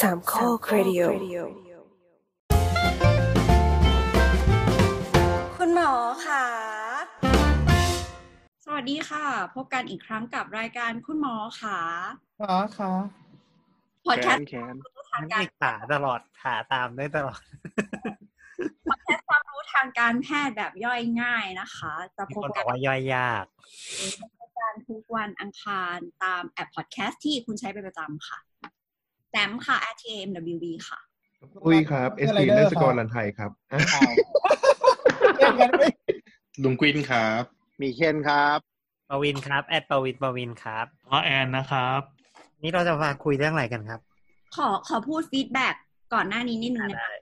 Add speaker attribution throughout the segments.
Speaker 1: สามข้อครดิโอ
Speaker 2: คุณหมอค่ะ
Speaker 3: สวัสดีค่ะ พบกันอีกครั้งกับรายการคุณหมอค่ะ
Speaker 4: หมอคะ
Speaker 3: พอดแค
Speaker 5: แข
Speaker 3: ส
Speaker 5: น
Speaker 3: ต์
Speaker 5: แขน
Speaker 3: ทาง
Speaker 6: นั่น
Speaker 3: การ
Speaker 6: อีกขาตลอดขาตามได้ตลอด
Speaker 3: ความรู้ทางการแพทย์แบบย่อยง่ายนะคะ จะ
Speaker 6: มี
Speaker 3: พบ
Speaker 6: คนบ
Speaker 3: กั
Speaker 6: อน กว่าย่อยยาก
Speaker 3: กันทุกวันอังคารตามแอปพอดแคสต์ที่คุณใช้เป็นประจำค่ะแตมค่ะ atmwb ค่ะ
Speaker 7: อุ้ยครับเอส
Speaker 4: ไร
Speaker 7: พี
Speaker 4: เด
Speaker 7: นั
Speaker 4: ร์
Speaker 7: กสกรลันไทยครับอ่ะ
Speaker 4: ครับเล่นกันไม่
Speaker 7: ลุงกวินครับ
Speaker 5: มีเคนครับ
Speaker 6: ปวินครับ แอดปวินปวินครับ
Speaker 8: พอแอนนะครับ
Speaker 6: นี่เราจะมาคุยเรื่องอะไรกันครับ
Speaker 3: ขอขอพูดฟีดแบ็กก่อนหน้านี้นิดนึงนะคะ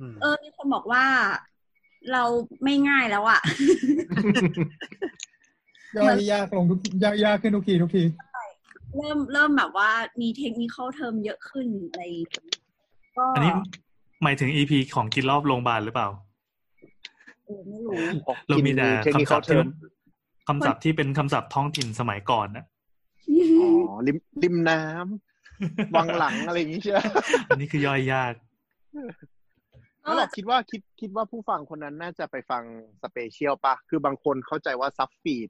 Speaker 6: อืม
Speaker 3: เออมีคนบอกว่าเราไม่ง่ายแล้วอะ
Speaker 4: ย่อยยากลงทุกย่อยยากขึ้นทุกทีทุกที
Speaker 3: เริ่มเริ่มแบบว่ามีเทคนิคเทอมเยอะขึ้นอะไรอย่างงี้ก็
Speaker 8: อันนี้หมายถึง EP ของกินรอบโรงพยาบาลหรือเปล่า
Speaker 3: เออไม่รู้
Speaker 8: เรามีแต่
Speaker 5: เทคนิค
Speaker 8: คำศัพท์ที่มันคำศัพท์
Speaker 5: เทอม
Speaker 8: ที่เป็นคำศัพท์ท้องถิ่นสมัยก่อนนะ
Speaker 5: อ๋อริมริมน้ำวังหลังอะไรอย่างนี้ใช่ไหม
Speaker 8: อันนี้คือย่อยยาก
Speaker 5: แล้วเราคิดว่าคิดคิดว่าผู้ฟังคนนั้นน่าจะไปฟังสเปเชียลปะ คือบางคนเข้าใจว่าซับฟีด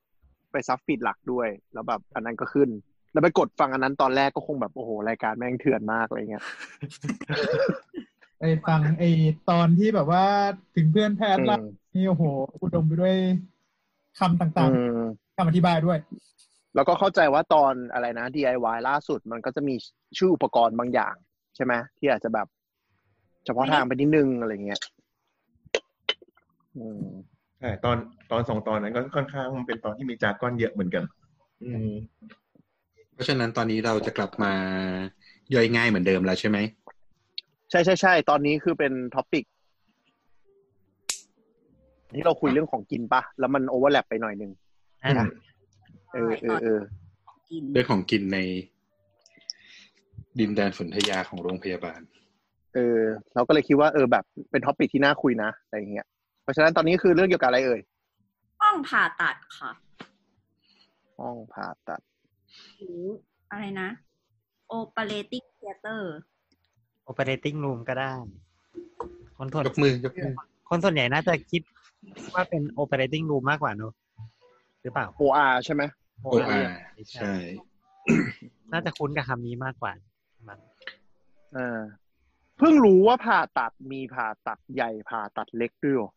Speaker 5: ไปซับฟีดหลักด้วย แล้วแบบอันนั้นก็ขึ้น แล้วไปกดฟังอันนั้นตอนแรกก็คงแบบโอ้โหรายการแม่งเถื่อนมากอะไรเงี้ย
Speaker 4: ไอ้ฟังไอ้ตอนที่แบบว่าถึงเพื่อนแพทย์ละ
Speaker 5: อืม
Speaker 4: นี่โอ้โหอุดมไปด้วยคำต่าง
Speaker 5: อืม
Speaker 4: ๆคำอธิบายด้วย
Speaker 5: แล้วก็เข้าใจว่าตอนอะไรนะ DIY ล่าสุดมันก็จะมีชื่ออุปกรณ์บางอย่าง ใช่ไหมที่อาจจะแบบ เฉพาะทางไปนิดนึงอะไรเงี้ยอืม
Speaker 7: ใช่ตอนตอนสองตอนนั้นก็ค่อนข้างเป็นตอนที่มีจากก้อนเยอะเหมือนกัน
Speaker 9: อืมเพราะฉะนั้นตอนนี้เราจะกลับมาย่อยง่ายเหมือนเดิมแล้วใช่ไหม
Speaker 5: ใช่ใช่ใช่ตอนนี้คือเป็นท็อปิกที่เราคุยเรื่องของกินปะแล้วมันโอเวอร์แลปไปหน่อยหนึง
Speaker 6: อ่ะ
Speaker 5: นะเออเออเออ
Speaker 3: กิน
Speaker 9: เรื่องของกินในดินแดนฝนธยาของโรงพยาบาล
Speaker 5: เออ เราก็เลยคิดว่าเออแบบเป็นท็อปิกที่น่าคุยนะอะไรเงี้ยเพราะฉะนั้นตอนนี้คือเรื่องเกี่ยวกับอะไรเอ่ย
Speaker 3: ห้องผ่าตัดค่ะ
Speaker 5: ห้องผ่าตัด
Speaker 3: หรืออะไรนะ operating theater
Speaker 6: โอเปอเรติ้งรูมก็ได้ คนส่วน
Speaker 9: ยกมือยกมือ
Speaker 6: คนส่วนใหญ่น่าจะคิดว่าเป็นโอเปอเรติ้งรูมมากกว่าเนอะหรือเปล่า
Speaker 5: OR ใช่ไหม
Speaker 9: OR ใช่
Speaker 6: น่าจะคุ้นกับคำนี้มากกว่ามัน
Speaker 5: อ่าเพิ่งรู้ว่าผ่าตัดมีผ่าตัดใหญ่ผ่าตัดเล็กด้วยเหรอ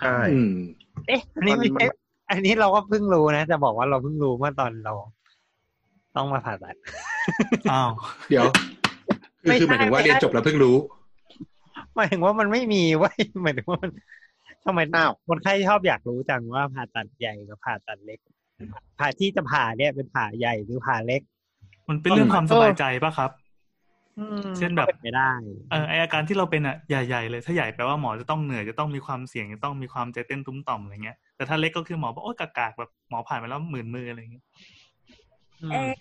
Speaker 7: ใช่
Speaker 9: อืม
Speaker 6: เอ๊ะอันนี้ไม่
Speaker 5: มันมัน
Speaker 6: ใช่อันนี้เราก็เพิ่งรู้นะ จะบอกว่าเราเพิ่งรู้เมื่อตอนเรา ต้องมาผ่าตัด
Speaker 8: อ้าว
Speaker 9: เดี๋ยว คือ
Speaker 6: ไม่
Speaker 9: คือหมายถึงว่า
Speaker 6: ได้
Speaker 9: เรียนจบแล้วเพิ่งรู้
Speaker 6: หมายถึงว่ามันไม่มีเว้ย หมายถึงว่ามันทำไม
Speaker 5: อ้าว
Speaker 6: คนไข้ชอบอยากรู้จังว่าผ่าตัดใหญ่กับผ่าตัดเล็ก ผ่าที่จะผ่าเนี่ยเป็นผ่าใหญ่หรือผ่าเล็ก
Speaker 8: มันเป็นเรื่องความสบายใจปะครับ
Speaker 6: อืม
Speaker 8: เช่นแบบ
Speaker 6: ป็ไม่ได้
Speaker 8: เออไออาการที่เราเป็นอ่ะใหญ่ๆเลย ถ้าใหญ่แปลว่าหมอจะต้องเหนื่อยจะต้องมีความเสี่ยงจะต้องมีความใจเต้นตุ้มต่อมอะไรเงี้ยแต่ถ้าเล็กก็คือหมอบอกโอ๊ยกากๆแบบหมอผ่านไปแล้วหมื่นมืออะไรเงี้ย
Speaker 6: อืม
Speaker 3: เอ๊ะ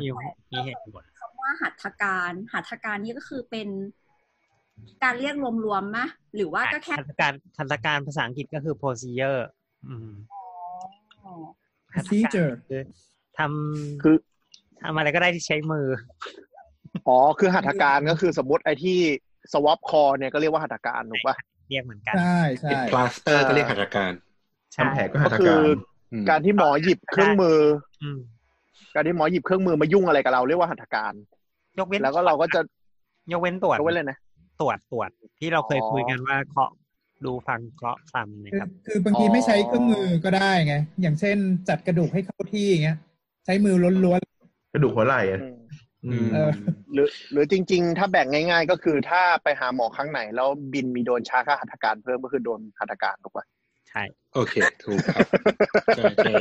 Speaker 6: มีมีเหตุผล
Speaker 3: คำว่าหัตถการหัตถการนี่ก็คือเป็นการเรียกรวมๆมะ หรือว่าก็แค่
Speaker 6: ทันตการทันตการภาษาอังกฤษก็คือ procedure อืม
Speaker 4: procedure
Speaker 6: คือท
Speaker 5: คือ
Speaker 6: ำทำอะไรก็ได้ที่ใช้มือ
Speaker 5: อ๋อ คือหัตถการก็คือสมมติไอ้ที่สวอปคอเนี่ยก็เรียกว่าหัตถการถูกปะ
Speaker 6: เรียกเหมือนกัน
Speaker 4: ใช่ใช่
Speaker 9: ติดพลาสเตอร์
Speaker 5: เออ
Speaker 9: ก็เรียกหัตถการ
Speaker 6: ใช่
Speaker 7: ทำแผลก็หัตถ
Speaker 5: ก็คื
Speaker 7: การ
Speaker 5: อ
Speaker 9: อืม
Speaker 5: การที่หมอหยิบเครื่องมือ
Speaker 6: อืม
Speaker 5: การที่หมอหยิบเครื่องมือมายุ่งอะไรกับเราเรียกว่าหัตถการ
Speaker 6: ยกเว้น
Speaker 5: แล้วก็เราก็จะ
Speaker 6: ยกเว้นตรวจ
Speaker 5: ก็ไว้เลยนะ
Speaker 6: ตรวจตรวจที่เราเคย
Speaker 5: อ๋อ
Speaker 6: คุยกันว่าเคาะดูฟังเคาะฟังเนะครับ
Speaker 4: คือคือบางที
Speaker 5: อ๋อ
Speaker 4: ไม่ใช้เครื่องมือก็ได้ไง อย่างเช่นจัดกระดูกให้เข้าที่อย่างเงี้ย ใช้มือล้วน
Speaker 7: กระดูกหัวไหล่อะ
Speaker 5: อืม
Speaker 9: อืม
Speaker 4: เออ
Speaker 5: หรือ หรือจริง ๆ ถ้าแบ่งง่าย ๆ ก็คือถ้าไปหาหมอครั้งไหน แล้วบินมีโดนช้าค่าหัตถการเพิ่มก็คือโดนหัตถการถูกปะ
Speaker 6: ใช่
Speaker 9: โอเค ถูกครับใช่ใช่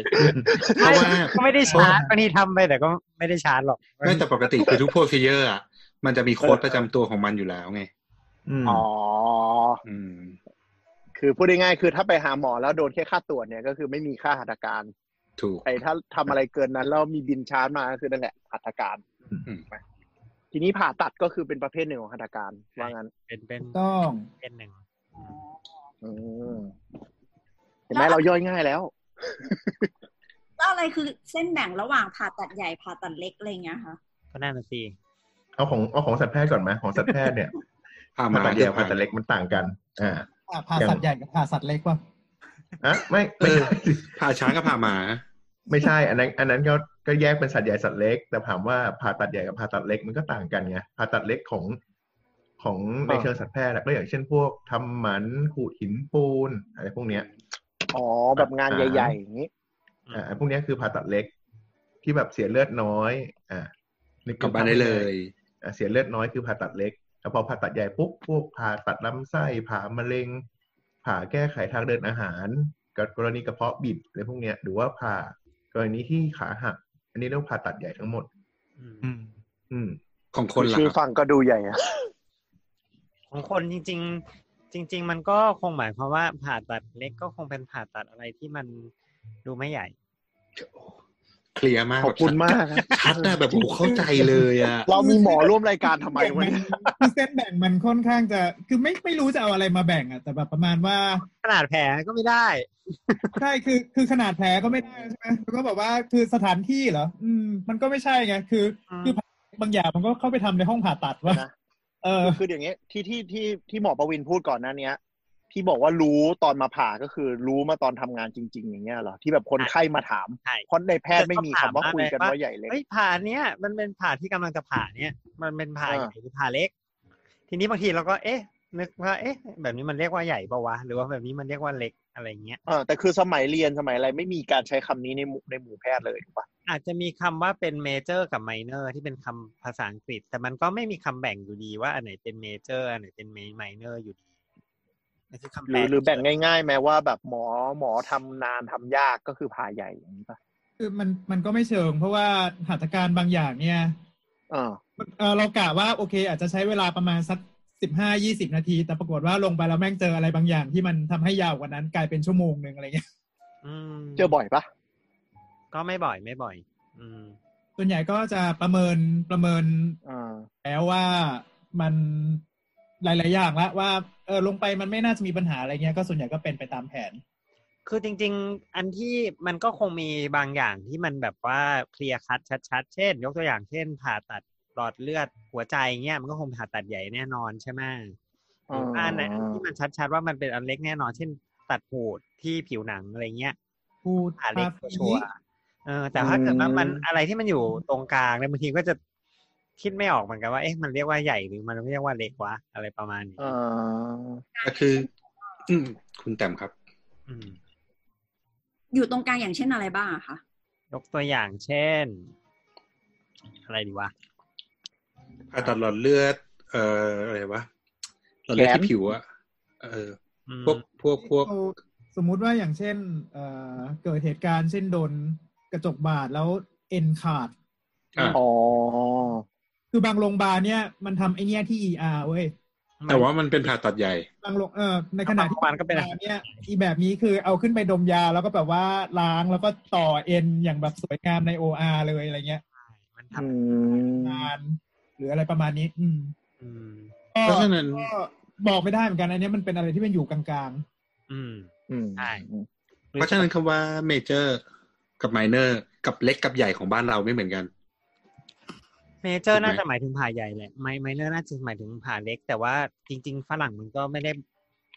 Speaker 9: เพราะว่า
Speaker 6: ก็ไม่ได้ชาร์จบางทีทำไปแต่ก็ไม่ได้ชาร์จหรอก
Speaker 9: ไม่แต่ปกติคือทุกโพซิเยอร์อ่ะ มันจะมีโค้ดประจำตัวของมันอยู่แล้วไง
Speaker 7: อืม
Speaker 5: อ๋อ
Speaker 9: อืม
Speaker 5: คือพูดง่ายๆคือถ้าไปหาหมอแล้วโดนแค่ค่าตรวจเนี่ยก็คือไม่มีค่าหัตถการ
Speaker 9: ถูก
Speaker 5: ไอ้ถ้าทำอะไรเกินนั้นแล้วมีบินชาร์จมาก็คือนั่นแหละหัตถการ
Speaker 9: อืม
Speaker 5: ทีนี้ผ่าตัดก็คือเป็นประเภทหนึ่งของหัตถการว่างั้น
Speaker 6: เป็นเป็น
Speaker 4: ๆ ต้อง
Speaker 6: เป็นหนึ่ง
Speaker 5: อืมเห็นไหมเราย่อยง่ายแล้ว
Speaker 3: แล้วอะไรคือเส้นแบ่งระหว่างผ่าตัดใหญ่ผ่าตัดเล็กอะไรอย่างเงี้ยค่ะ
Speaker 6: ก็น่าหนาที
Speaker 7: เอาของเอาของสัตวแพทย์ก่อนไหมของสัตวแพทย์เนี่ย
Speaker 9: ผ่าห
Speaker 7: ผ่า
Speaker 9: มา
Speaker 7: ตัดให
Speaker 9: เดี
Speaker 7: ญ่
Speaker 9: ยว
Speaker 7: ผ่าตัดเล็กมันต่างกัน อ่า
Speaker 4: อ่ะผ่า
Speaker 7: อย่าง
Speaker 4: สัตว์ใหญ่กับผ่าสัตว์เล็กว่ะ
Speaker 7: อ่ะไม่ไม่ใช่
Speaker 9: ผ่าช้างกับผ่าหมา
Speaker 7: ไม่ใช่ อันนั้น อันนั้นก็ ก็แยกเป็นสัตว์ใหญ่สัตว์เล็ก แต่ถามว่าผ่าตัดใหญ่กับผ่าตัดเล็กมันก็ต่างกันไง ผ่าตัดเล็กของของใน
Speaker 5: อ่า
Speaker 7: เชิงสัตวแพทย์อะก็อย่างเช่นพวกทำหมันขูดหินปูนอะไรพวกเนี้ย
Speaker 5: อ๋อแบบงานใหญ่ๆอย่างนี้
Speaker 7: อ่า พวกเนี้ยคือผ่าตัดเล็ก ที่แบบเสียเลือดน้อย อ่าก
Speaker 9: ลับบ้านได้เลย
Speaker 7: อ่าเสียเลือดน้อยคือผ่าตัดเล็ก แล้วพอผ่าตัดใหญ่ปุ๊บ พวกผ่าตัดลำไส้ ผ่ามะเร็ง ผ่าแก้ไขทางเดินอาหารกับกรณีกระเพาะบิดอะไรพวกเนี้ย หรือว่าผ่ากรณีที่ขาหัก อันนี้เรียกว่าผ่าตัดใหญ่ทั้งหมด
Speaker 8: อืม
Speaker 7: อืม
Speaker 9: ของคนล่ะ
Speaker 5: ชื่
Speaker 9: ค
Speaker 5: อ
Speaker 9: รับ
Speaker 5: ฟังก็ดูใหญ่อะ
Speaker 6: ของคนจริง ๆ จริง ๆ มันก็คงหมายความว่าผ่าตัดเล็กก็คงเป็นผ่าตัดอะไรที่มันดูไม่ใหญ่
Speaker 9: เคลียร์มาก
Speaker 5: ขอบคุณมากนะ
Speaker 9: ชัดนะแบบโอ้โหเข้าใจเลยอ่ะ
Speaker 5: เรามีหมอร่วมรายการทำไมวะ
Speaker 4: แบ่ง
Speaker 5: เนี่ย
Speaker 4: นคือเส้นแบ่งมันค่อนข้างจะ คือไม่ไม่รู้จะเอาอะไรมาแบ่งอ่ะแต่แบบประมาณว่า
Speaker 6: ขนาดแผลก็ไม่ได้
Speaker 4: ใช่ คือ คือขนาดแผลก็ไม่ได้ใช่ไหมแล้วก็แบบว่า คือสถานที่เหรอ อืม มันก็ไม่ใช่ไง คือ
Speaker 6: อืม
Speaker 4: คือบางอย่างมันก็เข้าไปทำในห้องผ่าตัดว่า เออ
Speaker 5: คืออย่างเงี้ยที่ที่ที่ที่หมอประวินพูดก่อนหน้าเนี้ย ที่บอกว่ารู้ตอนมาผ่าก็คือรู้มาตอนทำงานจริง ๆ อย่างเงี้ยเหรอที่แบบคนไข้มาถาม
Speaker 6: ใช่
Speaker 5: เพราะในแพทย์ไม่มีคำว่าคุยกันว่าใหญ่เล็ก
Speaker 6: เฮ้ยผ่าเนี้ยมันเป็นผ่าที่กำลังจะผ่าเนี้ยมันเป็นผ่า
Speaker 5: อ่า
Speaker 6: ใหญ่หรือผ่าเล็ก ทีนี้บางทีเราก็เอ๊ะ นึกว่าเอ๊ะ แบบนี้มันเรียกว่าใหญ่ปะวะหรือว่าแบบนี้มันเรียกว่าเล็กอะไรเงี้ย
Speaker 5: เออแต่คือสมัยเรียนสมัยอะไรไม่มีการใช้คำนี้ในหมู่ในหมู่แพทย์เลยถูกปะ
Speaker 6: อาจจะมีคำว่าเป็นเมเจอร์กับไมเนอร์ที่เป็นคำภาษาอังกฤษ แต่มันก็ไม่มีคำแบ่งอยู่ดีว่าอันไหนเป็นเมเจอร์อันไหนเป็นไมเนอร์อยู่ดีนั่นคือคำ
Speaker 5: ห
Speaker 6: แป
Speaker 5: รื
Speaker 6: ล
Speaker 5: อหรือแบ่งง่ายๆแม้ว่าแบบหมอหมอทำนานทำยากก็คือผ่าใหญ่อย่างนี้ปะ
Speaker 4: คือมัน มันก็ไม่เชิง เพราะว่าหัตถการบางอย่างเนี่ย
Speaker 5: เออ
Speaker 4: มันเออเรากะว่า โอเค อาจจะใช้เวลาประมาณสักสิบห้ายี่สิบนาที แต่ปรากฏว่าลงไปแล้วแม่งเจออะไรบางอย่างที่มันทำให้ยาวกว่านั้น กลายเป็นชั่วโมงหนึ่งอะไรเงี้ย
Speaker 6: อืม
Speaker 5: เจอบ่อยปะ
Speaker 6: ก็ไม่บ่อยไม่บ่อย อืม
Speaker 4: ส่วนใหญ่ก็จะประเมิน ประเมิน
Speaker 5: เออ
Speaker 4: แล้วว่ามันหลาย ๆ อย่างละว่าเออลงไปมันไม่น่าจะมีปัญหาอะไรเงี้ยก็ส่วนใหญ่ก็เป็นไปตามแผน
Speaker 6: คือจริง ๆ อันที่มันก็คงมีบางอย่างที่มันแบบว่าเคลียร์คัดชัด ๆ เช่น ยกตัวอย่างเช่น ผ่าตัดหลอดเลือดหัวใจเงี้ยมันก็คงผ่าตัดใหญ่แน่นอนใช่ไหมหรือว่าอันไหนที่มันชัดๆว่ามันเป็นอันเล็กแน่นอน เช่น ตัดหูดที่ผิวหนังอะไรเงี้ย
Speaker 4: พูด
Speaker 6: ผ่าเล็ก
Speaker 4: ภาพ
Speaker 6: ชัวร์ๆเออ แต่ถ้าเกิดว่ามัน
Speaker 5: อืม
Speaker 6: อะไรที่มันอยู่ตรงกลางเนี่ยบางทีก็จะคิดไม่ออกเหมือนกันว่าเอ๊ะมันเรียกว่าใหญ่หรือมันเรียกว่าเล็กวะอะไรประมาณนี้
Speaker 5: เออ
Speaker 9: ก็คือ อืมคุณแต้มครับ
Speaker 6: อืม
Speaker 3: อยู่ตรงกลางอย่างเช่นอะไรบ้างอะคะ
Speaker 6: ยกตัวอย่างเช่น อะไรดีวะ
Speaker 9: ผ่าตัดหลอดเลือด เอ่ออะไรวะหลอดเลือดที่ผิวอะเออ
Speaker 6: อืม
Speaker 9: พวกพวกพวก
Speaker 4: เอาสมมุติว่าอย่างเช่นเอ่อเกิดเหตุการณ์เช่นโดนกระจกบาดแล้วเอ็นขาด
Speaker 9: อ่ะ
Speaker 5: อ๋อ
Speaker 4: คือบางโรงพยาบาลเนี่ยมันทำไอเนี้ยที่ ER เว้ย
Speaker 9: แต่ว่ามันเป็นผ่าตัดใหญ่
Speaker 4: บางโรงเออในขณะ
Speaker 6: บางโร
Speaker 4: ที่
Speaker 6: งพยาบาลก็เป็น
Speaker 4: โรงพยาบาลเนี่ยอีแบบนี้คือเอาขึ้นไปดมยาแล้วก็แบบว่าล้างแล้วก็ต่อเอ็นอย่างแบบสวยงามใน OR เลยอะไรเงี้ย
Speaker 6: มัน
Speaker 5: อื
Speaker 6: ทำ
Speaker 5: ม
Speaker 4: งานหรืออะไรประมาณนี้ อืม
Speaker 6: อืม
Speaker 9: เพราะฉะนั้น
Speaker 4: ก็บอกไม่ได้เหมือนกันอันเนี้ยมันเป็นอะไรที่มันอยู่กลาง
Speaker 6: อืม
Speaker 5: อืม
Speaker 6: ใช่
Speaker 9: เพราะฉะนั้นคำว่าเมเจอร์กับไมเนอร์กับเล็กกับใหญ่ของบ้านเราไม่เหมือนกัน
Speaker 6: เมเจอ
Speaker 9: ถู
Speaker 6: ร์
Speaker 9: กไหม
Speaker 6: น่าจะหมายถึงผ่าใหญ่แหละไมไมเนอร์น่าจะหมายถึงผ่าเล็ก แต่ว่าจริง ๆ ฝรั่งมันก็ไม่ได้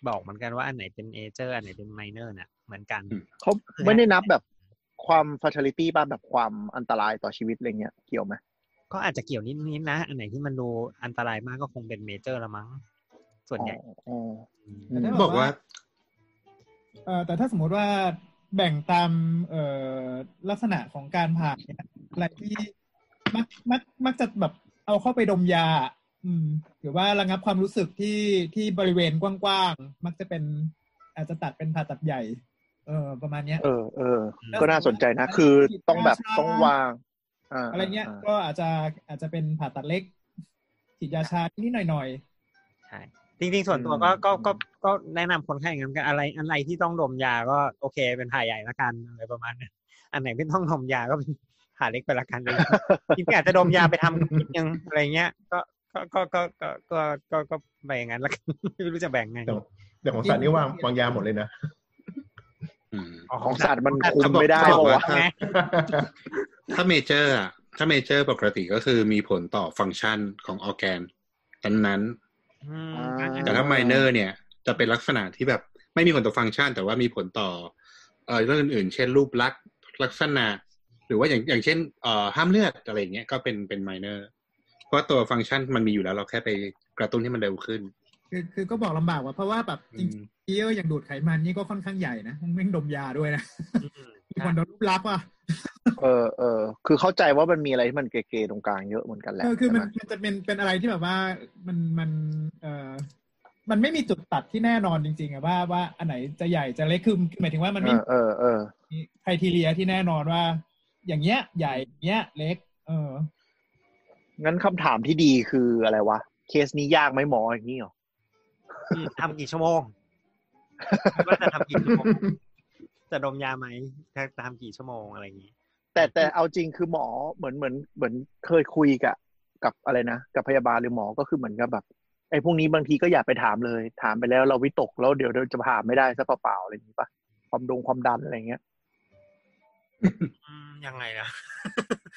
Speaker 6: บอกเหมือนกันว่าอันไหนเป็นเอเจอร์อันไหนเป็นไมเนอร์น่ะเหมือนกัน
Speaker 5: เขาไม่ได้นับแบบความฟ a ช a ลิตี้บ้างแบบความอันตรายต่อชีวิตอะไรเงี้ยเกี่ยวไหม
Speaker 6: ก็อาจจะเกี่ยวนิดนิดๆนะ อันไหนที่มันดูอันตรายมากก็คงเป็นเมเจอร์ละมั้ง ส่วนใหญ่
Speaker 5: อ๋อ
Speaker 4: ๆแต่ถ้า
Speaker 9: บอกว่า
Speaker 4: เอ่อแต่ถ้าสมมติว่าแบ่งตามเอ่อลักษณะของการผ่าเนี่ยอะไรที่มักมักมักจะแบบเอาเข้าไปดมยา อืม หรือว่าระงับความรู้สึกที่ที่บริเวณกว้างๆมักจะเป็น อาจจะตัดเป็นผ่าตัดใหญ่ เออประมาณเนี้ย
Speaker 5: เออเออ ก็น่าสนใจนะ คือต้องแบบต้องวางา
Speaker 4: อะไรเงี้ยก็อาจจะอาจจะเป็นผ่าตัดเล็กฉีดยาชานิดๆหน่อย
Speaker 6: ใช่จริง ๆ ส่วนตัวก็ก็ก็ก็แนะนำคนไข้อย่างนั้นกันอะไรอะไรที่ต้องดมยาก็โอเค เป็นผ่าใหญ่ละกันอะไรประมาณนั้นอันไหนไม่ต้องดมยาก็เป็นผ่าเล็กไปละกัน ทีนี้อาจจะดมยาไปทำนิดนึงอะไรเงี้ย ก็ก็ก็ก็ก็ก็ก็ก็ไปอย่างนั้นละกัน ไม่รู้จะแบ่งไง
Speaker 7: แต่แต่ของสัตว์นี่วางวางยาหมดเลยนะ
Speaker 9: อืม
Speaker 5: ของสัตว์มัน
Speaker 6: สัตว์
Speaker 5: คุมไม่ได้
Speaker 9: เขา
Speaker 5: ปะ
Speaker 9: บอก
Speaker 5: วะ
Speaker 9: ว่า ถ้าเมเจอร์อ่ะ ถ้าเมเจอร์ปกติก็คือมีผลต่อฟังก์ชันของออร์แกนนั้น
Speaker 6: อืม
Speaker 5: อ่า
Speaker 9: ๆแต่ถ้าไมเนอร์เนี่ย จะเป็นลักษณะที่แบบไม่มีผลต่อฟังก์ชัน แต่ว่ามีผลต่อเอ่อเรื่องอื่นๆ เช่นรูปลักษณ์ลักษณะ หรือว่าอย่างอย่างเช่นเอ่อห้ามเลือดอะไรอย่างเงี้ยก็เป็นเป็นไมเนอร์เพราะตัวฟังก์ชันมันมีอยู่แล้วเราแค่ไปกระตุ้นให้มันเร็วขึ้น
Speaker 4: คือคือก็บอกลำบากว่ะเพราะว่าแบบจริงๆเยออย่างดูดไขมันนี่ก็ค่อนข้างใหญ่นะมันแม่งดมยาด้วยนะมีคนโดนรูปลักษณ์ว่ะ
Speaker 5: เออเออคือเข้าใจว่ามันมีอะไรที่มันเก๋ๆตรงกลางเยอะเหมือนกันแหละ
Speaker 4: เออคือมัน
Speaker 5: ใช่ไห
Speaker 4: มันจะเป็นเป็นอะไรที่แบบว่ามันมันเออมันไม่มีจุดตัดที่แน่นอนจริงๆอะว่าว่าอันไหนจะใหญ่จะเล็กคือคือหมายถึงว่ามัน
Speaker 5: เอ
Speaker 4: ไม่
Speaker 5: อเออเออ
Speaker 4: มีครทีเรียที่แน่นอนว่า อย่างเงี้ยใหญ่อย่างเงี้ยเล็ก เออ
Speaker 5: งั้นคำถามที่ดีคืออะไรวะ เคสนี้ยากไหมหมออย่างนี้เหรอ
Speaker 6: อืมทำกี่ชั่วโมงว่าจะทำกี่ชั่วโมงจะดมยาไหมจะทำกี่ชั่วโมงอะไรอย่างงี้
Speaker 5: แต่แต่เอาจริงคือหมอเหมือนเหมือนเหมือนเคยคุยกับกับอะไรนะกับพยาบาลหรือหมอก็คือเหมือนกับแบบไอ้พวกนี้บางทีก็อย่าไปถามเลย ถามไปแล้วเราวิตกแล้วเดี๋ยวเราจะผ่าไม่ได้ซะเปล่าๆอะไรอย่างนี้ปะความดงความดันอะไรอย่างเงี้ย
Speaker 6: อืมยังไงนะ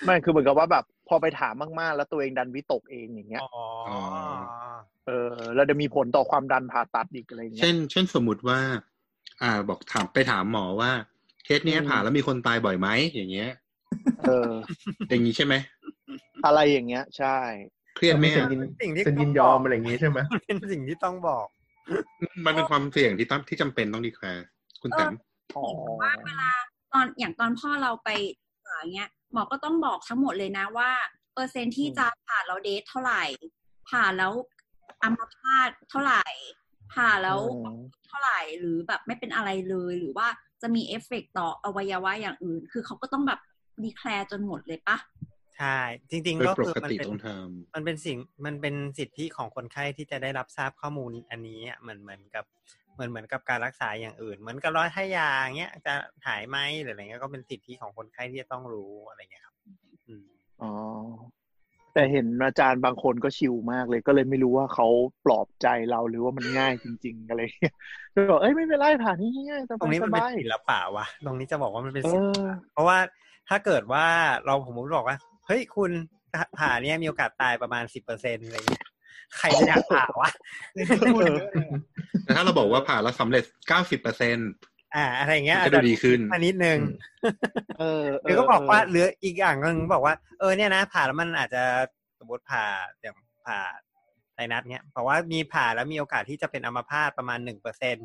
Speaker 5: ไม่คือเหมือนกับว่าแบบพอไปถามมากๆ แล้วตัวเองดันวิตกเองอย่างเงี้ย
Speaker 6: อ๋ออ
Speaker 9: อ
Speaker 5: เออแล้วจะมีผลต่อความดันผ่าตัดอีกอะไรอย่างเงี้
Speaker 9: เช่
Speaker 5: ย
Speaker 9: น เช่นสมมุติว่า อ่า บอกถามไปถามหมอว่าเคสเนี้ย
Speaker 5: อืม
Speaker 9: ผ่าแล้วมีคนตายบ่อยไหมอย่างเงี้ย
Speaker 5: เออ
Speaker 9: อย่างนี้ใช่ไหม
Speaker 5: อะไรอย่างเงี้ย ใช่
Speaker 9: เครียดไหม
Speaker 7: เซ็น
Speaker 9: อะ
Speaker 7: ยิน
Speaker 6: สิ่งที่
Speaker 7: เซ็นยินยอมอะไรอย่างงี้ใช่ไหม
Speaker 6: มันเป็นสิ่งที่ต้องบอก
Speaker 9: มันเป็นความเสี่ยงที่ต้องที่จำเป็นต้องดีแคลร์คุณแต้ม
Speaker 5: อ๋อ
Speaker 3: เห็นแบบว่าเวลาตอนอย่างตอนพ่อเราไปหาเงี้ยหมอก็ต้องบอกทั้งหมดเลยนะว่า เปอร์เซ็นต์ที่จะผ่าแล้วเดทเท่าไหร่ ผ่าแล้วอัมพาตเท่าไหร่ ผ่าแล้ว
Speaker 5: อืม
Speaker 3: เท่าไหร่หรือแบบไม่เป็นอะไรเลยหรือว่าจะมีเอฟเฟกต์ต่ออวัยวะอย่างอื่น คือเขาก็ต้องแบบดีแคลร์จนหมดเลยปะ
Speaker 6: ใช่ จริง
Speaker 9: โด
Speaker 6: ๆ
Speaker 9: ยป
Speaker 6: ก็คือก มัน
Speaker 9: ติ
Speaker 6: เป็น
Speaker 9: ต้องท
Speaker 6: มันเป็นสิ่งมันเป็นสิทธิของคนไข้ที่จะได้รับทราบข้อมูลอันนี้อะเหมือนเหมือนกับเหมือนเหมือนกับการรักษาอย่างอื่น เหมือนกับร้อยให้ยาเงี้ยจะหายไหมหรืออะไรเงี้ยก็เป็นสิทธิของคนไข้ที่จะต้องรู้อะไรเงี้ยครับ อืม
Speaker 5: อ๋อแต่เห็นอาจารย์บางคนก็ชิลมากเลย ก็เลยไม่รู้ว่าเขาปลอบใจเราหรือว่ามันง่ายจริงๆอะไรเงี้ยก็บอกเอ้ยไม่เป็นไรผ่านนี่ง่ายๆ
Speaker 6: ต
Speaker 5: ส
Speaker 6: ร
Speaker 5: บาง ย
Speaker 6: นี้
Speaker 5: ส
Speaker 6: มันเป็น
Speaker 5: บาย
Speaker 6: ศิลปะวะตรงนี้จะบอกว่ามันเป็น
Speaker 5: เอ
Speaker 6: ศิลปะ
Speaker 5: อ
Speaker 6: เพราะว่าถ้าเกิดว่าเราผมบอกว่า เฮ้ยคุณผ่าเนี่ยมีโอกาสตายประมาณสิบเปอร์เซ็นต์อะไรเงี้ยใครจะอยากผ่าวะ
Speaker 9: ำแต่ถ้าเราบอกว่าผ่าแล้วสำเร็จเก้าสิบเปอร์เซ็น
Speaker 6: อ่า อะไรเงี้ย
Speaker 9: มันก็ดูดีขึ้น
Speaker 6: อันนิดนึง
Speaker 5: เออ
Speaker 6: หรือก็บอกว่าหรืออีกอย่างหนึงบอกว่าเออเนี่ยนะ ผ่าแล้วมันอาจจะสมมติผ่าอย่างผ่าไตรนัดเนี้ยบอกว่ามีผ่าแล้วมีโอกาสที่จะเป็นอัมพาตประมาณหนึ่งเปอร์เซ็น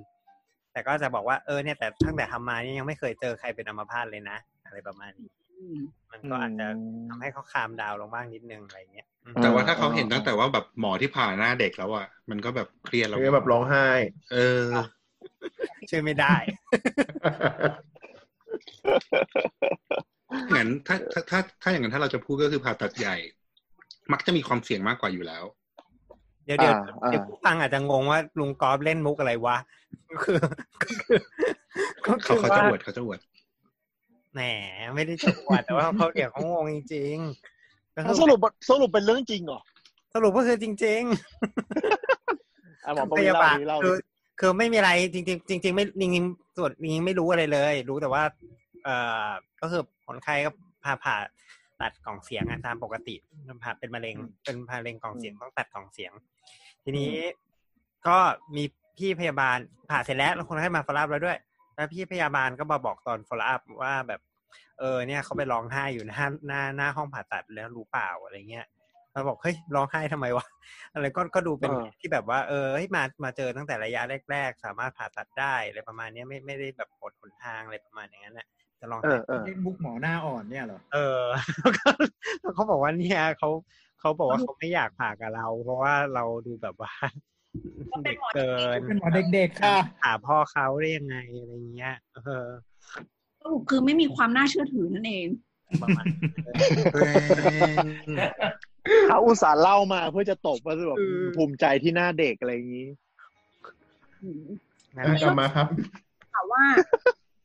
Speaker 6: แต่ก็จะบอกว่าเออเนี่ยแต่ตั้งแต่ทำมาเนี่ยยังไม่เคยเจอใครเป็นอัมพาตเลยนะ อะไรประมาณนี้
Speaker 3: อืม
Speaker 6: มันก็อาจจะทำให้เขาคามดาวลงบ้างนิดนึงอะไรเงี้ยอืม
Speaker 9: แต่ว่าถ้าเขาเห็นตั้งแต่ว่าแบบหมอที่ผ่าหน้าเด็กแล้วอ่ะมันก็แบบเครียด
Speaker 7: แล้
Speaker 9: แล้ว ว
Speaker 7: ก็แบบร้องไห้
Speaker 9: เออ
Speaker 6: ช่วยไม่ได้
Speaker 9: งั้นถ้าถ้าถ้าถ้าอย่างนั้นถ้าเราจะพูดก็คือผ่าตัดใหญ่ มักจะมีความเสี่ยงมากกว่าอยู่แล้ว
Speaker 6: เดี๋ยวเดี๋ยว
Speaker 5: อ่าอ่า
Speaker 6: เดี๋ยวผู้ฟังอาจจะงงว่าลุงกอล์ฟเล่นมุกอะไรว ะ ก็คือก็คื
Speaker 9: เขา
Speaker 6: อ
Speaker 9: เขา
Speaker 6: ว่า
Speaker 9: จะอวดเขาจะอวด
Speaker 6: แหมไม่ได้จะอวดแต่ว่าเขาเดี๋ยวเขางงจริงๆก็คือ
Speaker 5: สรุปสรุปเป็นเรื่องจริงเหรอ
Speaker 6: สรุปก็คือจริง
Speaker 5: อ่ะหมอป
Speaker 6: ๆพ
Speaker 5: วี
Speaker 6: ยา
Speaker 5: เล่า
Speaker 6: บาล
Speaker 5: ดิเล่า
Speaker 6: คื
Speaker 5: ดิ
Speaker 6: อคือไม่มีอะไรจริง ๆ จริง ๆ ไม่จริงๆส่วนจริงๆไม่รู้อะไรเลย รู้แต่ว่า เอ่อก็คือคนไข้ก็ผ่าผ่าตัดกล่องเสียงอะตามปกติผ่าเป็นมะเร็งเป็นมะเร็งกล่องเสียงต้องตัดกล่องเสียง ทีนี้ก็มีพี่พยาบาลผ่าเสร็จแล้วแล้วคนไข้มาฟอลอัพแล้วด้วย แล้วพี่พยาบาลก็มาบอกตอนฟอลอัพว่าแบบ เออเนี่ยเขาไปร้องไห้อยู่หน้าหน้าหน้าห้องผ่าตัดแล้วรู้เปล่าอะไรเงี้ยเราบอกเฮ้ยร้องไห้ทำไมวะ อะไรก็ก็ดูเป็นที่แบบว่า เออเฮ้ยมามาเจอตั้งแต่ระยะแรก ๆ สามารถผ่าตัดได้อะไรประมาณเนี้ยไม่ไม่ได้แบบอดหนทางอะไรประมาณอย่างนั้นแหละจะลอง
Speaker 5: เออเออ
Speaker 4: เล่นบุ๊กหมอหน้าอ่อนเนี่ยเหรอ
Speaker 6: เอ อแล้วก็แล้วเขาบอกว่าเนี่ยเขาเขาบอกว่าเขาไม่อยากผ่ากับเรา เพราะว่าเราดูแบบว่า เด็กเกิน
Speaker 4: เป็นหมอเด็กๆค่ะ
Speaker 6: หาพ่อเขาได้ยังไงอะไรเงี้ยเออ
Speaker 3: สรุปคือไม่มีความน่าเชื่อถือนั่นเอง
Speaker 6: ประมาณ
Speaker 5: เขาอุตส่าห์เล่ามาเพื่อจะตบว่าแบบภูมิใจที่หน้าเด็กอะไรอย่างนี้
Speaker 6: นั้น
Speaker 7: อ่ะกลับมาครับ
Speaker 3: ถามว่า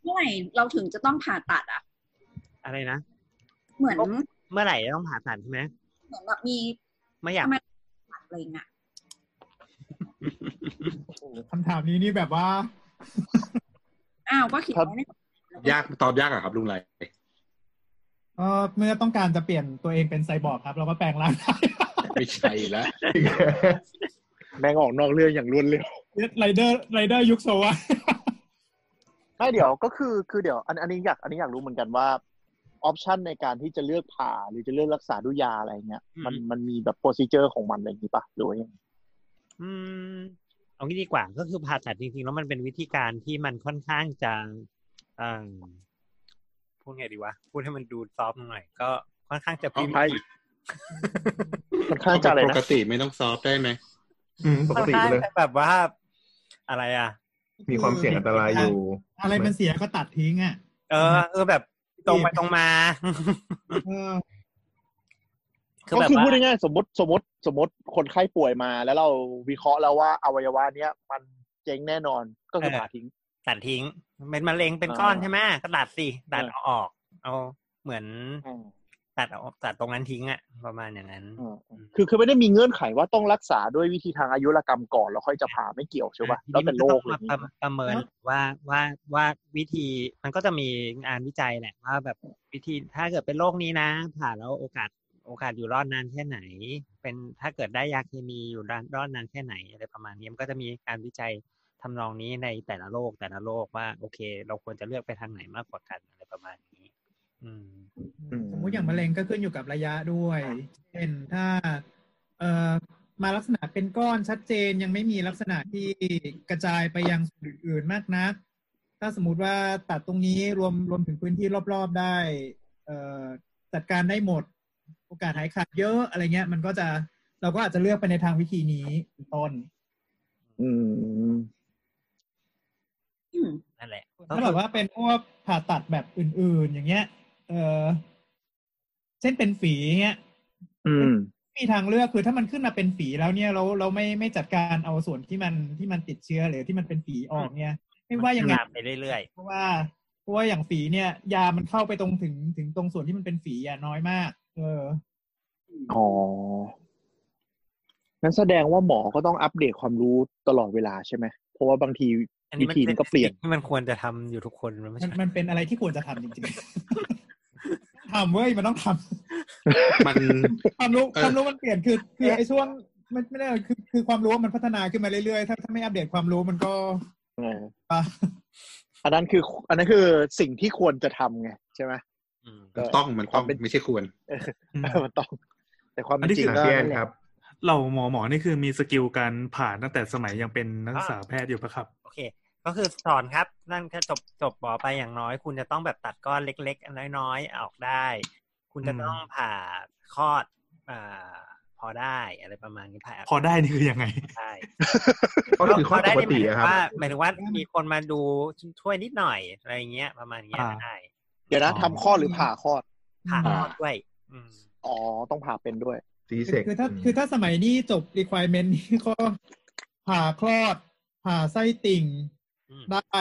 Speaker 3: เมื่อไหร่เราถึงจะต้องผ่าตัดอ่ะ
Speaker 6: อะไรนะ
Speaker 3: เหมือน
Speaker 6: โอ้ เมื่อไหร่จะต้องผ่าตัดใช่ไหม
Speaker 3: เหมือนแบบมี
Speaker 6: ไม่อยาก
Speaker 3: ทำไมตัดอะไรเงี้ย
Speaker 4: คำถามนี้นี่แบบว่า
Speaker 3: อ้าวก็เขียนไว้ใน
Speaker 9: ยากตอบยากอะครับลุงไร
Speaker 4: เออเมื่อต้องการจะเปลี่ยนตัวเองเป็นไซบอร์กครับ เราก็แปลงร่างได้
Speaker 9: ไม่ใช่ละ
Speaker 5: แม่งออกนอกเรื่องอย่างรวดเร็ว
Speaker 4: ไรเดอร์ไรเดอร์ยุคโซวะ
Speaker 5: ไม่เดี๋ยวก็คือคือเดี๋ยวอันอันนี้อยากอันนี้อยากรู้เหมือนกันว่าออปชันในการที่จะเลือกผ่าหรือจะเลือกรักษาด้วยยาอะไรเงี้ยมันมันมีแบบโปรซิเจอร์ของมันอะไรอย่างนี้ปะหรือว่ายังไง
Speaker 6: อืมเอางี้ดีกว่าก็คือผ่าตัดจริงๆ แล้วมันเป็นวิธีการที่มันค่อนข้างจะเอ่อพูดไงดีวะ พูดให้มันดูซอฟต์หน่อย ก็ค่อนข้างจะพิมพ์
Speaker 5: มันค่อนข้างจะอะไร
Speaker 9: ป
Speaker 5: นะ
Speaker 9: กติไม่ต้องซอฟต์ได้ไหม
Speaker 7: อืมปก
Speaker 6: ค่อน
Speaker 7: ติ
Speaker 6: ข้าง
Speaker 7: เลย
Speaker 6: จะแบบว่าอะไรอ่ะ
Speaker 7: มีความเสี่ยงอันตรายอยู่
Speaker 4: อะไรมันเสียก็ตัดทิ้งอ่ะ
Speaker 6: เออเออแบบตรงไปตรงมา
Speaker 4: เออ
Speaker 6: คือ
Speaker 5: ก็
Speaker 6: แบบ
Speaker 5: คือ
Speaker 6: ว่า
Speaker 5: พูดง่ายๆสมมติสมมติสมมติคนไข้ป่วยมา แล้วเราวิเคราะห์แล้วว่าอวัยวะเนี้ยมันเจ๊งแน่นอนก็คือผ่าทิ้ง
Speaker 6: ตัดทิ้ง เป็นมะเร็งเป็น
Speaker 5: อ่า
Speaker 6: ก้อนใช่ไหมก็ตัดสิตัด
Speaker 5: เออ
Speaker 6: เอาออก เอาเหมือน
Speaker 5: อ่า
Speaker 6: ตัดเอาตัดตรงนั้นทิ้งอะประมาณอย่างนั้น
Speaker 5: อ่าคือคือไม่ได้มีเงื่อนไขว่าต้องรักษาด้วยวิธีทางอายุรกรรมก่อนแล้วค่อยจะผ่าไม่เกี่ยวใช่ปะแล้วแต่โรคอะไร
Speaker 6: ทีนี้
Speaker 5: อย่าง
Speaker 6: มัน
Speaker 5: งี้
Speaker 6: ก็ต้องมาประประเมินว่าว่าว่าวิธีมันก็จะมีงานวิจัยแหละว่าแบบวิธีถ้าเกิดเป็นโรคนี้นะ ผ่าแล้วโอกาสโอกาสอยู่รอดนานแค่ไหน เป็นถ้าเกิดได้ยาเคมีอยู่รอดรอดนานแค่ไหนอะไรประมาณนี้มันก็จะมีการวิจัยทำนองนี้ในแต่ละโรคแต่ละโรคว่าโอเค เราควรจะเลือกไปทางไหนมากกว่ากันอะไรประมาณนี้ อืม
Speaker 4: สมมุติอย่างมะเร็งก็ขึ้นอยู่กับระยะด้วย เช่นถ้า เอ่อมาลักษณะเป็นก้อนชัดเจนยังไม่มีลักษณะที่กระจายไปยังส่วนอื่นๆมากนัก ถ้าสมมติว่าตัดตรงนี้รวมรวมถึงพื้นที่รอบๆได้ เอ่อจัดการได้หมด โอกาสหายขาดเยอะอะไรเงี้ย มันก็จะเราก็อาจจะเลือกไปในทางวิธีนี้เป็นต้น
Speaker 5: อืม
Speaker 3: อืม
Speaker 6: นั่นแหละก็
Speaker 4: ถ้า
Speaker 6: คื
Speaker 4: แบ
Speaker 6: อบ
Speaker 4: ว่าเป็นพวกผ่าตัดแบบอื่น ๆ อย่างเงี้ย เออเช่นเป็นฝีเงี้ย
Speaker 5: อืม
Speaker 4: มีทางเลือกคือถ้ามันขึ้นมาเป็นฝีแล้วเนี่ยเราเราไม่ไม่จัดการเอาส่วนที่มันที่มันติดเชื้อหรือที่มันเป็นฝีออกเนี่ย ไม่ว่ายังไง
Speaker 6: ลมไปเรื่อย
Speaker 4: เพราะว่าเพราะว่าอย่างฝีเนี่ย ยามันเข้าไปตรงถึงถึงตรงส่วนที่มันเป็นฝีอะน้อยมาก เออ
Speaker 5: อ๋อ นั้นแสดงว่าหมอก็ต้องอัปเดตความรู้ตลอดเวลาใช่ไหม เพราะว่าบางที
Speaker 6: ๆอัน
Speaker 5: วิ
Speaker 6: นี้มัน
Speaker 5: ธี
Speaker 6: เป็
Speaker 5: มัน นก็เปลี่ยน
Speaker 6: สิ่งที่มันควรจะทำอยู่ทุกคนมันไม่
Speaker 4: มัน
Speaker 6: ใช่
Speaker 4: มันเป็นอะไรที่ควรจะทำจริง ๆ ทำเว้ยมันต้องท
Speaker 9: มัน
Speaker 4: ำความรู้
Speaker 9: เออ
Speaker 4: ความรู้มันเปลี่ยนคือคือไอ้ช่วงมันไม่ได้คือคือความรู้มันพัฒนาขึ้นมาเรื่อยๆถ้าถ้าไม่อัปเดตความรู้มันก็
Speaker 5: เออ
Speaker 4: อ่ะ
Speaker 5: อันนั้นคือ อันนั้นคือสิ่งที่ควรจะทำไงใช่ไหม
Speaker 6: อืม
Speaker 9: มันต้องมันต้อง
Speaker 5: ความเป็น
Speaker 9: ไม่ใช่ควร
Speaker 8: อืม
Speaker 5: มันต้อง แต่ความเป็น
Speaker 8: อันนี้
Speaker 5: จริ
Speaker 8: คื
Speaker 5: ง
Speaker 8: อ
Speaker 5: ก็
Speaker 7: เพี้ยน
Speaker 5: นั่นแห
Speaker 7: ค
Speaker 5: ละ
Speaker 7: รับ
Speaker 8: เราหมอหมอนี่คือมีสกิลการผ่าตั้งแต่สมัยยังเป็นนักศึกษาแพทย์อยู่ปะครับ
Speaker 6: โอเค ก็คือสอนครับ นั่นก็จบจบหมอไปอย่างน้อย คุณจะต้องแบบตัดก้อนเล็กๆอันน้อยๆออกได้ คุณจะ
Speaker 8: อืม
Speaker 6: ต้องผ่าคลอดอ่าพอได้อะไรประมาณนี้ผ่า
Speaker 8: พอได้นี่คือยังไง
Speaker 6: ได้
Speaker 7: ก็คือข้อปกติอะครับ
Speaker 6: ว่าหมายถึงว่ามีคนมาดูช่วยนิดหน่อยอะไรอย่างเงี้ยประมาณเนี้ย
Speaker 8: อ่า
Speaker 6: ได้
Speaker 5: เดี๋ยวนะ
Speaker 8: อ๋อ
Speaker 5: ทำข้อดหรือผ่าข้อด
Speaker 6: ผ่า
Speaker 9: อ่า
Speaker 6: คลอดด้วย อืม
Speaker 5: อ๋อ ต้องผ่าเป็นด้วย
Speaker 7: ซี
Speaker 4: คือคือ
Speaker 7: เซ็ก
Speaker 4: ถ้าคือถ้าสมัยนี้จบ requirement นี่ก็ผ่าคลอด ผ่าไส้ติ่ง
Speaker 6: อืม
Speaker 4: ได้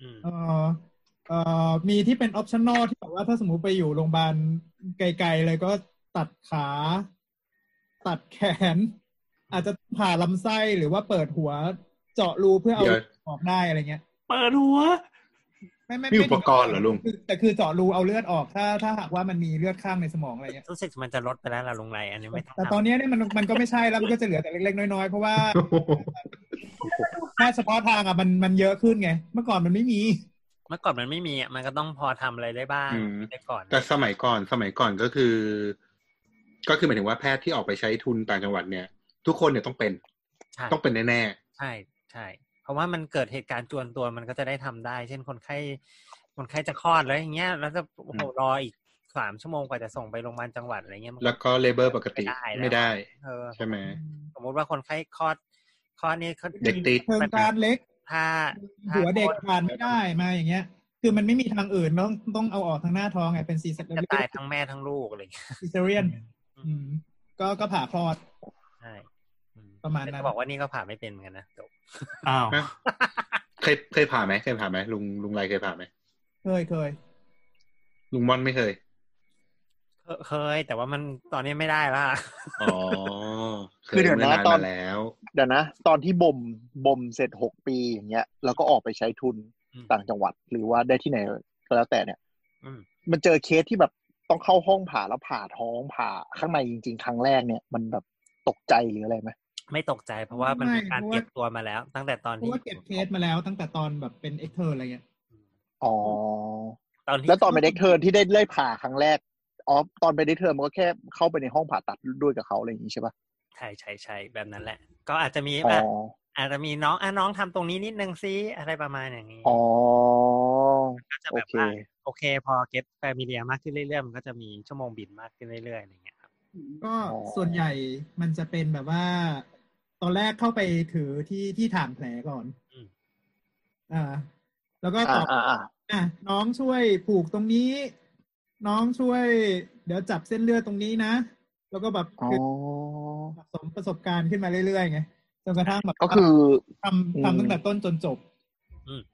Speaker 6: อืม
Speaker 4: เออเออมีที่เป็น optional ที่แบบว่าถ้าสมมติไปอยู่โรงพยาบาลไกลๆเลยก็ตัดขา ตัดแขน อาจจะผ่าลำไส้หรือว่าเปิดหัวเจาะรูเพื่อเอา
Speaker 9: เดี๋ยว
Speaker 4: ออกได้อะไรเงี้ย
Speaker 8: เปิดหัว
Speaker 4: ไม่ไม่
Speaker 9: มี
Speaker 4: ไม่
Speaker 9: อุปกรณ์เหรอลุง
Speaker 4: คือแต่คือเจาะรูเอาเลือดออกถ้าถ้าหากว่ามันมีเลือดข้างในสมองอะไรเงี้ย
Speaker 6: รู้สึกมันจะลดไปแล้วล่ะลงไรอันนี้ไม่ต้อง
Speaker 4: แต่
Speaker 6: ทำ
Speaker 4: ตอนเนี้ยเนี่ยมันมันก็ไม่ใช่แล้วมันก็จะเหลือแต่เล็กๆน้อยๆ เพราะว่าแพทย์เฉพาะทางอ่ะมันมันเยอะขึ้นไง เมื่อก่อนมันไม่มี
Speaker 6: เมื่อก่อนมันไม่มีอ่ะมันก็ต้องพอทำอะไรได้บ้าง
Speaker 9: อืม
Speaker 6: ได้ก่อน
Speaker 9: แต่สมัยก่อนสมัยก่อนก็คือ ก็คือหมายถึงว่าแพทย์ที่ออกไปใช้ทุนต่างจังหวัดเนี่ย ทุกคนเนี่ยต้องเป็น
Speaker 6: ใช่
Speaker 9: ต้องเป็นแน่
Speaker 6: ใช่ใช่ เพราะว่ามันเกิดเหตุการณ์จวนตัวมันก็จะได้ทำได้ เช่นคนไข้คนไข้จะคลอดแล้วอย่างเงี้ยแล้วจะโอ้โหรออีกสามชั่วโมงกว่าจะส่งไปโรงพยาบาลจังหวัดอะไรเงี้ยมัน
Speaker 9: ๆ แล้วก็เลเบอร์ปกติไม่ได้
Speaker 6: เออ
Speaker 9: ใช่ไหม
Speaker 6: สมมติว่าคนไข้คลอดคลอดนี่เขา
Speaker 9: เด็กติด
Speaker 4: เทิงการเล็ก
Speaker 6: ถ้าถ้า
Speaker 4: หัวเด็กผ่านไม่ได้มาอย่างเงี้ย คือมันไม่มีทางอื่นต้องต้องเอาออกทางหน้าท้องไงเป็นซีเซเรีย
Speaker 6: จะ
Speaker 4: น
Speaker 6: ตายทั้งแม่ทั้งลูกอะไรเงี้ย
Speaker 4: ซีเซเรียนอืมก็ก็ผ่าคลอด
Speaker 6: ใช่อื
Speaker 4: ประมาณนั้น
Speaker 6: แต่จบอกว่านี่ก็ผ่าไม่เป็นเหมือนกันนะจบ
Speaker 8: อ้าว
Speaker 9: ฮะ เคยเคยผ่าไหมเคยผ่าไหมลุงลุงไรเคยผ่าไหม
Speaker 4: เคยเคย
Speaker 9: ลุงม่อนไม่เคย
Speaker 6: เคเคย แต่ว่ามันตอนนี้ไม่ได้ละ
Speaker 9: อ๋อเค
Speaker 5: คือย เดี๋ยวนะ
Speaker 9: เมื่อนาน
Speaker 5: ตอน
Speaker 9: มาแล้ว
Speaker 5: เดี๋ยวนะ ตอนที่บ่มบ่มเสร็จหกปีอย่างเงี้ย แล้วก็ออกไปใช้ทุน
Speaker 6: อืม
Speaker 5: ต่างจังหวัด หรือว่าได้ที่ไหนก็แล้วแต่เนี่ย
Speaker 6: อืม
Speaker 5: มันเจอเคสที่แบบ ต้องเข้าห้องผ่าแล้วผ่าท้องผ่าข้างในจริง ๆ ครั้งแรกเนี่ย มันแบบตกใจหรืออะไรไหม
Speaker 6: ไม่ตกใจเพราะว่ามันมีการเก็บตัวมาแล้ว ตั้งแต่ตอน
Speaker 4: เพราะ
Speaker 6: ที่
Speaker 4: ว่าเก็บเคสมาแล้วตั้งแต่ตอนแบบเป็นเอ็กเทอร์อะไรเงี้ย
Speaker 5: อ๋อ
Speaker 6: ตอนที่
Speaker 5: แล้วตอนไปเด็กเทิร์นที่ได้เลื่อยผ่าครั้งแรก อ๋อ ตอนไปเด็กเทิร์นมันก็แค่เข้าไปในห้องผ่าตัดด้วยกับเขาอะไรอย่างนี้ใช่ปะ
Speaker 6: ใช่ใช่ใช่แบบนั้นแหละ ก็อาจจะมี
Speaker 5: อ๋อ
Speaker 6: ว่าอาจจะมีน้องอ่ะน้องทำตรงนี้นิดนึงซิอะไรประมาณอย่างนี้
Speaker 5: อ๋อ
Speaker 6: ก็จะ
Speaker 5: โอ
Speaker 6: แบบ
Speaker 5: เค
Speaker 6: ว่าโอเค พอเก็ตแฟมิเลียมากขึ้นเรื่อยๆมันก็จะมีชั่วโมงบินมากขึ้นเรื่อยๆอะไรอย่างเงี้ยครับ
Speaker 4: ก็
Speaker 5: อ๋อ
Speaker 4: ส่วนใหญ่มันจะเป็นแบบว่า ตอนแรกเข้าไปถือที่ที่ฐานแผลก่อน อ่า แล้วก็ต่
Speaker 5: อ่า
Speaker 4: อ
Speaker 5: อ่าอ่า
Speaker 4: อ่ะน้องช่วยผูกตรงนี้ น้องช่วย เดี๋ยวจับเส้นเลือดตรงนี้นะ แล้วก็แบบ
Speaker 5: อ๋อ
Speaker 4: คือสะสมประสบการณ์ขึ้นมาเรื่อยๆไงจนกระทั่งแบบ
Speaker 5: ก็คือ
Speaker 4: ทำทำตั้งแต่ต้นจนจบ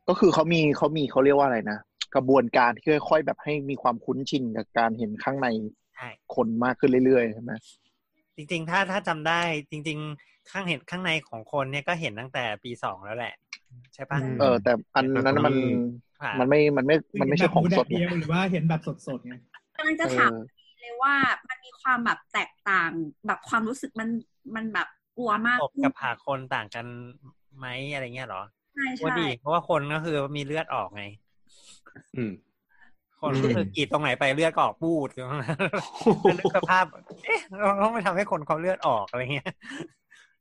Speaker 5: ก็คือเขามีเขามีเขาเรียกว่าอะไรนะ กระบวนการที่ค่อยๆแบบให้มีความคุ้นชินกับการเห็นข้างใน
Speaker 6: ใช่
Speaker 5: คนมากขึ้นเรื่อยๆใช่ไหม
Speaker 6: จริงๆ ถ้าถ้าจำได้จริง ๆ ข้างเห็นข้างในของคนเนี่ยก็เห็นตั้งแต่ปีสองแล้วแหละ ใช่ปะ
Speaker 7: อืม
Speaker 5: เออ แต่อันนั้นมัน
Speaker 6: ผ่า
Speaker 5: มันไม่ มันไม่ มันไม่ใช่ของสด
Speaker 4: เห็นแบบหมูแเดียว
Speaker 5: นะ
Speaker 4: หรือว่าเห็นแบบสดๆไง
Speaker 3: กำลังจะถามเลยว่ามันมีความแบบแตกต่าง แบบความรู้สึกมันมันแบบกลัวมาก
Speaker 6: ตบกับผ่าคนต่างกันไหมอะไรเงี้ยเหรอ
Speaker 3: ใช่
Speaker 6: ว่า
Speaker 3: ใช่
Speaker 6: ดีเพราะว่าคนก็คือมีเลือดออกไง
Speaker 7: อืม
Speaker 6: คน
Speaker 7: อืม
Speaker 6: ก็คือกรีดตรงไหนไปเลือดก็ออกปู ดอยู่ตรงนั้นแล้วนึกสภาพ เอ๊ะเราต้องไปทำให้คนเขาเลือดออกอะไรเงี้ย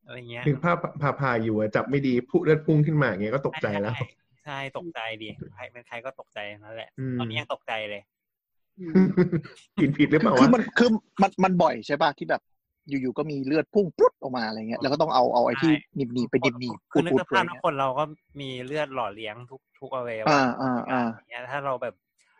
Speaker 6: อะไรเงี้ย
Speaker 7: คือภาพพาพาอยู่อะจับไม่ดีพุ่งเลือดพุ่งขึ้นมาอย่างเงี้ยก็ตกใจแล้ว
Speaker 6: ช่ใช่ตกใจดีใครเป็นใครก็ตกใจนั่นแหละ
Speaker 7: อืม
Speaker 6: ตอนนี้ยังตกใจเลย
Speaker 3: อืม
Speaker 7: Hmm. กินผิดหรือเปล่า
Speaker 5: คื
Speaker 7: วะ
Speaker 5: อมันคือมันมันบ่อยใช่ป่ะที่แบบอยู่ๆก็มีเลือดพุ่งปุ๊บออกมาอะไรเงี้ยแล้วก็ต้องเอาเอาไอ้ที่หนีบหนีบๆไปดิบหนีบ
Speaker 6: คื
Speaker 5: อุ
Speaker 6: อ
Speaker 5: ด
Speaker 6: นึก
Speaker 5: อุด
Speaker 6: ส
Speaker 5: อะไร
Speaker 6: ภาพนะ
Speaker 5: เงี้ย
Speaker 6: คนเราก็มีเลือดหล่อเลี้ยงทุกทุกอวัยวะ
Speaker 5: อ่าอ่าอ่า
Speaker 6: อย่างเงี้ยถ้าเราแบบ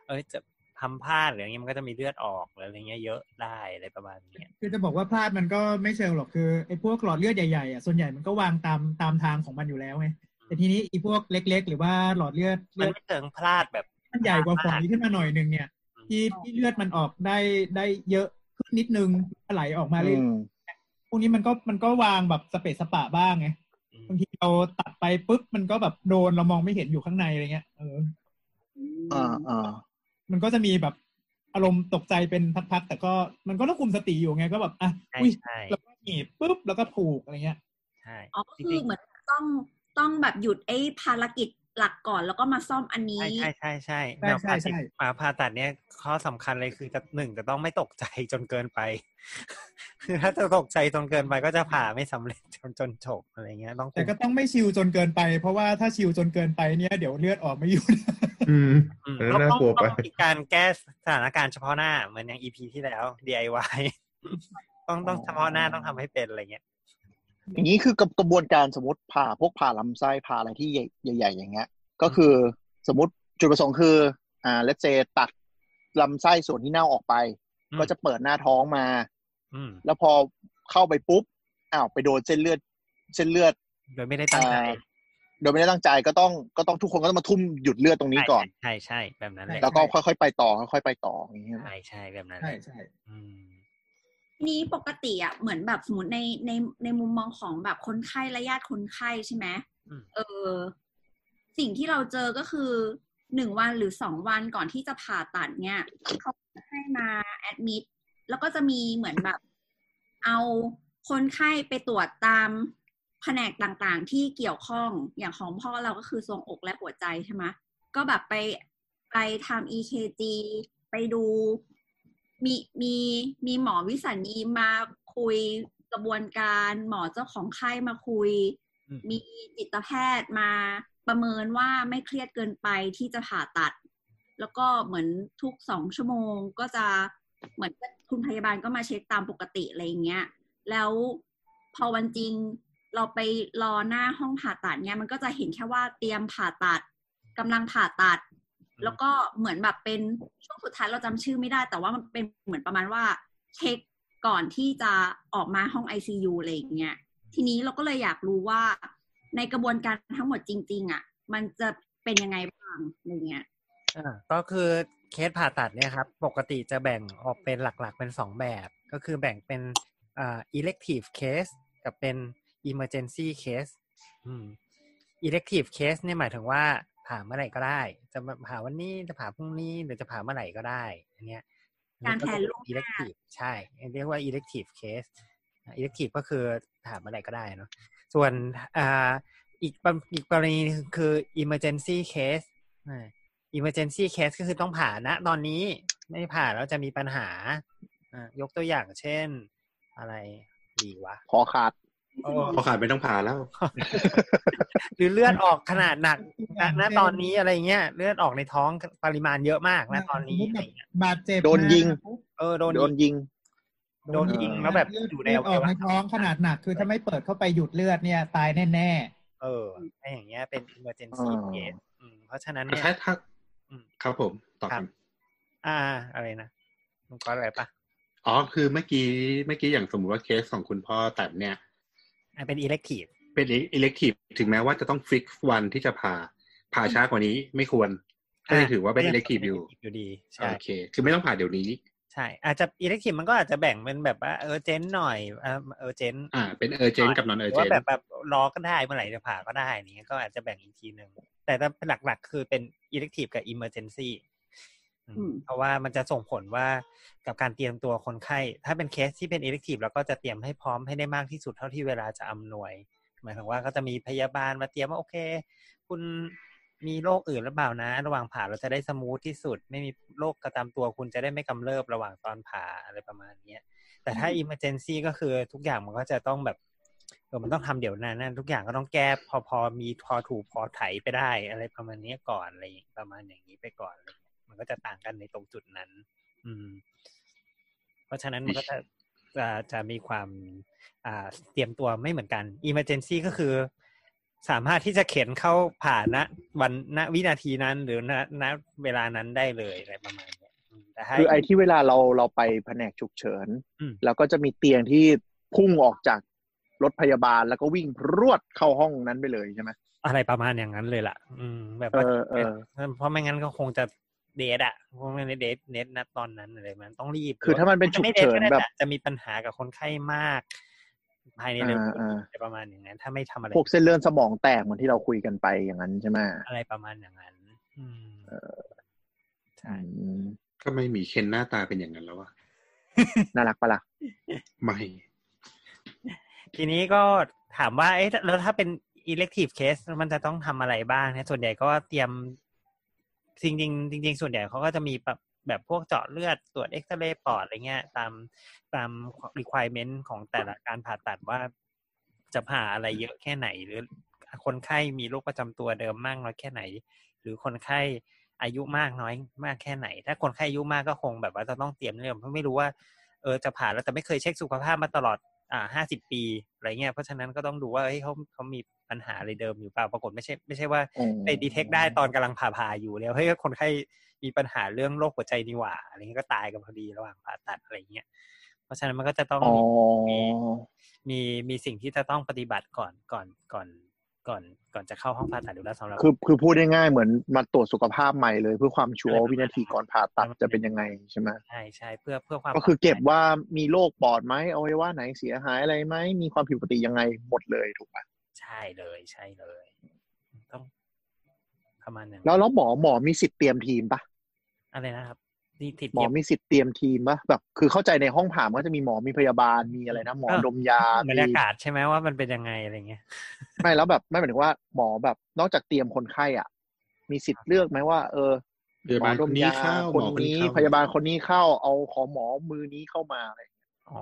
Speaker 6: เอ้ยจะทำพลาดหรืออย่างเงี้ยมันก็จะมีเลือดออกหรืออะไรเงี้ยเยอะได้อะไรประมาณเนี้ย
Speaker 4: คือจะบอกว่าพลาดมันก็ไม่เชิงหรอกคือไอ้พวกหลอดเลือดใหญ่ๆอ่ะส่วนใหญ่มันก็วางตามตามทางของมันอยู่แล้วไงแต่ทีนี้ไอ้พวกเล็ก ๆ หรือว่าหลอดเลือด
Speaker 6: มัน
Speaker 4: เลือด
Speaker 6: ไม่เชิงพลาดแบบ
Speaker 4: มันใหญ่กว่าฝอยขึ้นมาหน่อยนึงเนี่ยที่ที่เลือดมันออกได้ได้เยอะขึ้นนิดนึงไหลออกมา
Speaker 5: อื
Speaker 4: เรื่อย
Speaker 5: ม
Speaker 4: ๆพวกนี้มันก็มันก็วางแบบสเปซสปะบ้างไง
Speaker 6: อืม
Speaker 4: บางทีเราตัดไปปุ๊บมันก็แบบโดนเรามองไม่เห็นอยู่ข้างในอะไรเงี้ยเออ
Speaker 5: อ่าอ่า
Speaker 4: มันก็จะมีแบบอารมณ์ตกใจเป็นพักๆแต่ก็มันก็ต้องคุมสติอยู่ไงก็แบบอ่ะ
Speaker 6: ใช่
Speaker 4: อุ้ย
Speaker 6: ใช่
Speaker 4: แล้วก็หนีบปุ๊บแล้วก็ผูกอะไรเงี้ย
Speaker 6: ใช่
Speaker 3: อ๋อก็คือเหมือนต้องต้องแบบหยุดไอ้ภารกิจหลักก่อนแล้วก็มาซ่อมอันนี้
Speaker 6: ใช่ใช่ใช่ใช่
Speaker 4: ใช่
Speaker 6: แบบ
Speaker 4: ใช่
Speaker 6: ผ่าตัด
Speaker 4: ใช่
Speaker 6: ผ่าผ่าตัดเนี่ยข้อสำคัญเลยคือจะหนึ่งจะต้องไม่ตกใจจนเกินไป คือถ้าจะตกใจจนเกินไปก็จะผ่าไม่สำเร็จจนจนจบอะไรเงี้ยต้องคุ
Speaker 4: แต่
Speaker 6: ม
Speaker 4: ก็ต้องไม่ชิวจนเกินไป เพราะว่าถ้าชิวจนเกินไปเนี่ยเดี๋ยวเลือดออกไม่อยู่
Speaker 7: อืม
Speaker 6: อืม
Speaker 7: อันนั้
Speaker 6: ต้องต้
Speaker 7: นน่า
Speaker 6: อง
Speaker 7: กลัวไป
Speaker 6: ต้องมีการแก้สถานการณ์เฉพาะหน้าเหมือนอย่าง EP ที่แล้ว DIY ต้องต้องเฉพาะหน้าต้องทำให้เป็นอะไรเงี้ย
Speaker 5: อย่างนี้คือกระกระบวนการสมมติผ่าพวกผ่าลำไส้ผ่าอะไรที่ใหญ่ใหญ่ ๆ อย่างเงี้ย ก็คือสมมติจุดประสงค์คือ อ่าเลเซตัดลำไส้ส่วนที่เน่าออกไป ก็จะเปิดหน้าท้องมา
Speaker 6: อืม
Speaker 5: แล้วพอเข้าไปปุ๊บอ้าวไปโดนเส้นเลือดเส้นเลือด
Speaker 6: โดยไม่ได้ตั้งใจ
Speaker 5: อ่าโดยไม่ได้ตั้งใจก็ต้องก็ต้องทุกคนก็ต้องมาทุ่มหยุดเลือดตรงนี้ก่อน
Speaker 6: ใช่ใช่ใช่แบบนั้นแหละ
Speaker 5: แล้วก็ค่อยๆไปต่อค่อยๆไปต่ออย่างเงี้ย
Speaker 6: ใช่ใช่แบบนั้นแห
Speaker 4: ใช่
Speaker 6: ละ
Speaker 4: ใช่
Speaker 6: อืม
Speaker 3: นี้ปกติอ่ะเหมือนแบบสมมติในในในมุมมองของแบบคนไข้และญาติคนไข้ใช่ไหม
Speaker 6: อืม
Speaker 3: เออสิ่งที่เราเจอก็คือหนึ่งวันหรือสองวันก่อนที่จะผ่าตัดเนี่ยเขาให้มาแอดมิดแล้วก็จะมีเหมือนแบบ เอาคนไข้ไปตรวจตามแผนกต่างๆ ที่เกี่ยวข้องอย่างของพ่อเราก็คือทรวงอกและหัวใจใช่ไหมก็แบบไปไปทำ EKG ไปดูมีมีมีหมอวิสัญญีมาคุยกระบวนการหมอเจ้าของไข้มาคุย
Speaker 6: อืม
Speaker 3: มีจิตแพทย์มาประเมินว่าไม่เครียดเกินไปที่จะผ่าตัด แล้วก็เหมือนทุกสองชั่วโมงก็จะเหมือนคุณพยาบาลก็มาเช็คตามปกติอะไรอย่างเงี้ย แล้วพอวันจริงเราไปรอหน้าห้องผ่าตัดเนี่ยมันก็จะเห็นแค่ว่าเตรียมผ่าตัดกำลังผ่าตัด
Speaker 6: ม
Speaker 3: แล้วก็เหมือนแบบเป็นช่วงสุดท้ายเราจำชื่อไม่ได้ แต่ว่ามันเป็นเหมือนประมาณว่าเช็คก่อนที่จะออกมาห้อง ICU อะไรอย่างเงี้ยทีนี้เราก็เลยอยากรู้ว่า ในกระบวนการทั้งหมดจริง ๆ อ่ะ มันจะเป็นยังไงบ้างอะไรเงี้ย
Speaker 6: อ่าก็คือเคสผ่าตัดเนี่ยครับ ปกติจะแบ่งออกเป็นหลักๆ เป็นสองแบบ ก็คือแบ่งเป็นอ่า elective case กับเป็น emergency case อืม elective case เนี่ยหมายถึงว่าผ่าเมื่อไหร่ก็ได้ จะผ่าวันนี้จะผ่าพรุ่งนี้หรือจะผ่าเมื่อไหร่ก็ได้อันเนี้ย
Speaker 3: การแพลนล่วงหน้า
Speaker 6: อิเล็กทีฟใช่ เรียกว่า elective case อ่า elective ก็คือถามอะไรก็ได้เนอะส่วนอ่าอีกประอีกกรณีหนึ่งคือ emergency case อ่า emergency case ก็คือต้องผ่านะ ตอนนี้ไม่ผ่าแล้วจะมีปัญหาอ่ายกตัวอย่างเช่นอะไรดีวะ
Speaker 5: พอขาด
Speaker 9: พอขาดไม่ต้องผ่าแล้ว
Speaker 6: หรือเลือดออกขนาดหนักณณตอนนี้อะไรเงี้ยเลือดออกในท้องปริมาณเยอะมากนะตอนนี้อะไรเงี้ย
Speaker 4: บาดเจ็บ
Speaker 5: โดนยิง
Speaker 4: ปุ๊บ
Speaker 6: เออโดน
Speaker 5: โดน
Speaker 6: ยิง
Speaker 5: ยิง
Speaker 6: โดนยิงแล้วแบบ
Speaker 4: เลือด
Speaker 6: อยู่ใน
Speaker 4: เลือด
Speaker 6: อวั
Speaker 4: อ
Speaker 6: ย
Speaker 4: อก
Speaker 6: วะ
Speaker 4: ในท้องขนาดหนักคือถ้าไม่เปิดเข้าไปหยุดเลือดเนี่ย ตายแน่
Speaker 6: เออไออย่างเงี้ยเป็น emergency
Speaker 5: อ่า
Speaker 6: case อืมเพราะฉะนั้น
Speaker 9: แต่
Speaker 6: เนี่ย
Speaker 9: ถ้าถ้า
Speaker 6: อืม
Speaker 9: ครับผมตอบกัน
Speaker 6: อ่า อะไรนะมันก็อะไรปะ
Speaker 9: อ๋อ คือเมื่อกี้เมื่อกี้อย่างสมมติว่าเคสของคุณพ่อแต่เนี่ย
Speaker 6: อ่ะเป็น elective
Speaker 9: เป็นอิเล็กทีฟถึงแม้ว่าจะต้องฟิกวันที่จะผ่าผ่าช้ากว่านี้ไม่ควร ก็ยังถือว่าเป็น
Speaker 6: ะ
Speaker 9: elective อยู่
Speaker 6: elective อยู่ดีใช่
Speaker 9: โอเค คือไม่ต้องผ่าเดี๋ยวนี้
Speaker 6: ใช่ อาจจะ elective มันก็อาจจะแบ่งเป็นแบบว่าเออเจนหน่อยเออเออเจน
Speaker 9: อ่า เป็นเออเจนกับนอนเออ
Speaker 6: หรือ
Speaker 9: เจ
Speaker 6: ว่าน แบบแบบรอก็ได้เมื่อไหร่จะผ่าก็ได้อย่างนี้ก็อาจจะแบ่งอีกทีหนึ่งแต่ถ้าหลักๆ คือเป็น elective กับ emergency อืม
Speaker 3: อืม
Speaker 6: เพราะว่ามันจะส่งผลว่ากับการเตรียมตัวคนไข้ ถ้าเป็นเคสที่เป็น elective เราก็จะเตรียมให้พร้อมให้ได้มากที่สุดเท่าที่เวลาจะอำนวย หมายถึงว่าก็จะมีพยาบาลมาเตรียมว่าโอเค คุณมีโรคอื่นหรือเปล่านะ ระหว่างผ่าเราจะได้สมูทที่สุด ไม่มีโรคกระตามตัวคุณจะได้ไม่กำเริบระหว่างตอนผ่าอะไรประมาณเนี้ย แต่ถ้า emergency ก็คือทุกอย่างมันก็จะต้องแบบเออมันต้องทำเดี๋ยวนั้นนะทุกอย่างก็ต้องแก้พอพอมีพอถูกพอไถไปได้ อะไรประมาณเนี้ยก่อนอะไรอย่างประมาณอย่างนี้ไปก่อนอะไรเงี้ยมันก็จะต่างกันในตรงจุดนั้น อืม เพราะฉะนั้นมันก็จะจะจะมีความ อ่าเตรียมตัวไม่เหมือนกัน emergency ก็คือ สามารถที่จะเข็นเข้าผ่านณวันณวินาทีนั้น หรือณณเวลานั้นได้เลยอะไรประมาณเนี้ยอืมแต่ถ้า
Speaker 5: คือไอ้ที่เวลาเราเราไปแผนกฉุกเฉิน
Speaker 6: อืม
Speaker 5: แล้วก็จะมีเตียงที่พุ่งออกจากรถพยาบาลแล้วก็วิ่งพรวดเข้าห้องนั้นไปเลยใช่ไหม
Speaker 6: อะไรประมาณอย่างนั้นเลยล่ะ อืม แบบ
Speaker 5: เอ
Speaker 6: ว่า
Speaker 5: อเออ
Speaker 6: เพราะไม่งั้นก็คงจะเดทอะเพราะไม่ได้เดทเน็ตนะตอนนั้นอะไรมันต้องรีบ
Speaker 5: คือถ้ามันเป็นฉุก
Speaker 6: ไม่ด
Speaker 5: เฉิ
Speaker 6: ท
Speaker 5: น
Speaker 6: ได้
Speaker 5: แบบ
Speaker 6: ต่จะมีปัญหากับคนไข้มาก ภายในเร็ว
Speaker 5: อ่า
Speaker 6: อะไรประมาณอย่างนั้น ถ้าไม่ทำอะไร
Speaker 5: พวกเส้นเลือดสมองแตกเหมือนที่เราคุยกันไปอย่างนั้นใช่ไหม
Speaker 6: อะไรประมาณอย่างนั้น อืมใช่
Speaker 5: อืม
Speaker 9: ก็ไม่มีเคนหน้าตาเป็นอย่างนั้นแล้วอะ
Speaker 5: น่ารักปะล่ะ
Speaker 9: ไม่
Speaker 6: ทีนี้ก็ถามว่า เอ๊ะ แล้วถ้าเป็น elective case มันจะต้องทำอะไรบ้างนะส่วนใหญ่ก็เตรียม จริงจริงๆจริง ๆ ส่วนใหญ่เขาก็จะมีแบบแบบพวกเจาะเลือดตรวจเอ็กซเรย์ปอดอะไรเงี้ย ตามตาม requirement ของแต่ละการผ่าตัดว่าจะผ่าอะไรเยอะแค่ไหน หรือคนไข้มีโรคประจำตัวเดิมมากน้อยแค่ไหน หรือคนไข้อายุมากน้อยมากแค่ไหน ถ้าคนไข้อายุมากก็คงแบบว่าจะต้องเตรียมเรื่องเพราะไม่รู้ว่าเออจะผ่าแล้วแต่ไม่เคยเช็คสุขภาพมาตลอด อ่าห้าสิบปีอะไรเงี้ย เพราะฉะนั้นก็ต้องดูว่าเฮ้ยเขาเขามีปัญหาอะไรเดิมอยู่เปล่า ปรากฏไม่ใช่ไม่ใช่ว่า
Speaker 5: อ๋อ
Speaker 6: ไปดีเทคได้ตอนกำลังผ่าผ่าอยู่แล้วเฮ้ยคนไข้มีปัญหาเรื่องโรคหัวใจนี่หว่าอะไรเงี้ยก็ตายกันพอดีระหว่างผ่าตัดอะไรเงี้ย เพราะฉะนั้นมันก็จะต้อง
Speaker 5: อ๋อ
Speaker 6: มีมีมีสิ่งที่จะต้องปฏิบัติก่อนก่อนก่อนก่อนก่อนจะเข้าห้องผ่าตัดอยู่แล้วสำหรับ
Speaker 5: คือคือพูดง่ายๆเหมือนมาตรวจสุขภาพใหม่เลย เพื่อความชัว
Speaker 6: อะ
Speaker 5: ร์
Speaker 6: ไรประมาณ
Speaker 5: ว่าวินาทีก่อนผ่าตัดจะเป็นยังไงใช่ไหม
Speaker 6: ใช่ใช่เพื่อเพื่อความ
Speaker 5: ก็คือเก็บ
Speaker 6: ปลดภัย
Speaker 5: ว่ามีโรคปอดไหมอวัยวะไหนเสียหายอะไรไหมมีความผิดปกติยังไงหมดเลยถูกปะ
Speaker 6: ใช่เลยใช่เลย ต้องประมาณนั้น
Speaker 5: แล้วแล้วหมอหมอมีสิทธิ์เตรียมทีมปะ
Speaker 6: อะไรนะครับนี่ติด
Speaker 5: หมอ
Speaker 6: เย็บ
Speaker 5: มีสิทธิ์เตรียมทีมปะแบบคือเข้าใจในห้องผ่ามันก็จะมีหมอมีพยาบาลมีอะไรนะหมอ
Speaker 6: เออ
Speaker 5: ดมยา
Speaker 6: บรรยากาศใช่ไหมว่ามันเป็นยังไงอะไรเงี้ย
Speaker 5: ไม่แล้วแบบไม่หมายถึงว่าหมอแบบนอกจากเตรียมคนไข้อ่ะ มีสิทธิ์เลือกไหมว่า เออ
Speaker 9: พยาบาลคนนี้เข้าห
Speaker 5: ค
Speaker 9: ม
Speaker 5: น
Speaker 9: อคนนี้
Speaker 5: นี้
Speaker 9: เข้า
Speaker 5: พยาบาลคนนี้เข้าเอาของหมอมือนี้เข้ามาอะไร
Speaker 6: อ๋อ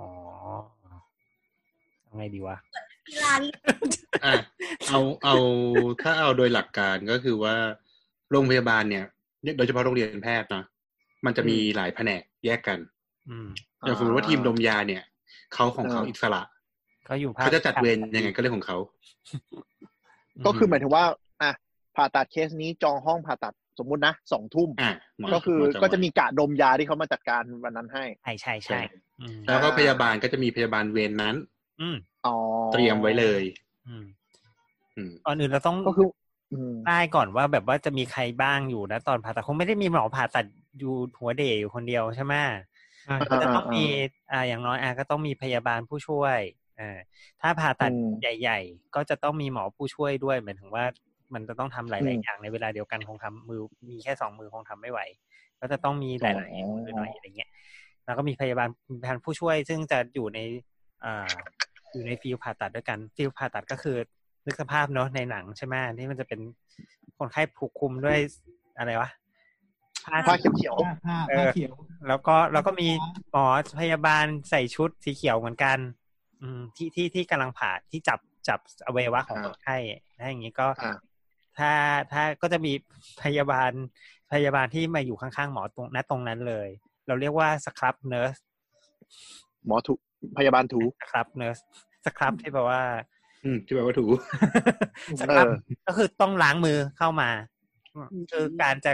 Speaker 6: ทำไงดีวะ
Speaker 3: กีฬาที่
Speaker 9: อ่ะเอาเอาถ้าเอาโดยหลักการก็คือว่าโรงพยาบาลเนี่ย โดยเฉพาะโรงเรียนแพทย์เนอะมันจะมีหลายแผนกแยกกัน
Speaker 6: อืม
Speaker 9: อย่างสมมติว่าทีมดมยาเนี่ยเขาของเขาอิสระ
Speaker 6: ก็อยู่ภาค
Speaker 9: เขาจะจัดเวรยังไงก็เรื่องของเขา
Speaker 5: ก็คือหมายถึงว่าอ่ะผ่าตัดเคสนี้จองห้องผ่าตัดสมมุตินะสองทุ่ม
Speaker 9: อ่ะหม
Speaker 5: ก็คือ
Speaker 9: ห
Speaker 5: ก็จะมีกะดมยาที่เขามาจัดการวันนั้นให้
Speaker 6: ใช่ใช่ใช่อืม
Speaker 9: แล้วก็พยาบาลก็จะมีพยาบาลเวรนั้น
Speaker 6: อืม
Speaker 5: อ๋อ
Speaker 9: เตรียมไว้เลย
Speaker 6: อืม
Speaker 9: อืม
Speaker 6: ก่อนอื่นเราต้อง
Speaker 5: ก็คืออืม
Speaker 6: ได้ก่อนว่าแบบว่าจะมีใครบ้างอยู่นะตอนผ่าตัดคงไม่ได้มีหมอผ่าตัดอยู่หัวเดยอยู่คนเดียวใช่ไหม
Speaker 8: ใช่
Speaker 6: ก็จะต้องมีอ่าอย่างน้อยอ่ะก็ต้องมีพยาบาลผู้ช่วยอ่าถ้าผ่าตัดใหญ่ ๆ ก็จะต้องมีหมอผู้ช่วยด้วยหมายถึงว่ามันจะต้องทำหลายๆอย่างในเวลาเดียวกันคงทำมือมีแค่สองมือคงทำไม่ไหว ก็จะต้องมีหลายๆมือหน่อยอะไรเงี้ย แล้วก็มีพยาบาลพยาบาลผู้ช่วย ซึ่งจะอยู่ในอ่าอยู่ในฟิลผ่าตัดด้วยกันฟิลผ่าตัดก็คือนึกสภาพเนาะในหนังใช่ไหมที่มันจะเป็นคนไข้ผูกคลุมด้วยอะไรวะผ้า
Speaker 5: ผ้า
Speaker 6: สี
Speaker 5: เขียว
Speaker 4: ผ้าผ้า
Speaker 6: เออ
Speaker 4: ผ้าเขียว
Speaker 6: แล้วก็แล้วก็มีหมอพยาบาลใส่ชุดสีเขียวเหมือนกัน อืมที่ที่ที่กำลังผ่าที่จับจับอวัยวะของคนไข้ถ้าอย่างนี้ก็
Speaker 5: อ่า
Speaker 6: ถ้าถ้าก็จะมีพยาบาลพยาบาลที่มาอยู่ข้างๆหมอตรงณตรงนั้นเลย เราเรียกว่าสครับเนิร์ส
Speaker 5: ๆหมอถูพยาบาลถู
Speaker 6: สครับเนิร์สสครับที่แปลว่า
Speaker 9: อืมที่แบบว่าถู
Speaker 6: สครับ
Speaker 5: เออ
Speaker 6: ก็คือต้องล้างมือเข้ามาคือการจะ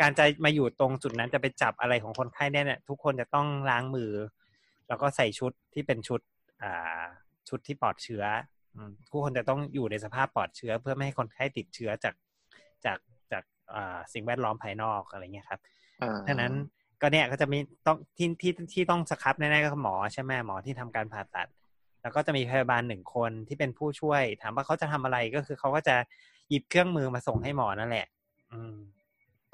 Speaker 6: การจะมาอยู่ตรงจุดนั้นจะไปจับอะไรของคนไข้เนี่ยเนี่ยทุกคนจะต้องล้างมือ แล้วก็ใส่ชุดที่เป็นชุด อ่า ชุดที่ปลอดเชื้ออืมทุกคนจะต้องอยู่ในสภาพปลอดเชื้อ เพื่อไม่ให้คนไข้ติดเชื้อจากจากจากอ่าสิ่งแวดล้อมภายนอกอะไรเงี้ยครับ
Speaker 5: อ่า
Speaker 6: ดังนั้นก็เนี่ยก็จะมีต้องที่ที่ที่ต้องสครับแน่ๆก็คือหมอใช่ไหมหมอที่ทำการผ่าตัด แล้วก็จะมีพยาบาลหนึ่งคนที่เป็นผู้ช่วย ถามว่าเขาจะทำอะไรก็คือเขาก็จะหยิบเครื่องมือมาส่งให้หมอนั่นแหละ อืม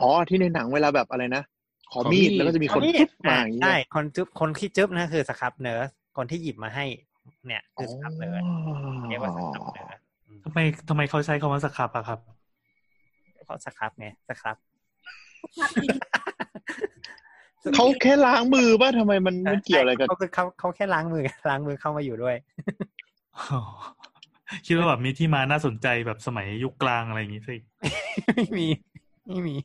Speaker 5: อ๋อที่ในหนังเวลาแบบอะไรนะ ขอมีด
Speaker 9: ขอมีด
Speaker 5: แล้วก็จะมีคน
Speaker 6: อ๋อ
Speaker 5: ทุบมาอย่างนี้
Speaker 6: ใช่คนจุ๊บคนที่จุ๊บนะคือสครับเนอร์สคนที่หยิบมาให้ เนี่ย
Speaker 5: อ๋
Speaker 6: คือ อสครับเนอร์สเรียกว่าสครับเนอร์สอืม
Speaker 8: ทำไมทำไมเขาใช้คำว่าสครับอะครับ
Speaker 6: เขาสครับไงสครับ
Speaker 3: ครับอีก
Speaker 5: เขาแค่ล้างมือป่ะทำ ไมมันไม่เกี่ยวอะไรกับ
Speaker 6: เขาคือเขาเขาแค่ล้างมือ ล้างมือเข้ามาอยู่ด้วย
Speaker 8: คิดว่าแบบมีที่มาน่าสนใจแบบสมัยยุคกลางอะไรอย่างงี้สิ
Speaker 6: ไม่มีไม่มี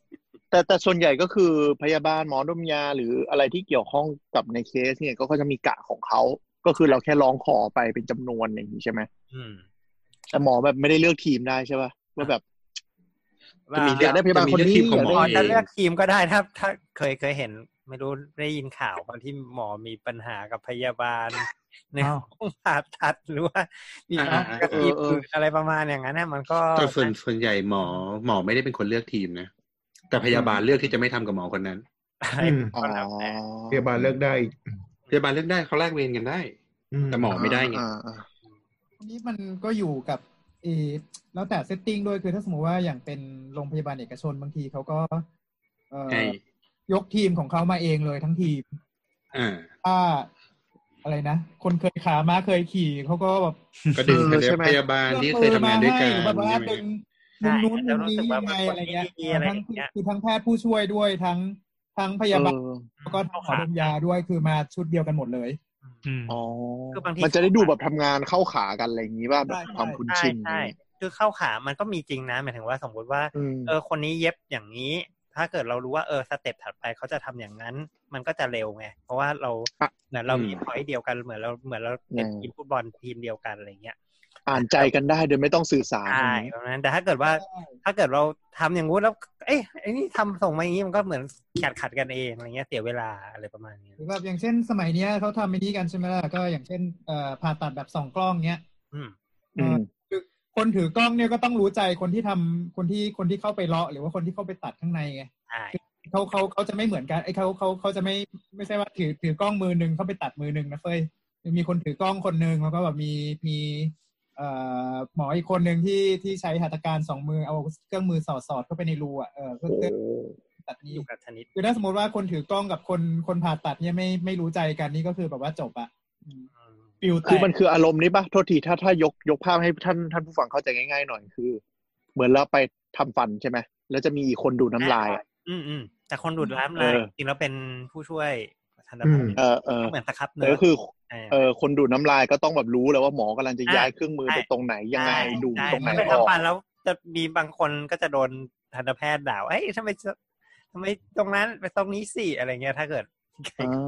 Speaker 5: แต่แต่ส่วนใหญ่ก็คือพยาบาลหมอดมยาหรืออะไรที่เกี่ยวข้องกับในเคสเนี่ยก็เขาจะมีกะของเขา ก็คือเราแค่ร้องขอไปเป็นจำนวนอย่างนี้ใช่ไหม
Speaker 6: อืม
Speaker 5: แต่หมอแบบไม่ได้เลือกทีมได้ใช่ป่ะว่าแบบ จะมีเลือกได้พยาบาลคน
Speaker 9: จะมีเลือก
Speaker 5: นี้
Speaker 9: ทีมของหม
Speaker 6: หม
Speaker 9: อ
Speaker 6: อ
Speaker 9: เอ
Speaker 6: จะ
Speaker 9: ง
Speaker 6: เลือกทีมก็ได้ถ้าถ้าเคยเคยเห็น ไม่รู้ได้ยินข่าวตอนที่หมอมีปัญหากับพยาบาลใน
Speaker 8: อ้าว
Speaker 6: ห้องผ่าตัดหรือว่ามีปัญหากับทีมอื่นอะไรประมาณอย่างนั้นนะมันก็
Speaker 9: แต่ส่วนส่วนใหญ่หมอหมอไม่ได้เป็นคนเลือกทีมนะ แต่พยาบาลเลือกที่จะไม่ทำกับหมอคนนั้น
Speaker 6: อะไร
Speaker 7: อืม
Speaker 5: อ๋อ
Speaker 6: ก็แล้วแต่
Speaker 7: พยาบาลเลิกได้อีก
Speaker 9: พยาบาลเลือกได้เขาแลกเวรกันได้
Speaker 7: อืม
Speaker 9: แต่หมอไม่ได้ไง
Speaker 5: อ่าอ่า
Speaker 4: อันนี้มันก็อยู่กับเออแล้วแต่เซตติ้งด้วยคือถ้าสมมติว่าอย่างเป็นโรงพยาบาลเอกชนบางทีเขาก็ เอ่อ
Speaker 9: ให้
Speaker 4: ยกทีมของเขามาเองเลยทั้งทีม
Speaker 9: อ่า
Speaker 4: ถ้าอะไรนะ คนเคยขาม้าเคยขี่เขาก็แบบ
Speaker 9: ก็ดึงพยาบาลที่เคยทำงานด้วยกัน
Speaker 4: หรือแบบว่า
Speaker 9: ใช่ไหม
Speaker 4: ดึงมุม
Speaker 6: ใช่
Speaker 4: นู้นมุ
Speaker 6: แล้ว
Speaker 4: ม
Speaker 6: รู้
Speaker 4: นี้
Speaker 6: สึกว่า
Speaker 4: ยัง
Speaker 6: มันค
Speaker 4: ไง
Speaker 6: น
Speaker 4: อะไร
Speaker 6: ที่
Speaker 4: เงี้ย
Speaker 6: ดีอะไรอย่าง
Speaker 4: ทั้
Speaker 6: เงี้ย
Speaker 4: คือทั้งแพทย์ผู้ช่วยด้วยทั้งทั้งพยาบาล
Speaker 5: เออ
Speaker 4: แล้วก็ทั้งหมอ
Speaker 6: เข้าขา
Speaker 4: ดมยาด้วยคือมาชุดเดียวกันหมดเลย
Speaker 8: อืม
Speaker 5: อ๋อ
Speaker 6: คือบางที
Speaker 5: มันจะได้ดูแบบทำงานเข้าขากันอะไรอย่างนี้ป่ะแบ
Speaker 4: ใช่
Speaker 5: บ
Speaker 4: ใช่
Speaker 5: ความคุ้น
Speaker 6: ใช่
Speaker 5: ชิน
Speaker 6: ใช่คือเข้าขามันก็มีจริงนะหมายถึงว่าสมมติว่า
Speaker 5: อืม
Speaker 6: เออคนนี้เย็บอย่างนี้ ถ้าเกิดเรารู้ว่าเออสเต็ปถัดไปเขาจะทำอย่างนั้น มันก็จะเร็วไงเพราะว่าเราเหมือนเรามีพอยต์เดียวกันเหมือนเราเหมือนเราเป็นทีมฟุตบอลทีมเดียวกันอะไรเงี้ย
Speaker 5: อ่านใจกันได้โดยไม่ต้องสื่อสาร
Speaker 6: ใช่เพราะฉะนั้นแต่ถ้าเกิดว่าถ้าเกิดเราทำอย่างงู้นแล้ว เอ้ยไอ้นี่ทำส่งมาอย่างนี้มันก็เหมือนขัดขัดกันเองอะไรเงี้ยเสียเวลาอะไรประมาณเนี้ย
Speaker 4: หรือแบบอย่างเช่นสมัยเนี้ยเขาทำไอ้นี้กันใช่ไหมล่ะก็อย่างเช่นเอ่อผ่าตัดแบบสองกล้องเนี้ย
Speaker 6: อืม
Speaker 5: อืม
Speaker 4: คนถือกล้องเนี่ยก็ต้องรู้ใจคนที่ทำคนที่คนที่เข้าไปเลาะหรือว่าคนที่เข้าไปตัดข้างในไง
Speaker 6: ใช่
Speaker 4: เขาเขาเขาจะไม่เหมือนกันไอ้เขาเขาเขาจะไม่ไม่ใช่ว่าถือถือกล้องมือหนึ่งเข้าไปตัดมือหนึ่งนะเฟ้ยมีคนถือกล้องคนหนึ่งแล้วก็แบบมีมีเอ่อหมออีกคนหนึ่งที่ที่ใช้หัตถการสองมือเอาเครื่องมือสอดสอดเข้าไปในรูอ่ะเออเพื่อ
Speaker 5: โอ้
Speaker 4: เพื่อตัด
Speaker 6: อ
Speaker 4: นี้
Speaker 6: ยู่กับชนิด
Speaker 4: คือถ้าสมมติว่าคนถือกล้องกับคนคนผ่าตัดเนี่ยไม่ไม่รู้ใจกันนี่ก็คือแบบว่าจบอะอืม
Speaker 6: อืม
Speaker 4: ฟิวแต
Speaker 5: คือก มันคืออารมณ์นี้ป่ะโทษทีถ้าถ้ายกยกภาพให้ท่านท่านผู้ฟังเข้าใจง่ายๆหน่อยคือ เหมือนเราไปทำฟันใช่ไหมแล้วจะมีอีกคนดูดน้ำลายอะ
Speaker 6: อืมอืมแต่คนดูดล้ำลาย
Speaker 5: เออ
Speaker 6: จริงๆแล้วเป็นผู้ช่วยทันต
Speaker 7: อื
Speaker 6: แพทย์
Speaker 7: ม
Speaker 5: เออเออ
Speaker 6: ก็เหมือนสครับเน
Speaker 5: แต่
Speaker 6: อะ
Speaker 5: ก็คือ
Speaker 6: า
Speaker 5: เออคนดูดน้ำลายก็ต้องแบบรู้แล้วว่าหมอกำลังจะย้ายเครื่องมือไปตรงไหนยังไง
Speaker 6: ใช่
Speaker 5: ดูด
Speaker 6: ใช่
Speaker 5: ตรงไหน
Speaker 6: ถ้าเป็น
Speaker 5: ออก
Speaker 6: ทำฟันแล้วจะมีบางคนก็จะโดนทันตแพทย์ด่าว่าเอ้ยทำไมจะทำไมตรงนั้นไปตรงนี้สิอะไรเงี้ย ถ้าเกิดเคย
Speaker 5: อ่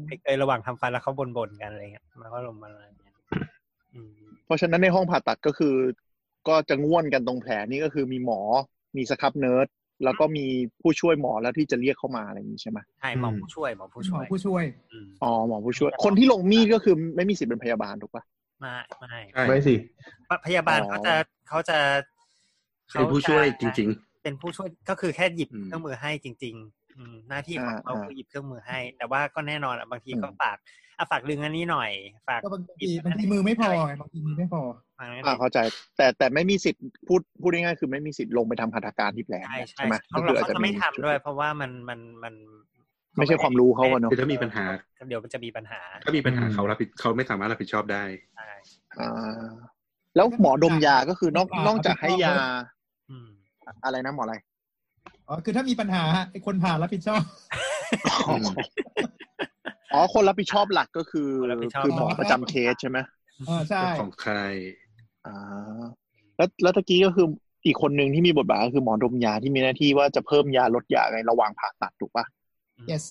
Speaker 5: า
Speaker 6: เคยระหว่างทำฟันแล้วเขาบ่นๆกันอะไรเงี้ยมันก็ลงมาอะไรเงี้ยอืม
Speaker 5: เพราะฉะนั้นในห้องผ่าตัดก็คือ ก็จะง่วนกันตรงแผลนี่ก็คือมีหมอมีสครับเนิร์ดแล้วก็มีผู้ช่วยหมอแล้วที่จะเรียกเข้ามาอะไรอย่างนี้ใช่ไหม
Speaker 6: ใช่หมอผู้ช่วยหมอผู้
Speaker 4: หม
Speaker 6: ช่ว
Speaker 4: อย ผู้ช่วย
Speaker 6: อืม
Speaker 5: อ๋อหมอผู้ช่วย คนที่ลงมีดก็คือไม่มีสิทธิ์เป็นพยาบาลถูกปะ
Speaker 6: ไม่ไม่
Speaker 9: ใช่
Speaker 7: ไม่สิ
Speaker 6: พยาบาล
Speaker 5: อ๋อ
Speaker 6: เขาจะเขาจะ
Speaker 9: เป็นผู้ช่วยจริง
Speaker 6: ๆเป็นผู้ช่วยก็คือแค่หยิบ
Speaker 9: อืม
Speaker 6: เครื่องมือให้จริง ๆ อืมหน้าที่ของเขา
Speaker 5: อ่า
Speaker 6: คือหยิบเครื่องมือให้ แต่ว่าก็แน่นอนอะบางทีก็ฝากอ่ะฝากดึงอันนี้หน่อย ฝาก
Speaker 4: ก็บางทีบางทีมือไม่พอไงบางทีมือไม่พอ
Speaker 6: ฟังแล้ว
Speaker 5: อ่า
Speaker 6: เนี่ย
Speaker 5: เข้าใจ แต่แต่ไม่มีสิทธิ์พูดพูดง่ายๆคือไม่มีสิทธิ์ลงไปทำหัตถการที่แผล
Speaker 6: ใช่ใช่
Speaker 5: ไหม
Speaker 6: เขา
Speaker 5: ก็คือ
Speaker 6: เรา
Speaker 5: อาจ
Speaker 6: เขา
Speaker 5: จะ
Speaker 6: จะไม่
Speaker 5: มี
Speaker 6: ทำด้วย เพราะว่ามันมันมัน
Speaker 5: ไม่ใช่ความรู้เขาอะเนาะ
Speaker 9: คือถ้ามีปัญหา
Speaker 6: เดี๋ยวมันจะมีปัญหา
Speaker 9: ถ้ามีปัญหา
Speaker 7: อืม
Speaker 9: เขารับผิดเขาไม่สามารถรับผิดชอบได้
Speaker 6: ใช่
Speaker 5: อ่าแล้วหมอดมยาก็คือนอกนอกจากให้ยา
Speaker 6: อืม
Speaker 5: อะไรนะหมออะไร
Speaker 4: อ๋อคือถ้ามีปัญหาไอ้คนผ่ารับผิดชอบ
Speaker 5: อ๋ออ๋อ คนรับผิดชอบหลักก็คือ
Speaker 6: คนรับผิดชอบ
Speaker 5: คือหมอประจำเคสใช่ไหม
Speaker 4: เออใช่
Speaker 9: ของใคร
Speaker 5: อ่า แล้วแล้วตะกี้ก็คืออีกคนหนึ่งที่มีบทบาทก็คือหมอดมยาที่มีหน้าที่ว่าจะเพิ่มยาลดยาในระหว่างผ่าตัดถูกปะ
Speaker 4: yes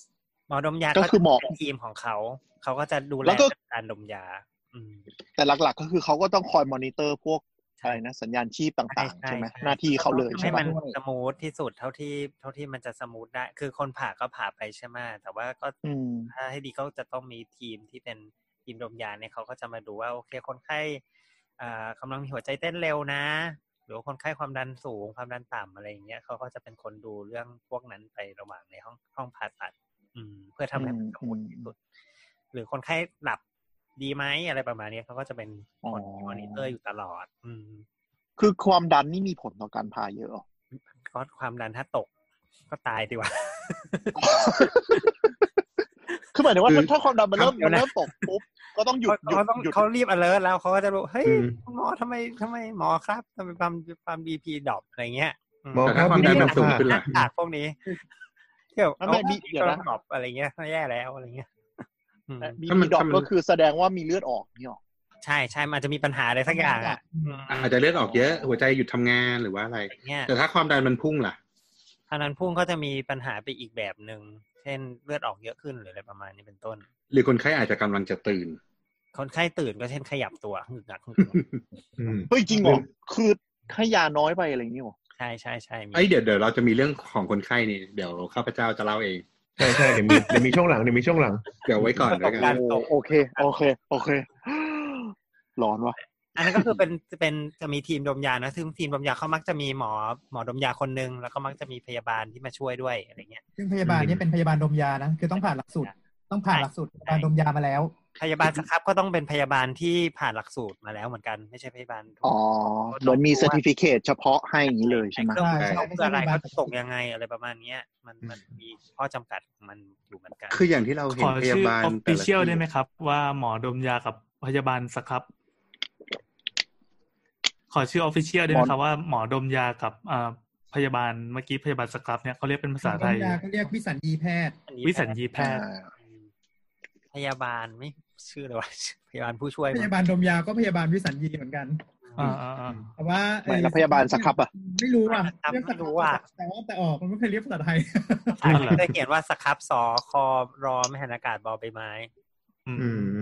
Speaker 6: หมอดมยา
Speaker 5: ก็คือหมอ
Speaker 6: จะเป็นทีมของเขา เขาก็จะดูแล
Speaker 5: แล้วก็
Speaker 6: การดมยา อืม
Speaker 5: แต่หลัก ๆ ก็คือเขาก็ต้องคอยมอนิเตอร์พวกอะไรนะสัญญาณชีพต่างๆ
Speaker 6: ใช่
Speaker 5: ใช่ไหม
Speaker 6: ใช่
Speaker 5: หน้าที่เขาเลย
Speaker 6: ทำ
Speaker 5: ใช่
Speaker 6: ให้
Speaker 5: ปะ
Speaker 6: มันสมูทที่สุดเท่าที่เท่าที่มันจะสมูทได้ คือคนผ่าก็ผ่าไปใช่ไหมแต่ว่าก็
Speaker 5: อืม
Speaker 6: ถ้าให้ดีก็จะต้องมีทีมที่เป็นทีมดมยาเนี่ยเขาก็จะมาดูว่าโอเคคนไข้อ่ากำลังมีหัวใจเต้นเร็วนะ หรือว่าคนไข้ความดันสูงความดันต่ำอะไรอย่างเงี้ยเขาก็จะเป็นคนดูเรื่องพวกนั้นไประหว่างในห้องห้องผ่าตัด อืม เพื่อทำให้มันสมูทที่สุดหรือคนไข้หลับดีไหมอะไรประมาณเนี้ยเขาก็จะเป็นคนที่
Speaker 5: อ๋อ
Speaker 6: มอนิเตอร์อยู่ตลอด อืม
Speaker 5: คือความดันนี่มีผลต่อการผ่าเยอะเหรอ
Speaker 6: ก็ความดันถ้าตกก็ตายดีกว่า
Speaker 5: คือหมายถึงว่า
Speaker 9: คือ
Speaker 5: ถ้าความดันมันเริ่ม
Speaker 6: เดี๋ยว
Speaker 5: มั
Speaker 6: น นะ
Speaker 5: เริ่มตกปุ๊บก็ต้องหยุดห ยุ
Speaker 6: เขา
Speaker 5: ด
Speaker 6: ต้อง
Speaker 5: หยุด
Speaker 6: เขารีบ alert แล้วเขาก็จะรู้เฮ้ย
Speaker 9: อืม
Speaker 6: คุณหมอทำไมทำไมหมอครับทำไมความความ BP ดรอปอะไรเงี้ย
Speaker 7: หมอ
Speaker 9: แต่
Speaker 7: ครั
Speaker 9: ถ้า
Speaker 7: บ
Speaker 9: ความดันมันสูง
Speaker 7: ค่ะ
Speaker 9: ขึ้น
Speaker 6: หน้า
Speaker 9: ล่ะ
Speaker 6: กากพวกนี้เที่ยว
Speaker 5: นั่นแหละบีเดี๋ยวนะ
Speaker 6: ดรอปอะไรเงี้ยแย่แล้วอะไรเงี้ยอืม
Speaker 5: บี
Speaker 9: ถ้ามัน
Speaker 5: ดอก
Speaker 9: ถ้ามัน
Speaker 5: ก็คือแสดงว่ามีเลือดออกนี่หรอ
Speaker 6: ใช่ใช่มันอาจจะมีปัญหาอะไรสักอย่างอะอืม
Speaker 9: อาจจะเลือดออกเยอะ หัวใจหยุดทำงานหรือว่าอะไร
Speaker 6: อย่างเงี้ย
Speaker 9: แต่ถ้าความดันมันพุ่งล่ะ
Speaker 6: อันนั้นพุ่งก็จะมีปัญหาไปอีกแบบหนึ่งเช่นเลือดออกเยอะขึ้นหรืออะไรประมาณนี้เป็นต้น
Speaker 9: หรือคนไข้อาจจะกำลังจะตื่น
Speaker 6: คนไข้ตื่นก็เช่นขยับตัวหงึกหงักหงึกหงัก
Speaker 7: อืม
Speaker 5: เฮ้ยจริงเหร
Speaker 7: ห
Speaker 5: อ
Speaker 7: รือ
Speaker 5: คือให้ยาน้อยไปอะไรอย่างนี้หรอ
Speaker 6: ใช่ใช่ใช่มี
Speaker 9: ไอ้ยเดี๋ยวเดี๋ยวเราจะมีเรื่องของคนไข้นี่ เดี๋ยวข้าพเจ้าจะเล่าเอง
Speaker 7: ใช่ใช่เดี๋ยวมีเดี๋ยวมีช่วงหลังเดี๋ยวมีช่วงหลัง
Speaker 9: เดี๋ยวไว้ก่อนแล้ว
Speaker 6: ป
Speaker 9: กั
Speaker 6: ระสบกา
Speaker 9: น
Speaker 6: รณ์
Speaker 5: โอ้โอเค โอเค โอเค ร้อนวะ
Speaker 6: อันนั้นก็คือเป็นเป็นจะมีทีมดมยานะซึ่งทีมดมยาเขามักจะมีหมอหมอดมยาคนหนึ่งแล้วก็มักจะมีพยาบาลที่มาช่วยด้วยอะไรเงี้ย
Speaker 4: ซึ่งพยาบาลเนี่ยเป็นพยาบาลดมยานะ คือต้องผ่านหลักสูตร ต้องผ่านหลักสูตรพยาบาลดมยามาแล้ว
Speaker 6: พยาบาลสครับก็ต้องเป็นพยาบาลที่ผ่านหลักสูตรมาแล้วเหมือนกันไม่ใช่พยาบาลทั่ว
Speaker 5: อ๋อเหมือนมีเซอร์ติฟิเคเฉพาะให้อย่างนี้เลยใช่ไหม
Speaker 6: เครื่องมือ
Speaker 4: ใช่ใช่
Speaker 6: เขาเพื่ออะไร
Speaker 4: ไม่ใช่พยาบาล
Speaker 6: เขาจะส่งยังไงอะไรประมาณเนี้ย มันมันมีข้อจำกัดของมันอยู่เหมือนกัน
Speaker 9: คืออย่างที่เรา
Speaker 8: ข
Speaker 9: เห็น
Speaker 8: อ
Speaker 9: พยา
Speaker 8: ชื่อบ
Speaker 9: าล
Speaker 8: ออฟ
Speaker 9: แต่
Speaker 8: ฟิ
Speaker 9: ละ
Speaker 8: เชียลได้ไหม
Speaker 9: ที่
Speaker 8: ครับ ว่าหมอดมยากับพยาบาลสครับ ขอชื่อออฟฟิเชียลได้ไหมครับว่าหมอดมยากับอ่าพยาบาลเมื่อกี้พยาบาลสครับเนี่ยเขาเรียกเป็นภาษาไทย
Speaker 4: ดมยาก็เรียกวิสัญญีแพทย์
Speaker 6: อันนี้
Speaker 8: วิสัญญีแพ
Speaker 5: อ่า
Speaker 8: ทย์
Speaker 6: พยาบาลไม่ชื่อเลยว่าพยาบาลผู้ช่วย
Speaker 4: พยาบาลดมยาก็พยาบาลวิสัญญีเหมือนกัน
Speaker 8: อ่าอ่าอ่า
Speaker 4: แต่ว่า
Speaker 5: ไม่แล้วพยาบาลสครับอ่ะ
Speaker 4: ไม่รู้อ่ะเรียกส
Speaker 6: ไม่
Speaker 4: คบ
Speaker 6: รู้ว่า
Speaker 4: แต่ว่าแต่ออกมันไม่เคยเรียกภาษาไทย
Speaker 6: อ่านมันจะเขียนว่าสครับสอคอรอไม่หันอากาศบอใบไม้
Speaker 8: อื
Speaker 7: อื
Speaker 8: ม
Speaker 7: ม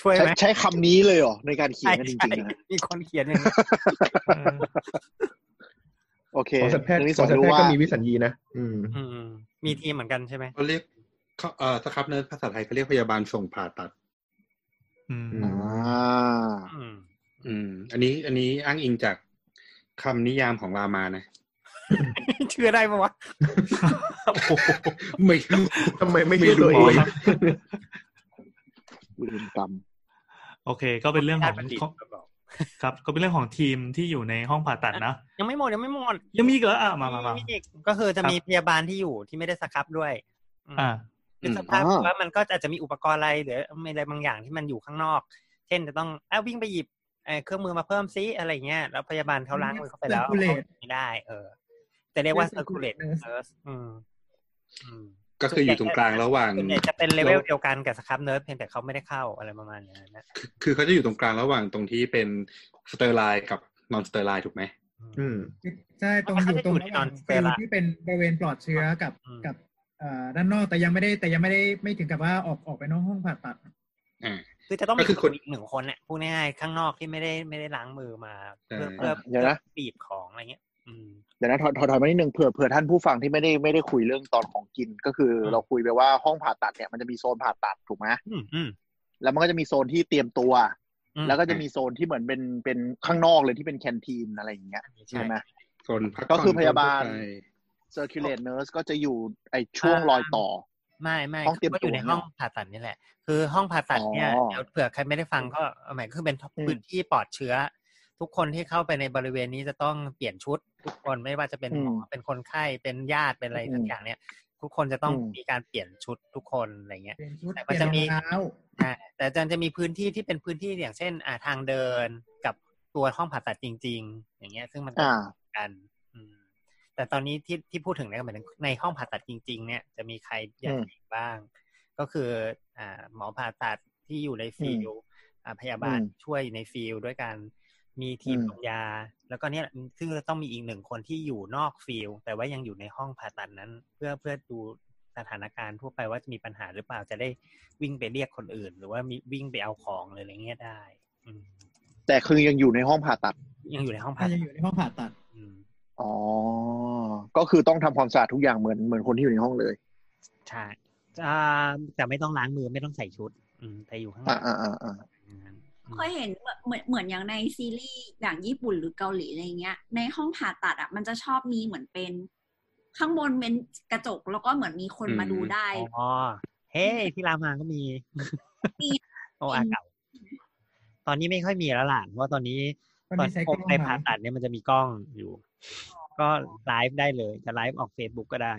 Speaker 6: ช่วย
Speaker 5: ใช้
Speaker 6: ไหม
Speaker 5: ใช้คำนี้เลยเหรอ ในการเขียนกันจริงๆ
Speaker 6: ใช่
Speaker 5: นะ
Speaker 6: ๆมีคนเขียนอย่างนี้
Speaker 8: เออ
Speaker 5: โอเค
Speaker 7: หมอสัตวแพทย์
Speaker 5: เรื่องที่
Speaker 7: ห
Speaker 5: ส
Speaker 7: มอ
Speaker 5: อง
Speaker 7: สัตว
Speaker 5: รู้
Speaker 7: แพทย์
Speaker 5: ว่า
Speaker 7: ก็มีวิสัญญีนะ อืม
Speaker 6: อืมมีทีมเหมือนกันใช่ไหม
Speaker 9: เขาเรียกเขาเอ่อสครับเนิร์สภาษาไทยเขาเรียกพยาบาลส่งผ่าตัด
Speaker 8: อืม
Speaker 5: อ่า
Speaker 6: อืม
Speaker 9: อืม อันนี้อันนี้อ้างอิงจากคำนิยามของรามานะ
Speaker 6: เชื่อได้ปะวะ
Speaker 9: ไม่รู้
Speaker 7: ทำไมไม่เชื่อตัวเอง
Speaker 8: ไม่รู้หมอครับ
Speaker 5: บุญกรรม
Speaker 8: โอเค ก็เป็นเรื่อง
Speaker 6: ญา
Speaker 8: ข
Speaker 6: ติ
Speaker 8: อง
Speaker 6: บัณฑิต
Speaker 8: ของ
Speaker 6: บอก
Speaker 8: ครับ ก็เป็นเรื่องของทีมที่อยู่ในห้องผ่าตัดนะ
Speaker 6: ยังไม่หมดยังไม่หมด
Speaker 8: ยังมีอีกเหรออ่ะมามามา
Speaker 6: มีอีกก็คือจะ
Speaker 8: ครับ
Speaker 6: มีพยาบาลที่อยู่ที่ไม่ได้สครับด้วยอืม
Speaker 8: อ่า
Speaker 6: คือสภาพ
Speaker 5: อ่า
Speaker 6: ว่ามันก็อาจจะมีอุปกรณ์อะไรหรือมีอะไรบางอย่างที่มันอยู่ข้างนอก เช่นจะต้องเอ้าวิ่งไปหยิบเอ่อเครื่องมือมาเพิ่มซิอะไรเงี้ยแล้วพยาบาลเขาล้างมือเข้าไปแล้ว
Speaker 4: Circulate
Speaker 6: ไม่ได้ เออจะเรียกว่า
Speaker 4: เรียก
Speaker 6: circulate
Speaker 4: circulate
Speaker 6: nurse อืมอืม
Speaker 9: ก็คืออยู่ตรงกลางระหว่าง
Speaker 6: ส่วนใหญ่จะเป็นเลเวลเดียวกันกับสครับเนิร์ดเพียงแต่เขาไม่ได้เข้าอะไรประมาณอย่างนั้นนะ
Speaker 9: คือเขาจะอยู่ตรงกลางระหว่างตรงที่เป็นสเตอร์ไลน์กับนอนสเตอร์ไลน์ถูกไหม
Speaker 7: อืม
Speaker 4: ใช่ตรงอยู่ตรงระหว่างฟิลที่เป็นบริเวณปลอดเชื้อกับกับเอ่อด้านนอกแต่ยังไม่ได้แต่ยังไม่ได้ไม่ถึงกับว่าออกออกไปนอกห้องผ่าตัด
Speaker 9: อ่า
Speaker 6: คือจะต้องมี
Speaker 9: ก็คือคน
Speaker 6: อีกหนึ่งคนเนี่ยพูดง่ายๆข้างนอกที่ไม่ได้ไม่ได้ล้างมือมา
Speaker 9: ใช่
Speaker 6: เพื่อเพื่อ
Speaker 5: เดี๋ยวนะ
Speaker 6: เพื่อบีบของอะไรเงี้ย อืม
Speaker 5: เดี๋ยวนะถอยถอยถอยมานิดนึงเผื่อเผื่อท่านผู้ฟังที่ไม่ได้ไม่ได้คุยเรื่องตอนของกิน ก็คือ
Speaker 6: ม
Speaker 5: เราคุยไปว่าห้องผ่าตัดเนี่ยมันจะมีโซนผ่าตัดถูกไหม
Speaker 6: อืมอืม
Speaker 5: แล้วมันก็จะมีโซนที่เตรียมตัว
Speaker 6: อืม
Speaker 5: แล้วก็จะมีโซนที่เหมือนเป็นเป็นข้างนอกเลยที่เป็นแคนทีนอะไรอย่างเงี้ยใช่ไหม
Speaker 9: โซนพัก
Speaker 5: ก็คือพยาบาล
Speaker 9: โซนทั่วไป
Speaker 5: circulate nurse ก็จะอยู่ไอช่วงรอยต่อ
Speaker 6: ไม่ไม่
Speaker 5: ห้องเตรียม
Speaker 6: ก็อยู่ใน
Speaker 5: ตัว
Speaker 6: ห้องผ่าตัดนี่แหละ คือห้องผ่าตัดเนี่ย
Speaker 5: อ๋อ
Speaker 6: เดี๋ยวเผื่อใครไม่ได้ฟังก็เอาใหมายคือเป็น
Speaker 5: อืม
Speaker 6: พื้นที่ปลอดเชื้อ ทุกคนที่เข้าไปในบริเวณนี้จะต้องเปลี่ยนชุด ทุกคนไม่ว่าจะเป็นหมอเป็นคนไข้เป็นญาติเป็นอะไรทั้งอย่างเนี่ย ทุกคนจะต้อง
Speaker 5: อืม
Speaker 6: มีการเปลี่ยนชุดทุกคนอะไรเงี้ย
Speaker 1: เปลี่ยนชุด
Speaker 6: แต่
Speaker 1: เป
Speaker 6: มัน
Speaker 1: ลี่ยนร
Speaker 6: จะมี
Speaker 1: องเท้า
Speaker 6: อ่าแต่อาจารย์จะมีพื้นที่ที่เป็นพื้นที่อย่างเช่น อ่าทางเดินกับตัวห้องผ่าตัดจริง ๆ อย่างเงี้ย ซึ่งมันก็
Speaker 5: อ่า
Speaker 6: กันอืมแต่ตอนนี้ที่ที่พูดถึงเนี่ยก็หมายถึงในห้องผ่าตัดจริง ๆ เนี่ยจะมีใครอยาก
Speaker 5: อืม
Speaker 6: อีกบ้าง ก็คืออ่าหมอผ่าตัดที่อยู่ในฟิลด์อ่าพยาบาล
Speaker 5: อืม
Speaker 6: ช่วยในฟิลด์ด้วยกันมีทีม
Speaker 5: อืม
Speaker 6: ดมยา แล้วก็เนี่ยซึ่งจะต้องมีอีกหนึ่งคนที่อยู่นอกฟิลด์แต่ว่ายังอยู่ในห้องผ่าตัดนั้น เพื่อเพื่อดูสถานการณ์ทั่วไปว่าจะมีปัญหาหรือเปล่าจะได้วิ่งไปเรียกคนอื่น หรือว่ามีวิ่งไปเอาของหรืออะไรเงี้ยได้ อืม
Speaker 5: แต่คือยังอยู่ในห้องผ่าตัด
Speaker 6: ยังอยู่ในห้องผ่าตั
Speaker 4: ถ้ายั
Speaker 6: ด
Speaker 4: งอยู่ในห้องผ่าตัด
Speaker 6: อืม
Speaker 5: อ๋อ ก็คือต้องทำความสะอาดทุกอย่างเหมือนเหมือนคนที่อยู่ในห้องเลย
Speaker 6: ใช่อ่าแต่ไม่ต้องล้างมือไม่ต้องใส่ชุด อืมแต่อยู่ข้างห
Speaker 5: อ่า
Speaker 6: ลัง
Speaker 5: อ่าอ่าอ่า
Speaker 6: อย่างนั้น
Speaker 3: เคยเห็นเหมือนเหมือนอย่างในซีรีส์อย่างญี่ปุ่นหรือเกาหลีอะไรเงี้ย ในห้องผ่าตัดอ่ะมันจะชอบมีเหมือนเป็น ข้างบนเป็นกระจกแล้วก็เหมือนมีคนมาดูได้
Speaker 6: อ๋อ เฮ้ ที่รามาก็มี
Speaker 3: มี
Speaker 6: โออาเก่า ตอนนี้ไม่ค่อยมีแล้วล่ะ เพราะว่าตอนนี้
Speaker 1: ตอนนี้ใช้กล้อง
Speaker 6: ใน
Speaker 1: หา
Speaker 6: ผ่าตัดเนี่ยมันจะมีกล้องอยู่ ก็ไลฟ์ได้เลย จะไลฟ์ออกเฟซบุ๊กก็ได้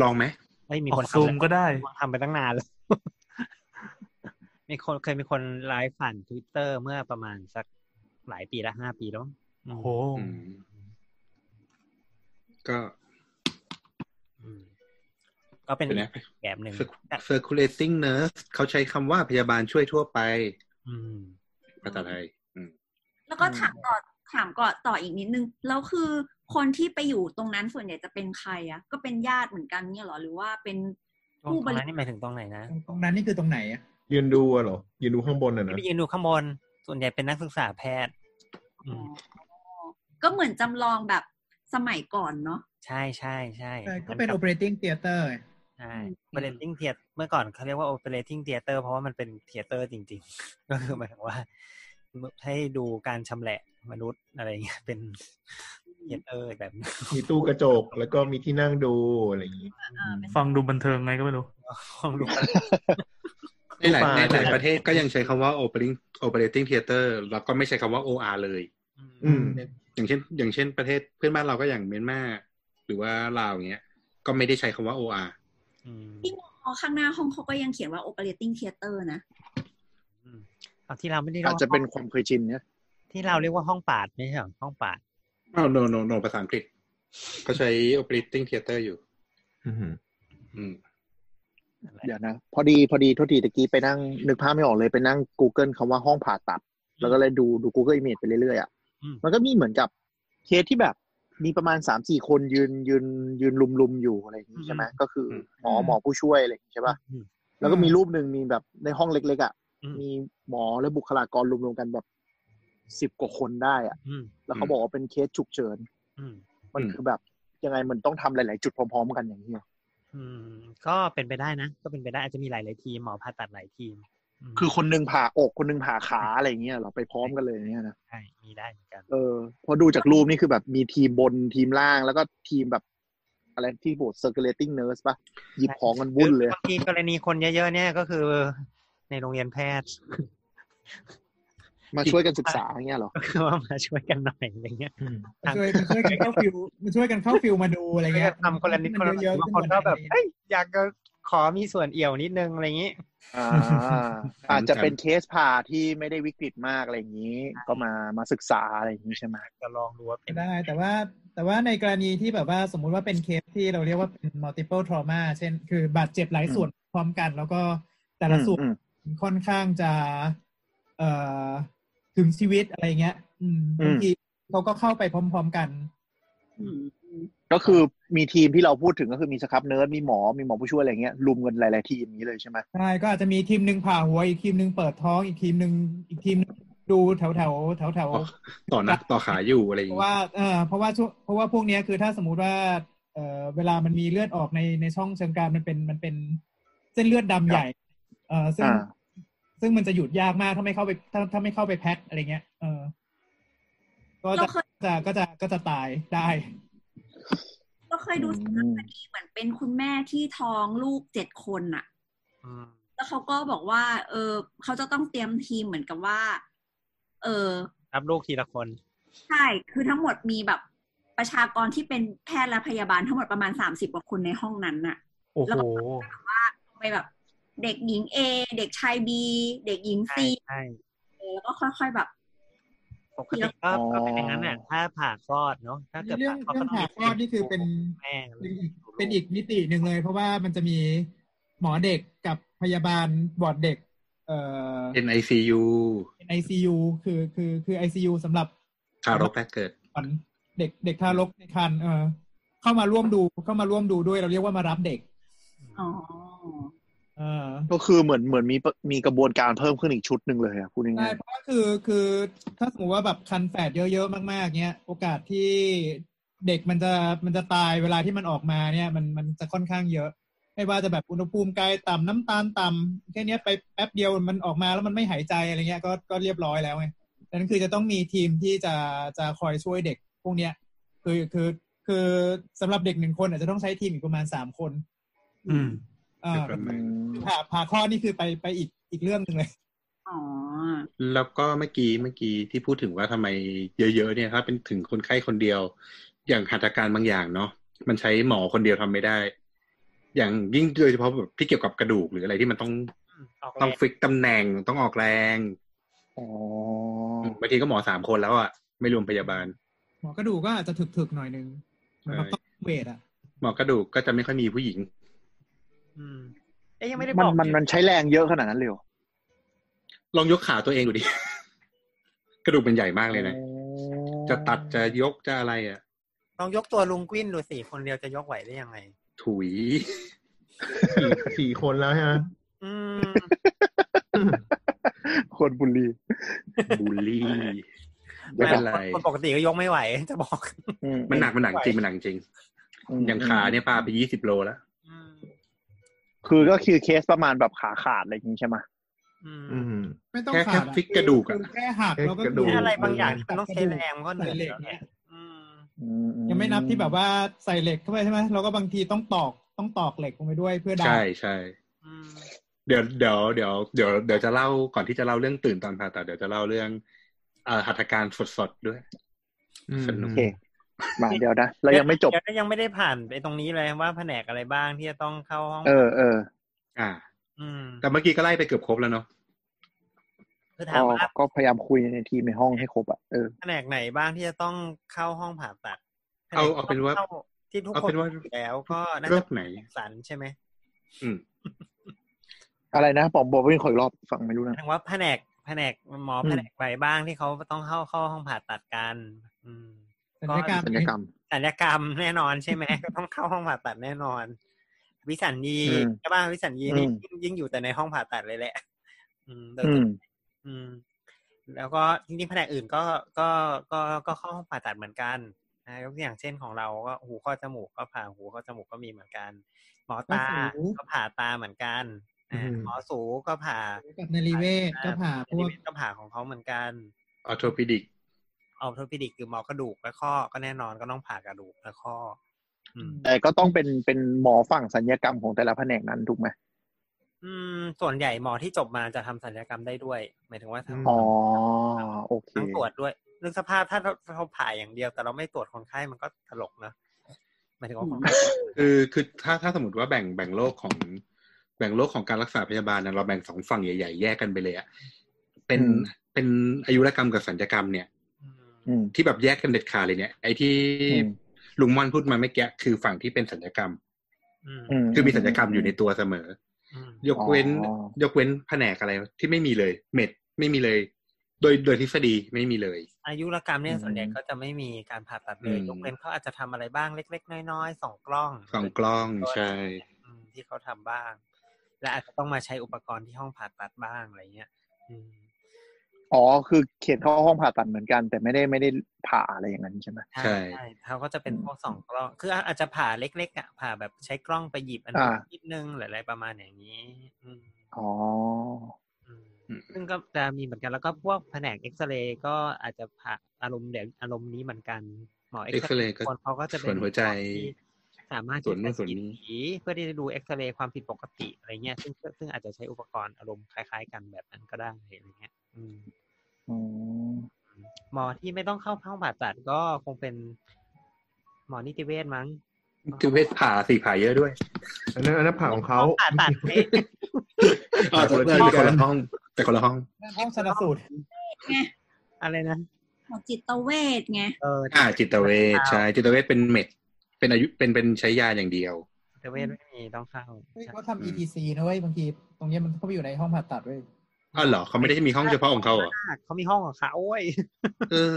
Speaker 9: ลองไหม
Speaker 6: ไม่มี
Speaker 8: ออ
Speaker 6: คน
Speaker 8: ก
Speaker 6: ทำ
Speaker 8: ซูม
Speaker 6: แล้ว
Speaker 8: ก็ได้
Speaker 6: ทำไปตั้งนานแล้ว มีคนเคยมีคนไลฟ์ผ่านทวิตเตอร์เมื่อประมาณสักหลายปีละห้าปีแล้ว
Speaker 8: โอ้โห
Speaker 9: อืม ก็
Speaker 6: อืมก็เป็น
Speaker 9: เป็นไง
Speaker 6: แบบหนึ่ง
Speaker 9: circulating nurse เขาใช้คำว่าพยาบาลช่วยทั่วไป
Speaker 6: อืม
Speaker 9: ภาษาไทยอืม
Speaker 3: แล้วก็ถามก่อนถามก่อนต่ออีกนิดนึงแล้วคือคนที่ไปอยู่ตรงนั้นส่วนใหญ่จะเป็นใครอ่ะ ก็เป็นญาติเหมือนกันเนี่ยเหรอหรือว่าเป็น
Speaker 6: ตรง
Speaker 3: ผู้บ
Speaker 6: ตรง
Speaker 3: ริ
Speaker 6: นั้นนี่หมายถึงตรงไหนนะ
Speaker 1: ตรงนั้นนี่คือตรงไหนอะ
Speaker 7: ยืนดูอะเหรอยืนดูข้างบนอะ
Speaker 6: ที่
Speaker 7: นะ
Speaker 6: ไปยืนดูข้างบน ส่วนใหญ่เป็นนักศึกษาแพทย์ อืม
Speaker 3: ก็เหมือนจำลองแบบสมัยก่อนเนาะ
Speaker 6: ใช่ใช่ใช่
Speaker 1: ใช่ก็เป็น
Speaker 6: มั
Speaker 1: operating theater
Speaker 6: ใช่ operating theater เมื่อก่อนเขาเรียกว่า operating theater เพราะว่ามันเป็นเทเตอร์จริง ๆ ก็คือหมายถึงว่า ให้ดูการชำแหละมนุษย์อะไรอย่างเงี้ยเป็นเทเตอร์แบบ นั้น
Speaker 7: มีตู้กระจกแล้วก็มีที่นั่งดูอะไรอย่างงี้
Speaker 8: ฟังดูบันเทิงไงก็ไม่รู้
Speaker 6: ของ ดู
Speaker 9: ในหลาย
Speaker 7: ทุกปลา
Speaker 9: ในหลายประเทศก็ยังใช้คำว่า operating operating theater แล้วก็ไม่ใช้คำว่า OR เลย
Speaker 7: อืม
Speaker 9: อย่างเช่น อย่างเช่นประเทศเพื่อนบ้านเราก็อย่างเมียนมาหรือว่าลาวอย่างเงี้ย ก็ไม่ได้ใช้คำว่า OR
Speaker 6: อืม
Speaker 3: อ๋อข้างหน้าห้องเขาก็ยังเขียนว่า operating theater นะ
Speaker 6: อืมเอาที่เราไม่ได้เรีย
Speaker 5: อาก จ
Speaker 6: ว่า
Speaker 5: จะเป็นความเคยชินเนี่ย
Speaker 6: ที่เราเรียกว่าห้องปาดไม่ใช่เหรอห้องปาด
Speaker 9: อ้าว no no no ภาษาอังกฤษเขาใช้ operating theater อยู่
Speaker 7: อืม
Speaker 9: อืม
Speaker 5: เดี๋ยวนะ พอดีพอดีโทษทีตะกี้ไปนั่งนึกภาพไม่ออกเลยไปนั่ง Google คำว่าห้องผ่าตัด แล้วก็เลยดูดู Google Image ไปเรื่อยๆอ่ะ
Speaker 6: อืม
Speaker 5: มันก็มีเหมือนกับเคสที่แบบ มีประมาณสามสี่คนยืนยืนยืนลุมๆอยู่อะไรอย่างนี้ใช่ไหมก็คืออ
Speaker 9: ม
Speaker 5: หมอหมอผู้ช่วยอะไรอย่างนี้ใช่ป่ะ
Speaker 6: อืม
Speaker 5: แล้วก็มีรูปหนึ่งมีแบบในห้องเล็กๆอ่ะ
Speaker 6: อืม
Speaker 5: มีหมอและบุคลากรรวมๆกันแบบสิบกว่าคนได้อ่ะ
Speaker 6: อืม
Speaker 5: แล้วเขาบอกว่าเป็นเคสฉุกเฉิน
Speaker 6: อืม
Speaker 5: มันคือแบบยังไงมันต้องทำหลาย ๆ จุดพร้อม ๆ กันอย่างนี้ย
Speaker 6: อืมก็เป็นไปได้นะ ก็เป็นไปได้อาจจะมีหลายหลายๆทีมหมอผ่าตัดหลายทีมม
Speaker 5: คือคนหนึ่งผ่าอกคนหนึ่งผ่าขาอะไรอย่างเงี้ยเหราไปพร้อมกันเลยเนี่ยนะ
Speaker 6: ใช่มีได้เหมือนกัน
Speaker 5: เออพอดูจากรูปนี่คือแบบมีทีมบนทีมล่างแล้วก็ทีมแบบ อะไรที่โบส circulating nurse ปะหยิบของกันวุ่นเลย
Speaker 6: บางทีกรณีคนเยอะๆเนี่ยก็คือในโรงเรียนแพทย์
Speaker 5: มาช่วยกันศึกษาอย่างเงี้ยเหรอ
Speaker 6: ก็คือว่ามาช่วยกันหน่อยอะไรเงี้ย
Speaker 7: อืม
Speaker 6: ครับ
Speaker 1: ช่วยมันช่วยกันเข้าฟิวมันช่วยกันเข้าฟิวมาดูอะไร
Speaker 6: ก็
Speaker 1: เงี้
Speaker 6: จะ
Speaker 1: ย
Speaker 6: ทำคนละนิด
Speaker 1: มั
Speaker 6: คนละหน่
Speaker 1: เย
Speaker 6: อ
Speaker 1: อะๆ
Speaker 6: ยบาง
Speaker 1: ขึ้
Speaker 6: คน
Speaker 1: หมด
Speaker 6: ก็แบบ
Speaker 1: อะไรเงี้ย
Speaker 6: เอ้ยอยากจะขอมีส่วนเอี่ยวนิดนึงอะไรอย่างงี้
Speaker 5: อ่า อาจจะเป็นเคสผ่าที่ไม่ได้วิกฤตมากอะไรอย่างนี้ ก็มามาศึกษาอะไรอย่างนี้ใช่ไหม
Speaker 6: จะลองดูว่าเป็น
Speaker 4: ได้แต่ว่าแต่ว่าในกรณีที่แบบว่าสมมุติว่าเป็นเคสที่เราเรียกว่าเป็น multiple trauma เช่น คือบาดเจ็บหลายส่วนพร้อมกันแล้วก็แต่ละส่วน
Speaker 5: อืม
Speaker 4: ค่อนข้างจะเอ่อถึงชีวิตอะไรเงี้ย อืมบางทีเขาก็เข้าไปพร้อม ๆ กัน
Speaker 3: อืม
Speaker 5: ก็คือมีทีมที่เราพูดถึงก็คือมีสครับเนิร์สมีหมอมีหมอผู้ช่วยอะไรเงี้ยรุมกันหลาย ๆ ทีมอย่างนี้เลยใช่ไหม
Speaker 4: ใช่ก็อาจจะมีทีมหนึ่งผ่าหัวอีกทีมหนึ่งเปิดท้องอีกทีมหนึ่งอีกทีมหนึ่งดูแถวแถวแถวแถว
Speaker 9: ต่อต่อนักต่อขาอยู่อะไรอ
Speaker 4: เพ
Speaker 9: ย่าง
Speaker 4: ราะ
Speaker 9: งี้
Speaker 4: ว่าเออเพราะว่าช่วงเพราะว่าพวกเนี้ยคือถ้าสมมุติว่าเออเวลามันมีเลือดออกในในช่องเชิงกรานมันเป็นมันเป็นเส้นเลือดดำใหญ่ เออซึ่ง
Speaker 5: อ่า
Speaker 4: ซึ่งมันจะหยุดยากมากถ้าไม่เข้าไปถ้าถ้าไม่เข้าไปแพ็คอะไรเงี้ยเออก็
Speaker 3: เรา
Speaker 4: จะ
Speaker 3: เคย
Speaker 4: จะก็จะก็จะตายได้
Speaker 3: เราเคยดูสารคดีเหมือนเป็นคุณแม่ที่ท้องลูกเจ็ดคนน่ะ
Speaker 6: อืม
Speaker 3: แล้วเขาก็บอกว่า เออเขาจะต้องเตรียมทีมเหมือนกับว่า เออ
Speaker 6: รับลูกทีละคน
Speaker 3: ใช่คือทั้งหมดมีแบบ ประชากรที่เป็นแพทย์และพยาบาลทั้งหมดประมาณสามสิบกว่าคนในห้องนั้นน่ะ
Speaker 6: โอ้โห
Speaker 3: ไปแบบ เด็กหญิง A เด็กชาย B เด็กหญิง
Speaker 6: ใช่
Speaker 3: C
Speaker 6: ใช่
Speaker 3: แล้วก็ค่อยๆแบบ
Speaker 6: ปกติก็
Speaker 5: อ๋อ
Speaker 6: ก็เป็นอย่างนั้นแหละถ้าผ่าคลอดเนาะถ้าเกิด
Speaker 4: เรื่อง
Speaker 6: ผ่าคลอดก็
Speaker 4: เรื่อง
Speaker 6: ต้อง
Speaker 4: ผ่า
Speaker 6: มี
Speaker 4: คลอดนี่คือเป็น
Speaker 6: แม่
Speaker 4: เป็นอีกเป็นอีกมิติหนึ่งเลย เพราะว่ามันจะมีหมอเด็กกับพยาบาลบอร์ดเด็ก เอ่อ
Speaker 9: NICU
Speaker 4: ไอซียูคือคือคือไอซียูสำหรับ
Speaker 9: ทารกแรกเกิด
Speaker 4: ก่อนเด็กเด็กทารกในครรภ์เออเข้ามาร่วมดูเข้ามาร่วมดูด้วยเราเรียกว่ามารับเด็ก
Speaker 3: อ๋อ
Speaker 4: เออ
Speaker 5: ก็คือเหมือนเหมือนมีมีกระบวนการเพิ่มขึ้นอีกชุดหนึ่งเลยอะพูด
Speaker 4: ใช่
Speaker 5: ง่าย
Speaker 4: เพราะว่าคือคือถ้าสมมติว่าแบบคันแฝดเยอะๆมากๆเนี้ย โอกาสที่เด็กมันจะมันจะตายเวลาที่มันออกมาเนี่ย มันมันจะค่อนข้างเยอะ ไม่ว่าจะแบบอุณหภูมิไกายต่ำน้ำตาลต่ำแค่เนี้ยไปแป๊บเดียวมันออกมาแล้วมันไม่หายใจอะไรเงี้ยก็ก็เรียบร้อยแล้วไงดังนั้นคือจะต้องมีทีมที่จะจะคอยช่วยเด็กพวกเนี้ย คือคือคือสำหรับเด็กหนึ่งคนอาจจะต้องใช้ทีมอีกประมาณสามคน
Speaker 8: อืม
Speaker 4: อ่า
Speaker 9: เรียบร้อย
Speaker 5: ๆอืม
Speaker 4: ผ่าผ่าข้อดนี่คือไปไปอีกอีกเรื่องหนึ่งเลย
Speaker 3: อ๋อ
Speaker 9: แล้วก็เมื่อกี้เมื่อกี้ที่พูดถึงว่าทำไมเยอะๆเนี่ยถ้าเป็นถึงคนไข้คนเดียว อย่างหัตถการบางอย่างเนาะมันใช้หมอคนเดียวทำไม่ได้ อย่างยิ่งโดยเฉพาะแบบที่เกี่ยวกับกระดูกหรืออะไรที่มันต้อง
Speaker 6: ออกแร
Speaker 9: ต้อง
Speaker 6: ง
Speaker 9: ฟิกตำแหน่งต้องออกแรง
Speaker 5: อ๋อ
Speaker 9: บางทีก็หมอสามคนแล้วอะไม่รวมพยาบาล
Speaker 4: หมอกระดูกก็อาจจะถึกๆหน่อยนึงเหมือนแบบ
Speaker 9: ใช่
Speaker 4: ต้องเวทอ่ะ
Speaker 9: หมอกระดูกก็จะไม่ค่อยมีผู้หญิง
Speaker 6: อืมเอ้ยยังไม่ได้
Speaker 5: มั
Speaker 6: บ
Speaker 5: น
Speaker 6: อก
Speaker 5: มัน
Speaker 6: เลย
Speaker 5: มันใช้แรงเยอะขนาดนั้นเลยเหรอ
Speaker 9: ลองยกขาตัวเองดูดิ กระดูกมันใหญ่มากเลยนะ จะตัดจะยกจะอะไรอะ
Speaker 6: ลองยกตัวลุงกวิ้นดูสิคนเดียวจะยกไหวได้ยังไง
Speaker 9: ถุย
Speaker 7: สี่สี่คนแล้วใช่ไหม
Speaker 6: อืม
Speaker 5: คนบุรี
Speaker 9: บูลลี่
Speaker 6: ไม่
Speaker 9: ไม่เป็นไร
Speaker 6: คนปกติก็ยกไม่ไหว จะบอก
Speaker 5: อื
Speaker 9: มันหนักมันหนักจริงมันหนักจริง
Speaker 5: ม
Speaker 9: อย่างขาเนี่ยปาไปยี่สิบโลแล้ว
Speaker 6: อืม
Speaker 5: คือก็คือเคสประมาณแบบขาขาดอะไรอย่างนี้ใช่ไหม
Speaker 6: อืม
Speaker 7: อืม
Speaker 4: ไม่ต้อง
Speaker 9: แค่
Speaker 4: ขา
Speaker 9: แค่
Speaker 4: ดอ
Speaker 9: พลิกกระดูกอะ
Speaker 4: คือแค่หักแล้วก็
Speaker 7: แค่กระดูก
Speaker 6: แค่อะไรบางอย่างที่มันต้องใช้แรงมันก็เหนื่
Speaker 4: ใส่
Speaker 6: อย
Speaker 4: เหล็ก
Speaker 6: แล้วแห
Speaker 4: เนี่
Speaker 6: ละ
Speaker 4: ย
Speaker 6: อืม
Speaker 5: อือื
Speaker 4: ยังไม่นับที่แบบว่าใส่เหล็กเข้าไปใช่ไหมเราก็บางทีต้องตอกต้องตอกเหล็กลงไปด้วยเพื่อดัน
Speaker 9: ใช่ใช่
Speaker 6: อืม
Speaker 9: เดี๋ยวเดี๋ยวเดี๋ยวเดี๋ยวเดี๋ยวจะเล่าก่อนที่จะเล่าเรื่องตื่นตอนผ่าตัดเดี๋ยวจะเล่าเรื่องเอ่อหัตถการสดสดๆด้วย
Speaker 7: อืม
Speaker 9: สนุก
Speaker 5: โอเคมาเดี๋ยวนะเรายังไม่จบ
Speaker 6: เดี๋ยวก็ยังไม่ได้ผ่านไปตรงนี้เลยว่าแผนกอะไรบ้างที่จะต้องเข้าห้อง
Speaker 5: เออเออ
Speaker 9: อ่า
Speaker 6: อืม
Speaker 9: แต่เมื่อกี้ก็ไล่ไปเกือบครบแล้วเนาะ
Speaker 6: คือถามว่า
Speaker 5: อ๋อก็พยายามคุยในทีมในห้องให้ครบอ่ะเออ
Speaker 6: แผนกไหนบ้างที่จะต้องเข้าห้องผ่าตัด
Speaker 9: เอาเอา
Speaker 6: แผก
Speaker 9: เป็นว่า
Speaker 6: ข้ที่ทุก
Speaker 9: เอา
Speaker 6: คน
Speaker 9: เป็นว่า
Speaker 6: อยู่แล้วก็น่า
Speaker 9: โร
Speaker 6: จะ
Speaker 9: คไหน
Speaker 6: สันใช่ไหม
Speaker 9: อืม
Speaker 5: อะไรนะบอกบอกวิ่งขออีกรอบฟังไม่รู้
Speaker 6: หมาย
Speaker 5: นะ
Speaker 6: ถึงว่าแผนกแผนกหมอแผนกไหนบ้างที่เขาต้องเข้าเข้าห้องผ่าตัดกัน อืม
Speaker 4: สัญญากรรม
Speaker 5: สัญญกรรม
Speaker 6: ศัลยกรรม แน่นอนใช่ไหม ก็ต้องเข้าห้องผ่าตัดแน่นอน วิสัญญี
Speaker 5: อืม
Speaker 6: ใช่ป่ะวิสัญญีนี่
Speaker 5: อืม
Speaker 6: ยิ่งยิ่งอยู่แต่ในห้องผ่าตัดเลยแหละ อืมโดย
Speaker 5: อืม
Speaker 6: อืม แล้วก็จริงๆแผนกอื่นก็ก็ก็ก็เข้าห้องผ่าตัดเหมือนกันนะยกตัวอย่างเช่นของเราก็หูข้อจมูกก็ผ่าหูข้อจมูกก็มีเหมือนกัน หมอตา
Speaker 4: หู
Speaker 6: ก็ผ่าตาเหมือนกันอ่า
Speaker 7: อืม
Speaker 6: หมอสูก็ผ่า
Speaker 4: กับนรีเวศก็ผ่าพวก
Speaker 6: ก็ผ่าของเขาเหมือนกัน
Speaker 9: ออโทปิดิก
Speaker 6: ออโทปิดิกคือหมอกระดูกและข้อก็แน่นอนก็ต้องผ่ากระดูกและข้อ อืม
Speaker 5: แต่ก็ต้องเป็นเป็นหมอฝั่งสัญญกรรมของแต่ละแผนกนั้นถูกไหม
Speaker 6: อืม ส่วนใหญ่หมอที่จบมาจะทำศัลยกรรมได้ด้วย หมายถึงว่าทั้ง
Speaker 7: อืม
Speaker 5: อ๋อโอเค
Speaker 6: ทั้งตรวจด้วยนึกสภาพถ้าเราเราผ่าอย่างเดียว แต่เราไม่ตรวจคนไข้มันก็ตลกนะหมายถึงว่าคนไข้
Speaker 9: คือคือถ้าถ้าสมมติว่าแบ่งแบ่งโลกของแบ่งโลกของการรักษาพยาบาลนะเราแบ่งสองฝั่งใหญ่ ๆ แยกกันไปเลยอะเป็นเป็นอายุรกรรมกับสัญญกรรมเนี่ย
Speaker 6: อืม
Speaker 5: อืม
Speaker 9: ที่แบบแยกกันเด็ดขาดเลยเนี่ยไอ้ที่
Speaker 5: อืม
Speaker 9: ลุงม่อนพูดมาเมื่อกี้คือฝั่งที่เป็นสัญญกรรม
Speaker 6: อืม
Speaker 5: ม
Speaker 9: คือมีสัญญกรรมอยู่ในตัวเสมอ
Speaker 6: อืม
Speaker 9: ยกเว้น
Speaker 5: อ๋อ
Speaker 9: ยกเว้นแผนกอะไรที่ไม่มีเลย เม็ดไม่มีเลย โดยโดยทฤษฎีไม่มีเลย
Speaker 6: อายุรกรรมเนี่ย
Speaker 5: อืม
Speaker 6: ส่วนใหญ่ก็จะไม่มีการผ่าตัดเลย
Speaker 9: อืม
Speaker 6: ยกเว้นเขาอาจจะทำอะไรบ้างเล็ก ๆ น้อยๆสองกล้อง
Speaker 9: สองกล้องใช่
Speaker 6: อืมที่เขาทำบ้าง และอาจจะต้องมาใช้อุปกรณ์ที่ห้องผ่าตัดบ้างอะไรเงี้ยอืม
Speaker 5: อ๋อคือเขียนเข้าห้องผ่าตัดเหมือนกัน แต่ไม่ได้ไม่ได้ผ่าอะไรอย่างนั้นใช่ไหม
Speaker 9: ใช่
Speaker 6: เขาก็จะเป็นพวกสองกล้องคืออาจจะผ่าเล็กๆอ่ะผ่าแบบใช้กล้องไปหยิบอัน
Speaker 5: อ่า
Speaker 6: นิดนึงหรืออะไรประมาณอย่างนี้ อืม
Speaker 5: อ๋อ
Speaker 6: อืมซึ่งก็จะมีเหมือนกันแล้วก็พวกแผนกเอ็กซเรย์ก็อาจจะผ่าอารมณ์เดี๋ยวอารมณ์นี้เหมือนกันหมอเอ็กซเร
Speaker 9: X-ray
Speaker 6: ย์คนเขาก็จะเป็
Speaker 9: ส่วนหัวใจ
Speaker 6: ที่สามารถ
Speaker 9: ส่วนนู้น
Speaker 6: ที่จะ
Speaker 9: ส่วนนี้
Speaker 6: ฉีดเพื่อที่จะดูเอ็กซเรย์ความผิดปกติอะไรเงี้ยซึ่งซึ่งอาจจะใช้อุปกรณ์อารมณ์คล้าย ๆ กันแบบนั้นก็ได้อะไรเงี้ยอืม
Speaker 5: อืม
Speaker 6: หมอที่ไม่ต้องเข้าห้องผ่าตัดก็คงเป็น หมอนิติเวชมั้ง
Speaker 9: คือเพศผ่าสี่ผ่าเยอะด้วย
Speaker 7: อันนั้นอันนั้นผ่าของเขา
Speaker 6: ผ่าตัดให้
Speaker 9: อ๋อแต่
Speaker 7: แต่คน
Speaker 9: แต่คน
Speaker 7: ละ
Speaker 9: ละห้อง แต่คนละห้อง
Speaker 4: ห้องชนสูตร
Speaker 3: ไง
Speaker 6: อะไรนะ
Speaker 3: หมอจิตเวชไง
Speaker 6: เออ
Speaker 9: อ่า จิตเวชใช่จิตเวชเป็นเม็ด เป็นอายุเป็นเป็นใช้ยาอย่างเดียว
Speaker 6: จิตเวชไม่มีต้องเข้า
Speaker 4: เฮ้ย
Speaker 6: ใช่
Speaker 4: เขาทำ ETC นะเว้ยบางที ตรงเนี้ยมันเข้าไปอยู่ในห้องผ่าตัดเว้ย
Speaker 9: อ้าวเหรอเขาไม่ได้มีห้องเฉพาะของเขาเหรอ
Speaker 6: เขามีห้องของเขาโอ้ย
Speaker 9: เออ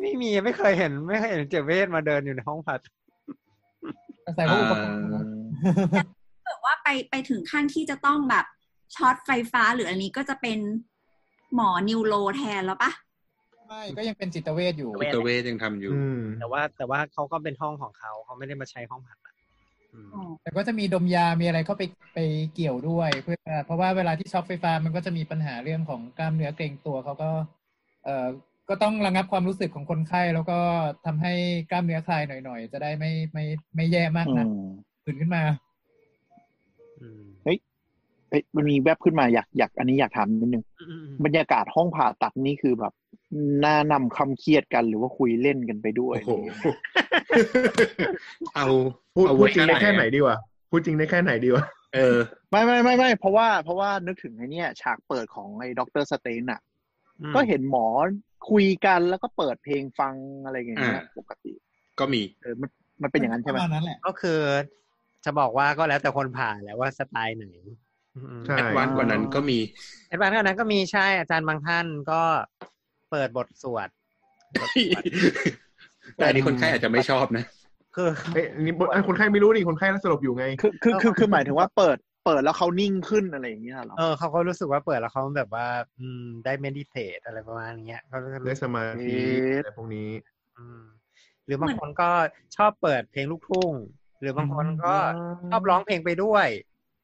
Speaker 6: ไม่มีไม่เคยเห็น ไม่เคยเห็นจิตเวชมาเดินอยู่ในห้องผ่าตัด
Speaker 4: อาศัยพวกอุปกรณ์นะ
Speaker 3: แบบว่าไปไปถึงขั้นที่จะต้องแบบช็อตไฟฟ้าหรืออันนี้ก็จะเป็นหมอนิวโรแทนแล้วปะ
Speaker 4: ไม่ก็ยังเป็นจิตเวชอยู่
Speaker 9: จิตเวชยังทำอยู่
Speaker 7: อืม
Speaker 6: แต่ว่าแต่ว่าเขาก็เป็นห้องของเขาเขาไม่ได้มาใช้ห้องผ่าตัดอืม
Speaker 3: อ๋อ
Speaker 4: แต่ก็จะมีดมยา มีอะไรเข้าไปไปเกี่ยวด้วย เพื่อเพราะว่าเวลาที่ช็อปไฟฟ้ามันก็จะมีปัญหาเรื่องของกล้ามเนื้อเกรงตัวเขาก็ เอ่อก็ต้องระงับความรู้สึกของคนไข้แล้วก็ทำให้กล้ามเนื้อคลายหน่อยๆ จะได้ไม่ไม่ไม่แย่มากนะตื่นขึ้นมา
Speaker 6: อืม
Speaker 5: เอ้ยมันมีแวบขึ้นมาอยากอยากอันนี้อยากถามนิดนึง
Speaker 6: อืมอืม
Speaker 5: บรรยากาศห้องผ่าตัดนี่คือแบบน่านำคำเครียดกันหรือว่าคุยเล่นกันไปด้วย
Speaker 9: โอ้ โห เอา
Speaker 7: พูด
Speaker 9: เอา
Speaker 7: พู
Speaker 9: เว้ย
Speaker 7: ดจริงได้แค่ไหน
Speaker 9: อะ
Speaker 7: ดีวะพูดจริงได้แค่ไหนดีวะ
Speaker 9: เออ
Speaker 5: ไม่ไม่ไม่ไม่เพราะว่าเพราะว่านึกถึงไอ้เนี่ยฉากเปิดของไอ้ด็อกเตอร์สเตนอ่ะ
Speaker 6: อืม
Speaker 5: ก็เห็นหมอคุยกันแล้วก็เปิดเพลงฟังอะไรอย่างเงี้ย
Speaker 9: อ่า
Speaker 5: ปกติ
Speaker 9: ก็มี
Speaker 5: เออมันมันเป็นอย่างนั้นใช่ไหม
Speaker 4: ประมาณนั้นแหละ
Speaker 6: ก็คือจะบอกว่าก็แล้วแต่คนผ่าแหล้วว่าสไตล์ไหนอืม
Speaker 7: ใช่
Speaker 9: แอดวานซ์กว่านั้นก็มี
Speaker 6: แอดวานซ์เท่านั้นก็มีใช่อาจารย์บางท่านก็เปิดบทส วดบทสวด
Speaker 9: แต่อันนี้คนไข้อาจจะไม่ชอบนะ
Speaker 6: คือ
Speaker 7: เอ้ยนี่อันคนไข้ไม่รู้นี่คนไข้น่าสลบอยู่ไง
Speaker 5: คือคือคือคือหมายถึงว่าเปิดเปิดแล้วเขานิ่งขึ้นอะไรอย่างเงี้ยเหรอ
Speaker 6: เออเขาก็รู้สึกว่าเปิดแล้วเขาแบบว่า อืม ได้เมดิเทตอะไรประมาณเนี้ยเขารู้สึก
Speaker 7: ได้สมาธิอะไรพวกนี้
Speaker 6: อืมหรือบางคนก็ชอบเปิดเพลงลูกทุ่ง หรือบางคนก็ชอบร้องเพลงไปด้วย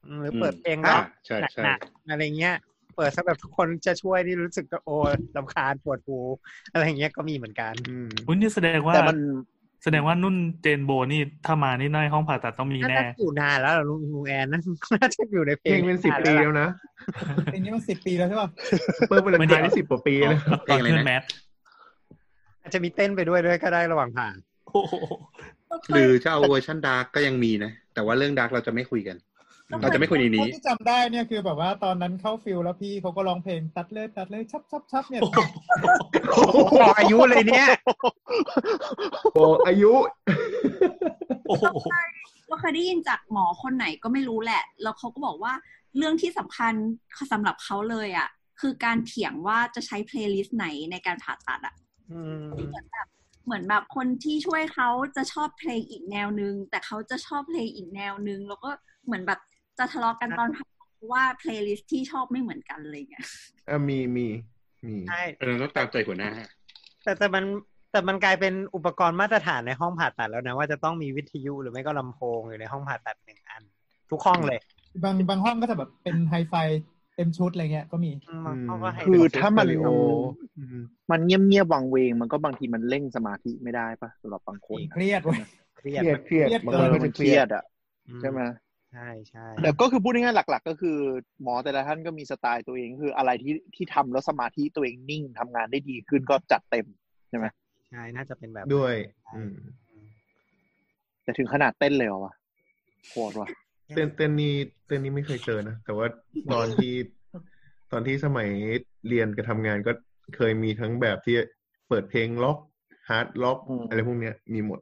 Speaker 6: อืมหรือเปิดเพลงร็
Speaker 9: อ่า
Speaker 6: อก
Speaker 9: ใช่ใช่
Speaker 6: หนักๆอะไรเงี้ย เปิดสำหรับทุกคนจะช่วยที่รู้สึกว่าโอ้ลำคาญปวดหูอะไรเงี้ยก็มีเหมือนกัน
Speaker 7: อืม
Speaker 8: อุ้ยนี่แสดงว่า
Speaker 5: แต่มัน
Speaker 8: แสดงว่านุ่นเจนโบนี่ถ้ามานี่ในห้องผ่าตัดต้องมี
Speaker 6: น่า
Speaker 8: แน่
Speaker 6: จะอยู่นานแล้วเหรอลุงลุงแอนนั่นน่าจะ อยู่ในเพ
Speaker 7: เพ
Speaker 6: ล
Speaker 7: ล
Speaker 6: ง
Speaker 7: งเป็นสิบปี
Speaker 6: า
Speaker 7: แล้วนะ
Speaker 4: เป็นนี้มันสิบปีแล้วใช่ป่ะ
Speaker 7: เปิดเป็ น
Speaker 8: ไม่ได้
Speaker 7: ทายที่สิบกว่าปีแล้ว
Speaker 8: ตอนเพื่อนแมท
Speaker 6: อาจจะมีเต้นไปด้วยด้วยก็ได้ระหว่างผ่าน
Speaker 8: โอ้โห
Speaker 9: หรือจะเอาเวอร์ชันดาร์กก็ยังมีนะ แต่ว่าเรื่องดาร์กเราจะไม่คุยกัน เราจะไม่คุยใน
Speaker 4: เท่า
Speaker 9: นี้
Speaker 4: ที่จำได้เนี่ยคือแบบว่าตอนนั้นเข้าฟิลแล้วพี่เขาก็ร้องเพลงตัดเลยตัดเลยชับชับชับเนี่ย
Speaker 8: โอ้โห
Speaker 6: บอกอายุเลยเนี่ย
Speaker 7: โอ้อายุ
Speaker 8: โอ้โห
Speaker 3: ว่าเคยได้ยินจากหมอคนไหนก็ไม่รู้แหละ แล้วเขาก็บอกว่าเรื่องที่สำคัญสำหรับเขาเลยอะ่ะ คือการเถียงว่าจะใช้เพลย์ลิสต์ไหนในการผ่าตัดอ่ะ
Speaker 6: อืม
Speaker 3: เหมือนแบบคนที่ช่วยเขาจะชอบเพลงอีกแนวนึง แต่เขาจะชอบเพลงอีกแนวนึง แล้วก็เหมือนแบบจะทะเลาะกันตอนผ่าตัดเพราะว่าเพลย์ลิสต์ที่ชอบไม่เหมือนกันอะไรอย่างเงี้ย
Speaker 7: เอ่อมีมีมี
Speaker 6: ใช่
Speaker 9: เพราะฉะนั้นต้องตามใจหัวหน้า
Speaker 6: แต่แต่มันแต่มันกลายเป็นอุปกรณ์มาตรฐานในห้องผ่าตัดแล้วนะ ว่าจะต้องมีวิทยุหรือไม่ก็ลำโพงอยู่ในห้องผ่าตัดหนึ่งอัน ทุกห้องเลย
Speaker 4: บางบางห้องก็จะแบบเป็นไฮไฟเต็มชุดอะไรเงี้ยก็มี
Speaker 6: อืมเขาก็ให้
Speaker 5: คือถ้ามัน
Speaker 7: เซอริโออืม
Speaker 5: มันเงียบเงียบๆวังเวง มันก็บางทีมันเร่งสมาธิไม่ได้ปะสำหรับบางคน
Speaker 4: เครียดเว้ย
Speaker 6: เครี
Speaker 7: เค
Speaker 6: ยด
Speaker 7: รียดเครียด
Speaker 4: เครียด
Speaker 7: บาง
Speaker 5: เอ
Speaker 7: คน
Speaker 5: อ
Speaker 7: ก็
Speaker 5: มั
Speaker 7: จะ
Speaker 5: น
Speaker 7: เค
Speaker 5: เค
Speaker 7: รี
Speaker 5: รี
Speaker 7: ย
Speaker 5: ย
Speaker 7: ด
Speaker 5: ดอ่ะ
Speaker 6: อื
Speaker 5: ใช่ไหม
Speaker 6: ใช่ใช่
Speaker 5: แต่ก็คือพูดง่ายๆหลัก ๆ ก็คือหมอแต่ละท่านก็มีสไตล์ตัวเองคืออะไรที่ที่ทำแล้วสมาธิตัวเองนิ่งทำงานได้ดีขึ้นก็จัดเต็ม
Speaker 6: ใช่น่าจะเป็นแบบ
Speaker 7: ด้วย อืม
Speaker 5: แต่ถึงขนาดเต้นเลยเหรอวะโหดว่ะ
Speaker 7: เต้นเต้นนี้เต้นนี้ไม่เคยเจอนะแต่ว่าตอนที่ ตอนที่สมัยเรียนกับทำงานก็เคยมีทั้งแบบที่เปิดเพลงล็อกฮาร์ดล็อกอะไรพวกเนี้ยมีหมด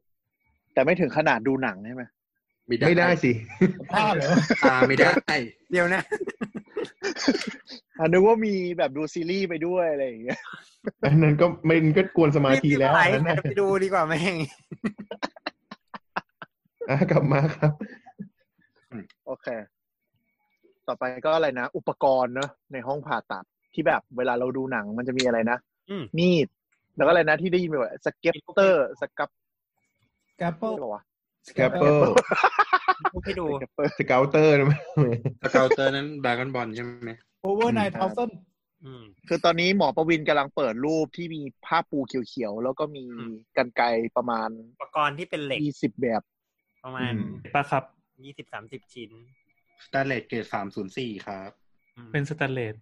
Speaker 5: แต่ไม่ถึงขนาดดูหนังใช่ไหม
Speaker 9: ไม่ได้
Speaker 7: ไม่ได้สิ
Speaker 4: ภาพเหรอ
Speaker 9: ตาไม่ได้
Speaker 6: เดียวนะ
Speaker 5: อันนึกว่ามีแบบดูซีรีส์ไปด้วยอะไรอย่างเงี้ย
Speaker 7: อันนั้นก็มันก็กวนสมาธิแล้วอันนั้น
Speaker 6: ไม่เป็นไร
Speaker 7: นะ
Speaker 6: ไปดูดีกว่าแม่ง
Speaker 7: อ่ะกลับมาครับ
Speaker 5: โอเค ต่อไปก็อะไรนะ อุปกรณ์เนอะในห้องผ่าตัดที่แบบเวลาเราดูหนังมันจะมีอะไรนะ
Speaker 6: อืม
Speaker 5: มีดแล้วก็อะไรนะที่ได้ยินบ่อยๆสเก็ตเตอร์สกับ
Speaker 4: แกปเปิล
Speaker 5: เรียกว่าวะ
Speaker 7: แกปเปิล
Speaker 6: พวกให้ดู
Speaker 5: สเก็ตเตอร์
Speaker 7: สเกลเตอร์นะ
Speaker 9: สเกาเตอร์นั้นดากอนบอลใช่ไหม
Speaker 4: โอเวอร์ไนท์ทาเซน
Speaker 6: อืม
Speaker 5: คือตอนนี้หมอประวินกำลังเปิดรูปที่มีผ้าปูเขียวๆ แล้วก็มี
Speaker 6: อืม
Speaker 5: กันไกรประมาณ
Speaker 6: อุปกรณ์ที่เป็นเหล็ก
Speaker 5: ยี่สิบแบบ
Speaker 6: ประมาณ
Speaker 8: ปะครับ
Speaker 6: ยี่สิบสามสิบชิ้น
Speaker 9: สแตนเลสเกรดสามศูนย์สี่ครับ
Speaker 6: อืม
Speaker 8: เป็นสแตนเลส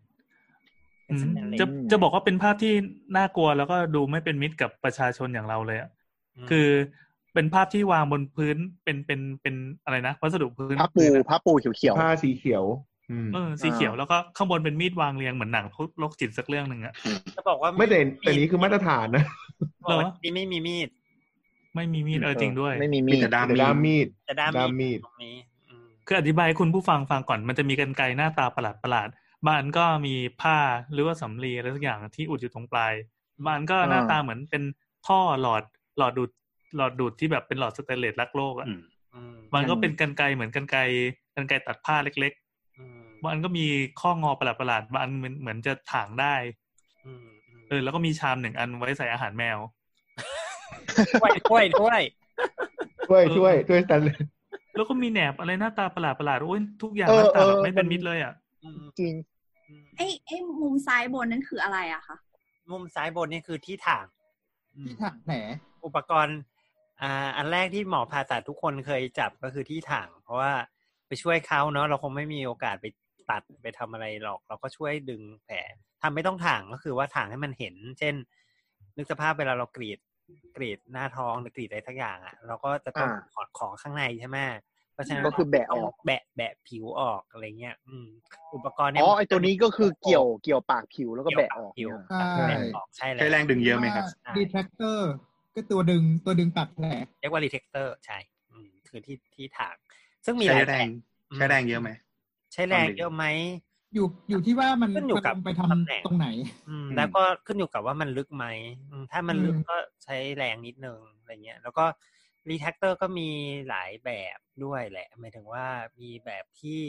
Speaker 6: เป็นสแตนเลส
Speaker 8: จะ
Speaker 5: อืม
Speaker 8: จะบอกว่าเป็นภาพที่น่ากลัวแล้วก็ดูไม่เป็นมิตรกับประชาชนอย่างเราเลยอะ
Speaker 6: ม
Speaker 8: คือ เป็นภาพที่วางบนพื้นเป็นเป็นเป็นอะไรนะวัสดุพื้น
Speaker 5: ผ้าปู
Speaker 8: นอะ
Speaker 5: ผ้าปูเขียว
Speaker 7: ผ้าสีเขียว อืม
Speaker 8: เออสีเขียวแล้วก็ข้างบนเป็นมีดวางเรียงเหมือนหนังโรคจิตสักเรื่องหนึ่งอะ
Speaker 6: จะบอกว่า
Speaker 7: ไม่แต่แต่นี้คือมาตรฐานนะ
Speaker 6: บอกว่าที่ไม่มีมีด
Speaker 8: ไม่มีมีดเออจริงด้วย
Speaker 5: ไม่มีมี
Speaker 9: มี
Speaker 5: ด
Speaker 9: แต่ด้าม
Speaker 7: แต่
Speaker 9: มี
Speaker 7: ด้า
Speaker 9: ด
Speaker 7: มมีด
Speaker 6: จะด้าม
Speaker 7: ด้ามมี
Speaker 6: มีด
Speaker 7: ด
Speaker 6: ตรงนี้อืม
Speaker 8: คืออธิบายให้คุณผู้ฟังฟังก่อนมันจะมีกันไกรหน้าตาประหลาดประหลาดๆบางอันก็มีผ้าหรือว่าสำลีอะไรสักอย่างที่อุดอยู่ตรงปลายบางอันก็หน้าตาเหมือนเป็นท่อหลอดหลอดดูดหลอดดูดที่แบบเป็นหลอดสเตนเลสรักโลกอะ
Speaker 9: อืม
Speaker 6: อืม
Speaker 8: บางอันก็เป็นกันไกรเหมือนกันไกรกันไกรตัดผ้าเล็ก
Speaker 6: อืม
Speaker 8: ๆบางอันก็มีข้องอประหลาดประหลาดๆบางอันเหมือนเหมือนจะถางได้
Speaker 6: อืมอืม
Speaker 8: เออแล้วก็มีชามหนึ่งอันไว้ใส่อาหารแมว
Speaker 6: ถ้วยถ้วยถ้วย
Speaker 7: ช่วย
Speaker 8: เออ
Speaker 7: ช่วยช่วยสแตันเลย
Speaker 8: แล้วก็มีแหนบอะไรหน้าตาประหลาดประหลาดๆโอ้ยทุกอย่าง
Speaker 5: เอ
Speaker 8: ห
Speaker 5: อ
Speaker 8: น้าตา
Speaker 5: เอ
Speaker 8: แบ
Speaker 5: อบ
Speaker 8: ไม่เป็น
Speaker 5: มัน
Speaker 8: มิตรเลยอ่ะ
Speaker 6: อืม
Speaker 5: จริง
Speaker 6: อืม
Speaker 3: ไอ้ไอ้มุมซ้ายบนนั่นคืออะไรอะคะ
Speaker 6: มุมซ้ายบนนี่คือที่ถางอืม
Speaker 1: ที่ถังแหน
Speaker 6: อุปกรณ์อ่าอันแรกที่หมอผ่าตัดทุกคนเคยจับก็คือที่ถ่าง เพราะว่าไปช่วยเขาเนาะเราคงไม่มีโอกาสไปตัดไปทำอะไรหรอก เราก็ช่วยดึงแผลทำไม่ต้องถ่างก็คือว่าถ่างให้มันเห็น เช่น นึกสภาพเวลาเรากรีดกรีดหน้าท้องหรือกรีดอะไรทั้งอย่างอะ่ะ เราก็จะต้อง
Speaker 5: อ่า
Speaker 6: ถอดของข้างในใช่ไหมเพราะฉะนั้น
Speaker 5: ก็คือแบะออก
Speaker 6: ต้งแบะแบะผิวออกอะไรเงี้ยอืมอุปกรณ์เนี่ย
Speaker 5: อ๋อไอตัวนี้ก็คือเกี่ยวเกี่ยวปากผิวแล้วก็แบะออก
Speaker 6: ผิวตั
Speaker 5: เนี่ย
Speaker 6: ดแบะออกใช่แล้ว
Speaker 9: ใช้แรงดึงเยอะไหมครับ
Speaker 4: ดีแทคเตอร์ก็ตัวดึงตัวดึงปากแผล
Speaker 6: เรียกว่ารีเทคเตอร์ใช่อืมคือที่ที่ถ่าง ซึ่งมีห
Speaker 9: ใช้
Speaker 6: ลาย
Speaker 9: แร
Speaker 6: แบ
Speaker 9: ง
Speaker 6: บ อืม
Speaker 9: ใช้แรงเยอะไหม
Speaker 6: ใช้แรงเยอะไหม
Speaker 4: อยู่อยู่ที่ว่ามัน
Speaker 6: ขึ้นอยู่กับ
Speaker 4: มันลงไปทำ
Speaker 6: ตำแหน่ง
Speaker 4: ตรงไหน
Speaker 6: อืม
Speaker 9: อืม
Speaker 6: แล้วก็ขึ้นอยู่กับว่ามันลึกไหมอืมถ้ามันลึก
Speaker 4: อืม
Speaker 6: ก็ใช้แรงนิดนึงอะไรเงี้ย แล้วก็รีแทคเตอร์ก็มีหลายแบบด้วยแหละหมายถึงว่ามีแบบที่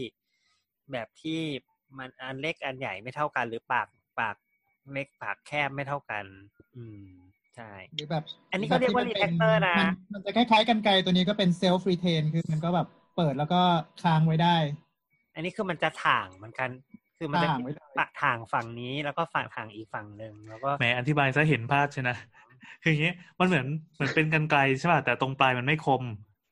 Speaker 6: แบบที่มันอันเล็กอันใหญ่ไม่เท่ากัน หรือปากปากเล็กปากแคบไม่เท่ากัน อืมใช่
Speaker 4: หรือแบบ
Speaker 6: อันนี้ก็เรียกว่า
Speaker 4: แบบ
Speaker 6: retractor นะ
Speaker 4: มัมันจะคล้ายๆกันไกลตัวนี้ก็เป็นเซลฟ์รีเทนคือมันก็แบบเปิดแล้วก็ค้างไว้ได้
Speaker 6: อันนี้คือมันจะถ่างเหมือนกัน คือมันจะ
Speaker 4: ถ่างไว้เลย
Speaker 6: ปะถ่างฝั่งนี้แล้วก็ฝั่งถ่างอีกฝั่งหนึ่งแล้วก็
Speaker 8: แหมอธิบายซะเห็นภาพใช่นะ คืออย่างเงี้ยมันเหมือนเหมือนเป็นกันไกลใช่ป่ะแต่ตรงปลายมันไม่คม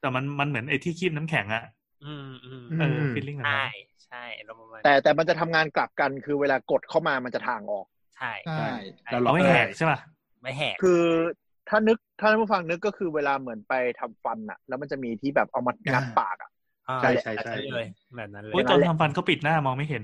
Speaker 8: แต่มันมันเหมือนไอ้ที่คีบน้ำแข็งอะ
Speaker 6: อืมอืม
Speaker 8: เออ
Speaker 7: ม
Speaker 8: ฟีลลิ่งแบบ
Speaker 6: ใช่
Speaker 8: นั้น
Speaker 6: ใช่อารมณ์ประมาณ
Speaker 5: แต่แต่มันจะทำงานกลับกันคือเวลากดเข้ามามันจะทางออก
Speaker 6: ใช่
Speaker 4: ใช่
Speaker 6: ใช่
Speaker 9: เราล็
Speaker 8: เอา
Speaker 9: อก
Speaker 8: ไม่
Speaker 9: ได้
Speaker 8: แหกใช่ป่ะ
Speaker 6: ไม่แหก
Speaker 5: คือถ้านึกถ้าท่านผู้ฟังนึกก็คือเวลาเหมือนไปทำฟันอะแล้วมันจะมีที่แบบเอามางัดปากอะ
Speaker 6: อ่า
Speaker 9: ใช่ใช่
Speaker 6: แบบ
Speaker 9: ใช่
Speaker 6: นั้นเลยแบบนั้นเล
Speaker 8: โอ้ย
Speaker 6: ย
Speaker 8: ตอนทำฟันเขาปิดหน้ามองไม่เห็น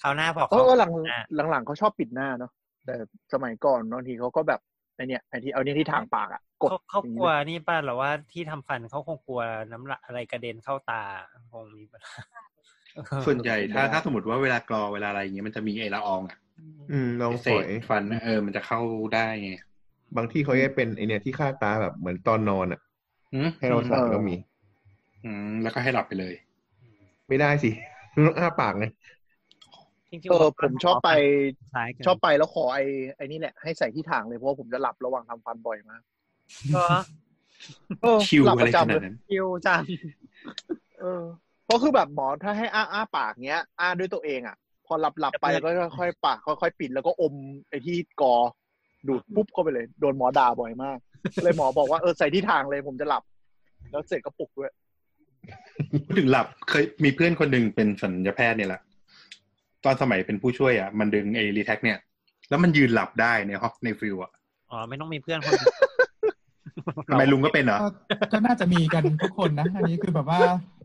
Speaker 6: เขาวหน้าบอก
Speaker 5: เอ
Speaker 6: เขา
Speaker 5: อหลัง
Speaker 6: อ่ะ
Speaker 5: หลังหลังเขาชอบปิดหน้าเนาะแต่สมัยก่อนบางทีเขาก็แบบไอเนี่ยไอที่เอาเนี่ยที่ทางปากอะกด
Speaker 6: เขาเขา
Speaker 5: อย่า
Speaker 6: ก
Speaker 5: งนี้
Speaker 6: ลัว
Speaker 5: เลย
Speaker 6: นี่ป้าหรอว่าที่ทำฟันเขาคงกลัวน้ำละอะไรกระเด็นเข้าตาคงมีปัญหา
Speaker 9: ส่วนใหญ่ถ้าถ้าสมมติว่าเวลากรอเวลาอะไรอย่างเงี้ยมันจะมีไอละอองอ่ะ
Speaker 7: อืมลอง
Speaker 9: เศ
Speaker 7: ฝอ
Speaker 9: ษ
Speaker 7: ย
Speaker 9: ฟันอะเออมันจะเข้าได้ไง
Speaker 7: บางที่เขาจะเป็นไอเนี่ยที่ฆ่าตาแบบเหมือนตอนนอนอ่ะ
Speaker 9: อืม
Speaker 7: ให้เราสั่นก็มี
Speaker 9: อืมแล้วก็ให้หลับไปเลย
Speaker 7: ไม่ได้สิต้องอ้าปากไง
Speaker 6: จริงๆ
Speaker 5: เออผมชอบไป
Speaker 6: คล้ายกัน
Speaker 5: ชอบไปแล้วขอไอไอนี่แหละให้ใส่ที่ทางเลยเพราะว่าผมจะหลับระหว่างทำฟันบ่อยมาก
Speaker 6: ก็
Speaker 5: เออ
Speaker 9: คิว
Speaker 5: หลับ
Speaker 9: อะ
Speaker 5: ป
Speaker 9: ไรข
Speaker 5: ระจำ
Speaker 9: นา
Speaker 5: เล
Speaker 9: ด
Speaker 5: ย
Speaker 9: นั้น
Speaker 6: คิวจัง
Speaker 5: เออเพราะคือแบบหมอถ้าให้อ้าอ้าปากเนี้ย อ้าด้วยตัวเองอะพอหลับหลับไปก็ค่อยๆปากค่อยๆปิดแล้วก็อมไอที่กอดูดปุ๊บเข้าไปเลย โดนหมอด่าบ่อยมาก เลยหมอบอกว่าเออใส่ที่ทางเลยผมจะหลับ แล้วเสร็จก็ปลุกด้วย
Speaker 9: พูดถึงหลับเคยมีเพื่อนคนหนึ่งเป็นสัญญาแพทย์เนี่ยแหละตอนสมัยเป็นผู้ช่วยอ่ะ มันดึงไอ้รีแท็กเนี่ย แล้วมันยืนหลับได้ในห้องในฟิวอ่ะ
Speaker 6: อ๋อไม่ต้องมีเพื่อนคนอื่น
Speaker 9: ทำไมลุงก็เป็นเหรอ
Speaker 4: ก็ก็น่าจะมีกันทุกคนนะ อันนี้คือแบบว่า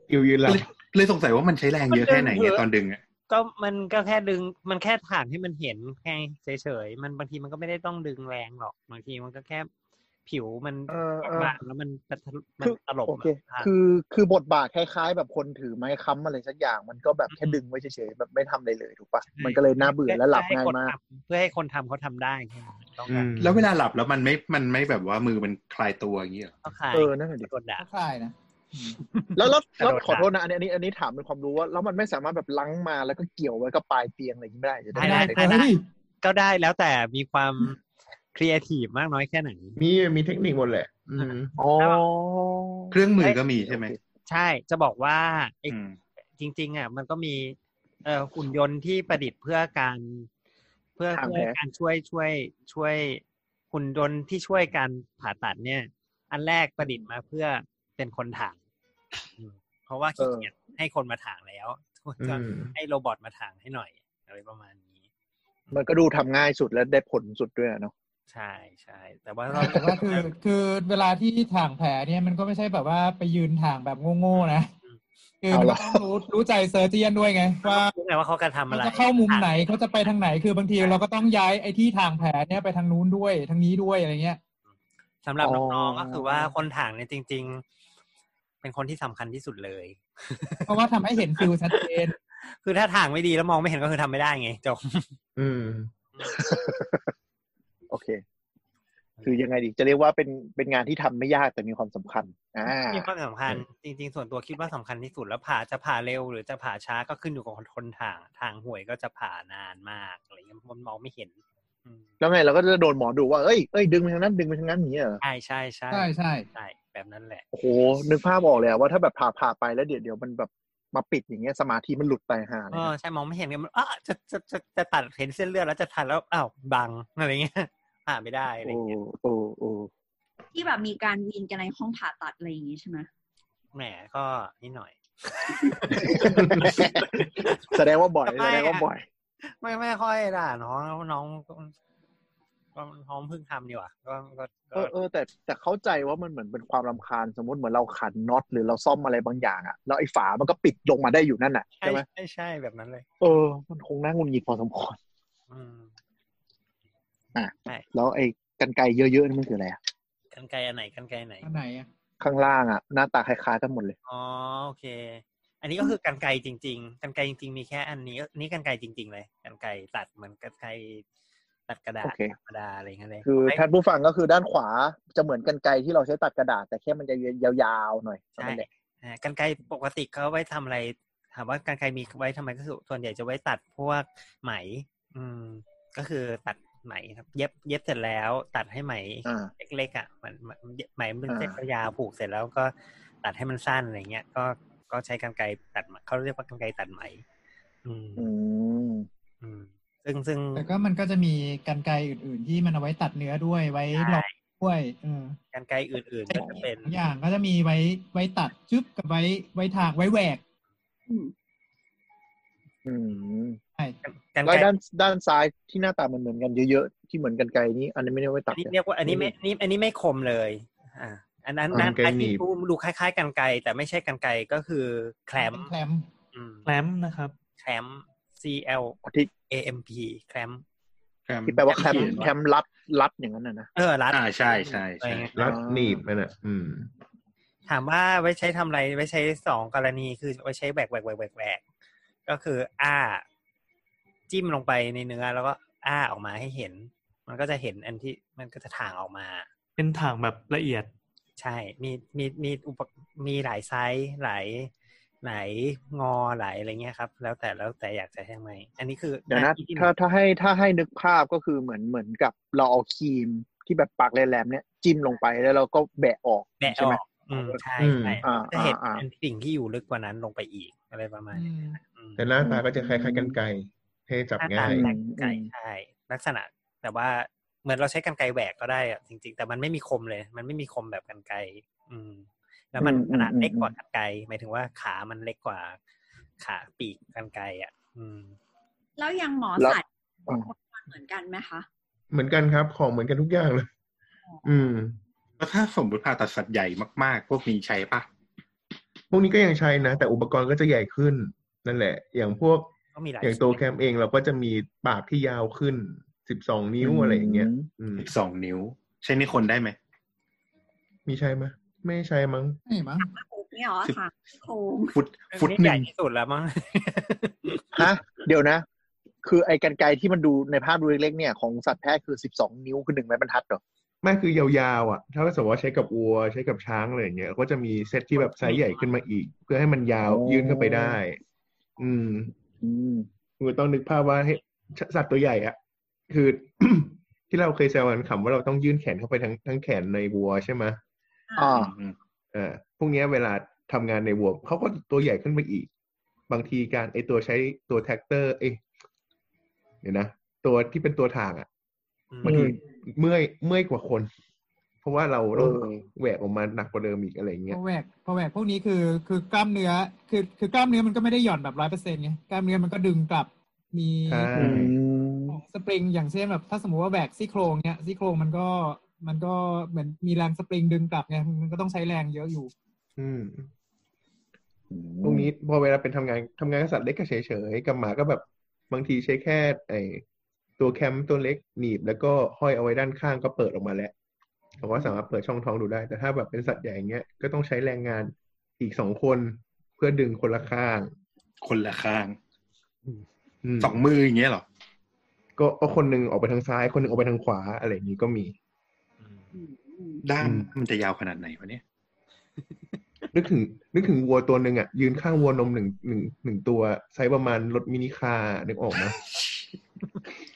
Speaker 7: คิวยืนหลับ
Speaker 9: เลยเลยสงสัยว่ามันใช้แรงเยอะแค่ไหนเนี่ยตอนดึงอ่ะ
Speaker 6: ก็มันก็แค่ดึงมันแค่ถ่างให้มันเห็นแค่เฉยๆมันบางทีมันก็ไม่ได้ต้องดึงแรงหรอกบางทีมันก็แค่ผิวมัน
Speaker 5: เออเออ
Speaker 6: บางๆแล้วมันกระทะมัน
Speaker 5: คือ
Speaker 6: ตลบ
Speaker 5: โอเค
Speaker 6: อ่ะ
Speaker 5: คือคือบทบาทคล้ายๆ แบบคนถือไม้ค้ำอะไรสักอย่าง มันก็แบบแค่ดึงไว้เฉยๆแบบไม่ทำอะไรเลยถูกปะมันก็เลยน่าเบื่อและหลับง่ายมาก
Speaker 6: เพื่อให้คนทำเพื่อให้คนทำเขาทำได้แค่นั้นต้องการ
Speaker 9: แล้วเวลาหลับแล้วมันไม่มันไม่แบบว่ามือมันคลายตัวอย่างเงี้ยเหรอ
Speaker 6: ต้องขาย
Speaker 5: เออนั่นแหละดิ
Speaker 6: กดด่า
Speaker 4: ก็คลายนะอืม
Speaker 5: แล้วแล้วแล้ว
Speaker 6: กระโดด
Speaker 5: ขอโทษนะอันนี้อันนี้อันนี้ถามเป็นความรู้ว่าแล้วมันไม่สามารถแบบลังมาแล้วก็เกี่ยวไว้กับปลายเตียงอะไรอย่างนี้ไม่ได้จะ
Speaker 6: ด้
Speaker 5: ได้
Speaker 6: ได้
Speaker 5: ได้
Speaker 4: เอาดิ
Speaker 6: ก็ได้แล้วแต่มี ความครีเอทีฟมากน้อยแค่ไหน
Speaker 7: มีมีเทคนิคหมดแหละ อืม
Speaker 5: อ๋อ
Speaker 9: เครื่องมือก็มีใช่ไหม
Speaker 6: ใช่จะบอกว่าไอ้
Speaker 9: อืม
Speaker 6: จริง ๆ อ่ะ มันก็มีเอ่อหุ่นยนต์ที่ประดิษฐ์เพื่อการ เพื่อ
Speaker 5: ทาง
Speaker 6: เพื่อ
Speaker 5: แผล
Speaker 6: การช่วยช่วยช่วยหุ่นยนต์ที่ช่วยการผ่าตัดเนี่ย อันแรกประดิษฐ์มาเพื่อเป็นคนถางอืมเพราะว่าขี้เกียจให้คนมาถางแล้วก็
Speaker 7: อืม
Speaker 6: ให้โรบอทมาถางให้หน่อยอะไรประมาณนี้
Speaker 5: มันก็ดูทำง่ายสุดและได้ผลสุดด้วยเนาะ
Speaker 6: ใช่ใช่แต่ว่าเรา
Speaker 4: แต่ว่าคือคือเวลาที่ถ่างแผลเนี่ยมันก็ไม่ใช่แบบว่าไปยืนถ่างแบบโง่ๆนะ คือมันต้องรู้รู้ใจเซอร์เจียนด้วยไง ว่า
Speaker 6: รู้ไงว่าเขากระทำอะไร
Speaker 4: เขาจะเข้ามุมไหนเขาจะไปทางไหน คือบางทีเราก็ต้องย้ายไอ้ที่ถ่างแผลเนี่ยไปทางนู้นด้วยทางนี้ด้วยอะไรเงี้ย
Speaker 6: สำหรับน้อง
Speaker 5: อ๋อ
Speaker 6: ๆก็คือว่าคนถางเนี่ยจริง ๆ เป็นคนที่สำคัญที่สุดเลย
Speaker 4: เพราะว่าทำให้เห็นฟิลชัดเจน
Speaker 6: คือถ้าถางไม่ดีแล้วมองไม่เห็นก็คือทำไม่ได้ไง จบ
Speaker 7: อืม
Speaker 5: โอเค คือยังไงดี จะเรียกว่าเป็นเป็นงานที่ทำไม่ยากแต่มีความสำคัญ อ่า
Speaker 6: มีความสำคัญจริง ๆ ส่วนตัวคิดว่าสำคัญที่สุดแล้วผ่าจะผ่าเร็วหรือจะผ่าช้าก็ขึ้นอยู่กับคนทางทางห่วยก็จะผ่านานมากอะไรเงี้ยมันมองไม่เห็นอืม
Speaker 5: แล้วไงเราก็จะโดนหมอดูว่า เอ้ยเอ้ยดึงไปทางนั้นดึงไปทางนั้นอย่างนี้ยเหรอ
Speaker 6: ใช่ใช่ใช่
Speaker 4: ใช่ใช่
Speaker 6: ใช่แบบนั้นแหละ
Speaker 5: โอ้โหนึกภาพออกเลยอะว่าถ้าแบบผ่าผ่าไปแล้วเดี๋ยวเดี๋ยวมันแบบมาปิดอย่างเงี้ยสมาธิมันหลุดไปหาเล
Speaker 6: เอย อ
Speaker 5: นะ
Speaker 6: ใช่มองไม่เห็นกันมันอ้าจะจะจะจะตัดเห็นเส้นเลือดแล้วจะทันแล้วอ้าวบังอะไรเงี้ย ผ่าไม่ได้อะไร
Speaker 5: โอ้
Speaker 6: เงี้ย
Speaker 5: โอ้ โอ้
Speaker 3: ที่แบบมีการวีนกันในห้องผ่าตัดอะไรอย่างงี้ใช่ไหม
Speaker 6: แหมก็นิดหน่อย
Speaker 5: แสดงว่าบ่อย
Speaker 6: ทำไมอะ
Speaker 5: แสดงว่าบ่อย
Speaker 6: ไม่ไม่ค่อยด่าน้องน้องก็ก็น้องเพิ่งทำดีกว่าก็ก็
Speaker 5: เอ
Speaker 6: ก็
Speaker 5: อเออแต่แต่เข้าใจว่ามันเหมือนเป็นความรำคาญสมมติเหมือนเราขันน็อตหรือเราซ่อมอะไรบางอย่างอ่ะแล้วไอ้ฝามันก็ปิดลงมาได้อยู่นั่นน่ะ
Speaker 6: ใช่
Speaker 5: ใช่ไหม
Speaker 6: ใช่ใช่แบบนั้นเลย
Speaker 5: เออมันคงน่างุนงิดพอสมควร
Speaker 6: อืม
Speaker 5: แล้วไอ้กันไกรเยอะๆนี่มันคืออะไรอะ
Speaker 6: กันไกลอันไหนกันไกลไหน
Speaker 4: อันไหนอ่ะ
Speaker 5: ข้างล่างอ่ะหน้าตาคล้ายๆกันหมดเลย
Speaker 6: อ๋อโอเค อันนี้ก็คือกันไกลจริง ๆ กันไกลจริง ๆ มีแค่อันนี้นี่กันไกลจริง ๆ เลย กันไกลตัดเหมือนกันไกลตัดกระดาษ
Speaker 5: โอเค
Speaker 6: ธรรมดาอะไรเงี้ยเลย
Speaker 5: คือ
Speaker 6: ไม่
Speaker 5: ท่านผู้ฟังก็คือด้านขวาจะเหมือนกันไกรที่เราใช้ตัดกระดาษ แต่แค่มันจะยาวๆหน่อย
Speaker 6: ใช่
Speaker 5: นั่นแหละ
Speaker 6: อ่ากันไกลปกติเขาไว้ทำอะไรถามว่ากันไกลมีไว้ทำไมก็คือส่วนใหญ่จะไว้ตัดพวกไหม อืม ก็คือตัดไหมครับ เย็บเย็บเสร็จแล้วตัดให้ไหม
Speaker 5: อ่า
Speaker 6: เล็กๆอ่ะมันมันไหมมันเป็น
Speaker 5: อ่า
Speaker 6: เส้นยาวผูกเสร็จแล้วก็ตัดให้มันสั้นอะไรเงี้ยก็ก็ใช้กรรไกรตัดไหมเขาเรียกว่ากรรไกรตัดไหม อืม
Speaker 5: อืม
Speaker 6: อืมซึ่งซึ่ง
Speaker 4: แต่ก็มันก็จะมีกันไกรอื่น ๆ ที่มันเอาไว้ตัดเนื้อด้วยไว้ลองด้วยเออก
Speaker 6: รรไกรอื่นๆก็จะเป็น
Speaker 4: สองอย่างก็จะมีไว้ไว้ตัดจึ๊บกับไว้ไว้ถากไว้แหวก
Speaker 3: อืม
Speaker 5: อืม
Speaker 4: ใช่
Speaker 6: กัน
Speaker 5: แล้ว
Speaker 6: ไกล
Speaker 5: ด้านด้านซ้ายที่หน้าตามันเหมือนกันเยอะๆที่เหมือนกันไกรนี้ อันนี้ไม่ได้ไว้ตั
Speaker 6: อั
Speaker 5: ด
Speaker 6: นนี้
Speaker 5: เนี่ย
Speaker 6: เรียกว่าอันนี้ไม่นี่อันนี้ไม่คมเลย อ่า อันนั้น
Speaker 7: กร
Speaker 6: นั้น
Speaker 7: รไกร
Speaker 6: อัน
Speaker 7: หนี
Speaker 6: ที่
Speaker 7: บ
Speaker 6: ดูดูคล้ายๆกันไกลแต่ไม่ใช่กันไกลก็คือแคลม
Speaker 4: เป็นแคลม
Speaker 6: อืม
Speaker 8: แคลมป์นะครับ
Speaker 6: แคลม C L
Speaker 5: ที่
Speaker 6: A M P แคลม
Speaker 5: ที่แปลว่าแคมป์
Speaker 6: เขียนว่า
Speaker 5: แคมป์รัดรัดอย่างนั้นนะนะ
Speaker 6: เออรัด
Speaker 9: อ่าใช่ใช่ใช่
Speaker 6: อะไรเงี้ย
Speaker 7: รัด
Speaker 5: อ่า
Speaker 7: หนีบนั่นแหละอืม
Speaker 6: ถามว่าไว้ใช้ทำอะไรไว้ใช้สองกรณีคือไว้ใช้แหวกแหวกแหวกแหวกแหวกก็คืออ้า จิ้มลงไปในเนื้อแล้วก็อ้าออกมาให้เห็น มันก็จะเห็นอันที่มันก็จะถ่างออกมา
Speaker 8: เป็นถางแบบละเอียด
Speaker 6: ใช่ มีมีมีอุปมีหลายไซส์หลายหลายงอหลายอะไรเงี้ยครับ แล้วแต่แล้วแต่อยากจะให้ทำไมอันนี้คือ
Speaker 5: เดี๋ยวนะ
Speaker 6: หาที่ที่
Speaker 5: ถ้าถ้าให้ถ้าให้นึกภาพก็คือเหมือนเหมือนกับเราเอาครีมที่แบบปากแหลมๆเนี่ยจิ้มลงไปแล้วเราก็แบะออก
Speaker 6: แบะอ
Speaker 5: ใช่ไหม
Speaker 6: อกอืมใช่
Speaker 7: อืม
Speaker 6: ใช่
Speaker 5: อ่า
Speaker 6: จะเห็น
Speaker 5: อ่าอ่า
Speaker 6: อันสิ่งที่อยู่ลึกกว่านั้นลงไปอีกอะไรประมาณ
Speaker 4: อื
Speaker 6: นี้
Speaker 4: ม
Speaker 6: อืม
Speaker 7: แต่หน้าตาก็จะคล้ายๆกันไกรเท่จับ
Speaker 6: หน้าตา
Speaker 7: ง่าย
Speaker 6: แตกไก่
Speaker 5: อืม
Speaker 6: ใช่ลักษณะ แต่ว่าเหมือนเราใช้กันไกรแหวกก็ได้อะจริง ๆ แต่มันไม่มีคมเลย มันไม่มีคมแบบกันไกรอืม แล้วมันขนาดเล็กกว่ากันไกรหมายถึงว่าขามันเล็กกว่า ขาปีกกันไกรอ่ะ อืม
Speaker 3: แล้วอยังหมอ
Speaker 5: แล้ว
Speaker 3: สัตว์
Speaker 5: อ่า
Speaker 3: เหมือนกันไหมคะ
Speaker 7: เหมือนกันครับ ของเหมือนกันทุกอย่างเลย อืม
Speaker 9: แล้วถ้าสมมติผ่าตัดสัตว์ใหญ่มากๆ พวกนี้ใช้ปะ
Speaker 7: พวกนี้ก็ยังใช้นะ แต่อุปกรณ์ก็จะใหญ่ขึ้น นั่นแหละ อย่างพวก
Speaker 6: ก็มีหลาย
Speaker 7: อย่างตัวแคมเองเราก็จะมีปากที่ยาวขึ้น 12 นิ้วอะไรอย่างเงี้ย อืม
Speaker 9: สิบสองนิ้ว ใช้ในคนได้ไหม
Speaker 7: มีใช่ไหมยไม่ใช่มั้ง
Speaker 4: ไม่มั้ง
Speaker 3: โอ้ไม่หรอ
Speaker 9: สิบ
Speaker 3: ค่ะโค้ง
Speaker 9: ฟุตฟุต
Speaker 6: นี่
Speaker 9: ห
Speaker 6: ให
Speaker 9: นึ่
Speaker 6: ญ่
Speaker 9: ง
Speaker 6: ที่สุดแล้วมั้ง
Speaker 5: ฮะเดี๋ยวนะ คือไอ้กันไกรที่มันดูในภาพดูเล็กๆเนี่ยของสัตว์แพทย์คือสิบสองนิ้วคือหนึ่งไม้บรรทัดเหรอ
Speaker 7: ไม่คือยาวๆอ่ะ ถ้าสมมติว่าใช้กับวัวใช้กับช้างอะไรอย่างเงี้ย ก็จะมีเซตที่แบบไซส์ใหญ่ขึ้นมาอีก เพื่อให้มันยาว
Speaker 5: อ๋อ
Speaker 7: ยื่นเข้าไปได้ อืม
Speaker 5: อืม
Speaker 7: คือต้องนึกภาพว่าเฮ้ยสัตว์ตัวใหญ่อะคือ ที่เราเคยแซวกันขำว่าเราต้องยื่นแขนเข้าไปทั้งทั้งแขนในวัวใช่ไหมะ
Speaker 5: อ่า
Speaker 9: อืม
Speaker 7: เออพวกเนี้ยเวลาทำงานในวัวเขาก็ตัวใหญ่ขึ้นไปอีก บางทีการไอตัวใช้ตัวแท็กเตอร์ เอยเดี๋ยวนะ ตัวที่เป็นตัวทางอะบางทีเมื่อยเมื่อยกว่าคน เพราะว่าเราต้อง
Speaker 5: เออ
Speaker 7: แหวกออกมาหนักกว่าเดิมอีกอะไรอย่าง
Speaker 4: พ
Speaker 7: เงี้ย
Speaker 4: อแหวกพอแหวกพวกนี้คือคือกล้ามเนื้อ คือคือกล้ามเนื้อมันก็ไม่ได้หย่อนแบบร้อยเปอร์เซ็นต์ไงกล้ามเนื้อมันก็ดึงกลับมี
Speaker 7: ใช่
Speaker 5: อืม
Speaker 4: อ ของสปริงอย่างเช่นแบบถ้าสมมติว่าแบกซี่โครงเนี้ยซี่โครงมันก็มันก็เหมือนมีแรงสปริงดึงกลับไงมันก็ต้องใช้แรงเยอะอยู่
Speaker 7: อืมพวกนี้พอเวลาเป็นทำงานทำงานกับสัตว์เล็กก็เฉยๆกับหมาก็แบบบางทีใช้แค่ไอตัวแคมตัวเล็กหนีบแล้วก็ห้อยเอาไว้ด้านข้างก็เปิดออกมาแล้วเราก็สามารถเปิดช่องท้องดูได้ แต่ถ้าแบบเป็นสัตว์ใหญ่อย่างเงี้ยก็ต้องใช้แรงงานอีกสองคนเพื่อดึงคนละข้าง
Speaker 9: คนละข้าง
Speaker 7: ม
Speaker 9: สองมืออย่างเงี้ยเหรอ
Speaker 7: ก็ก็คนหนึ่งออกไปทางซ้าย คนหนึ่งออกไปทางขวาอะไรอย่างนี้ก็มี
Speaker 9: ด้าม
Speaker 7: อืม
Speaker 9: มันจะยาวขนาดไหนวะเนี่ย
Speaker 7: นึกถึง นึกถึงวัวตัวหนึ่งอ่ะ ยืนข้างวัวนมหนึ่งหนึ่งหนึ่งตัวไซส์ประมาณรถมินิคาร์นึกออกไหม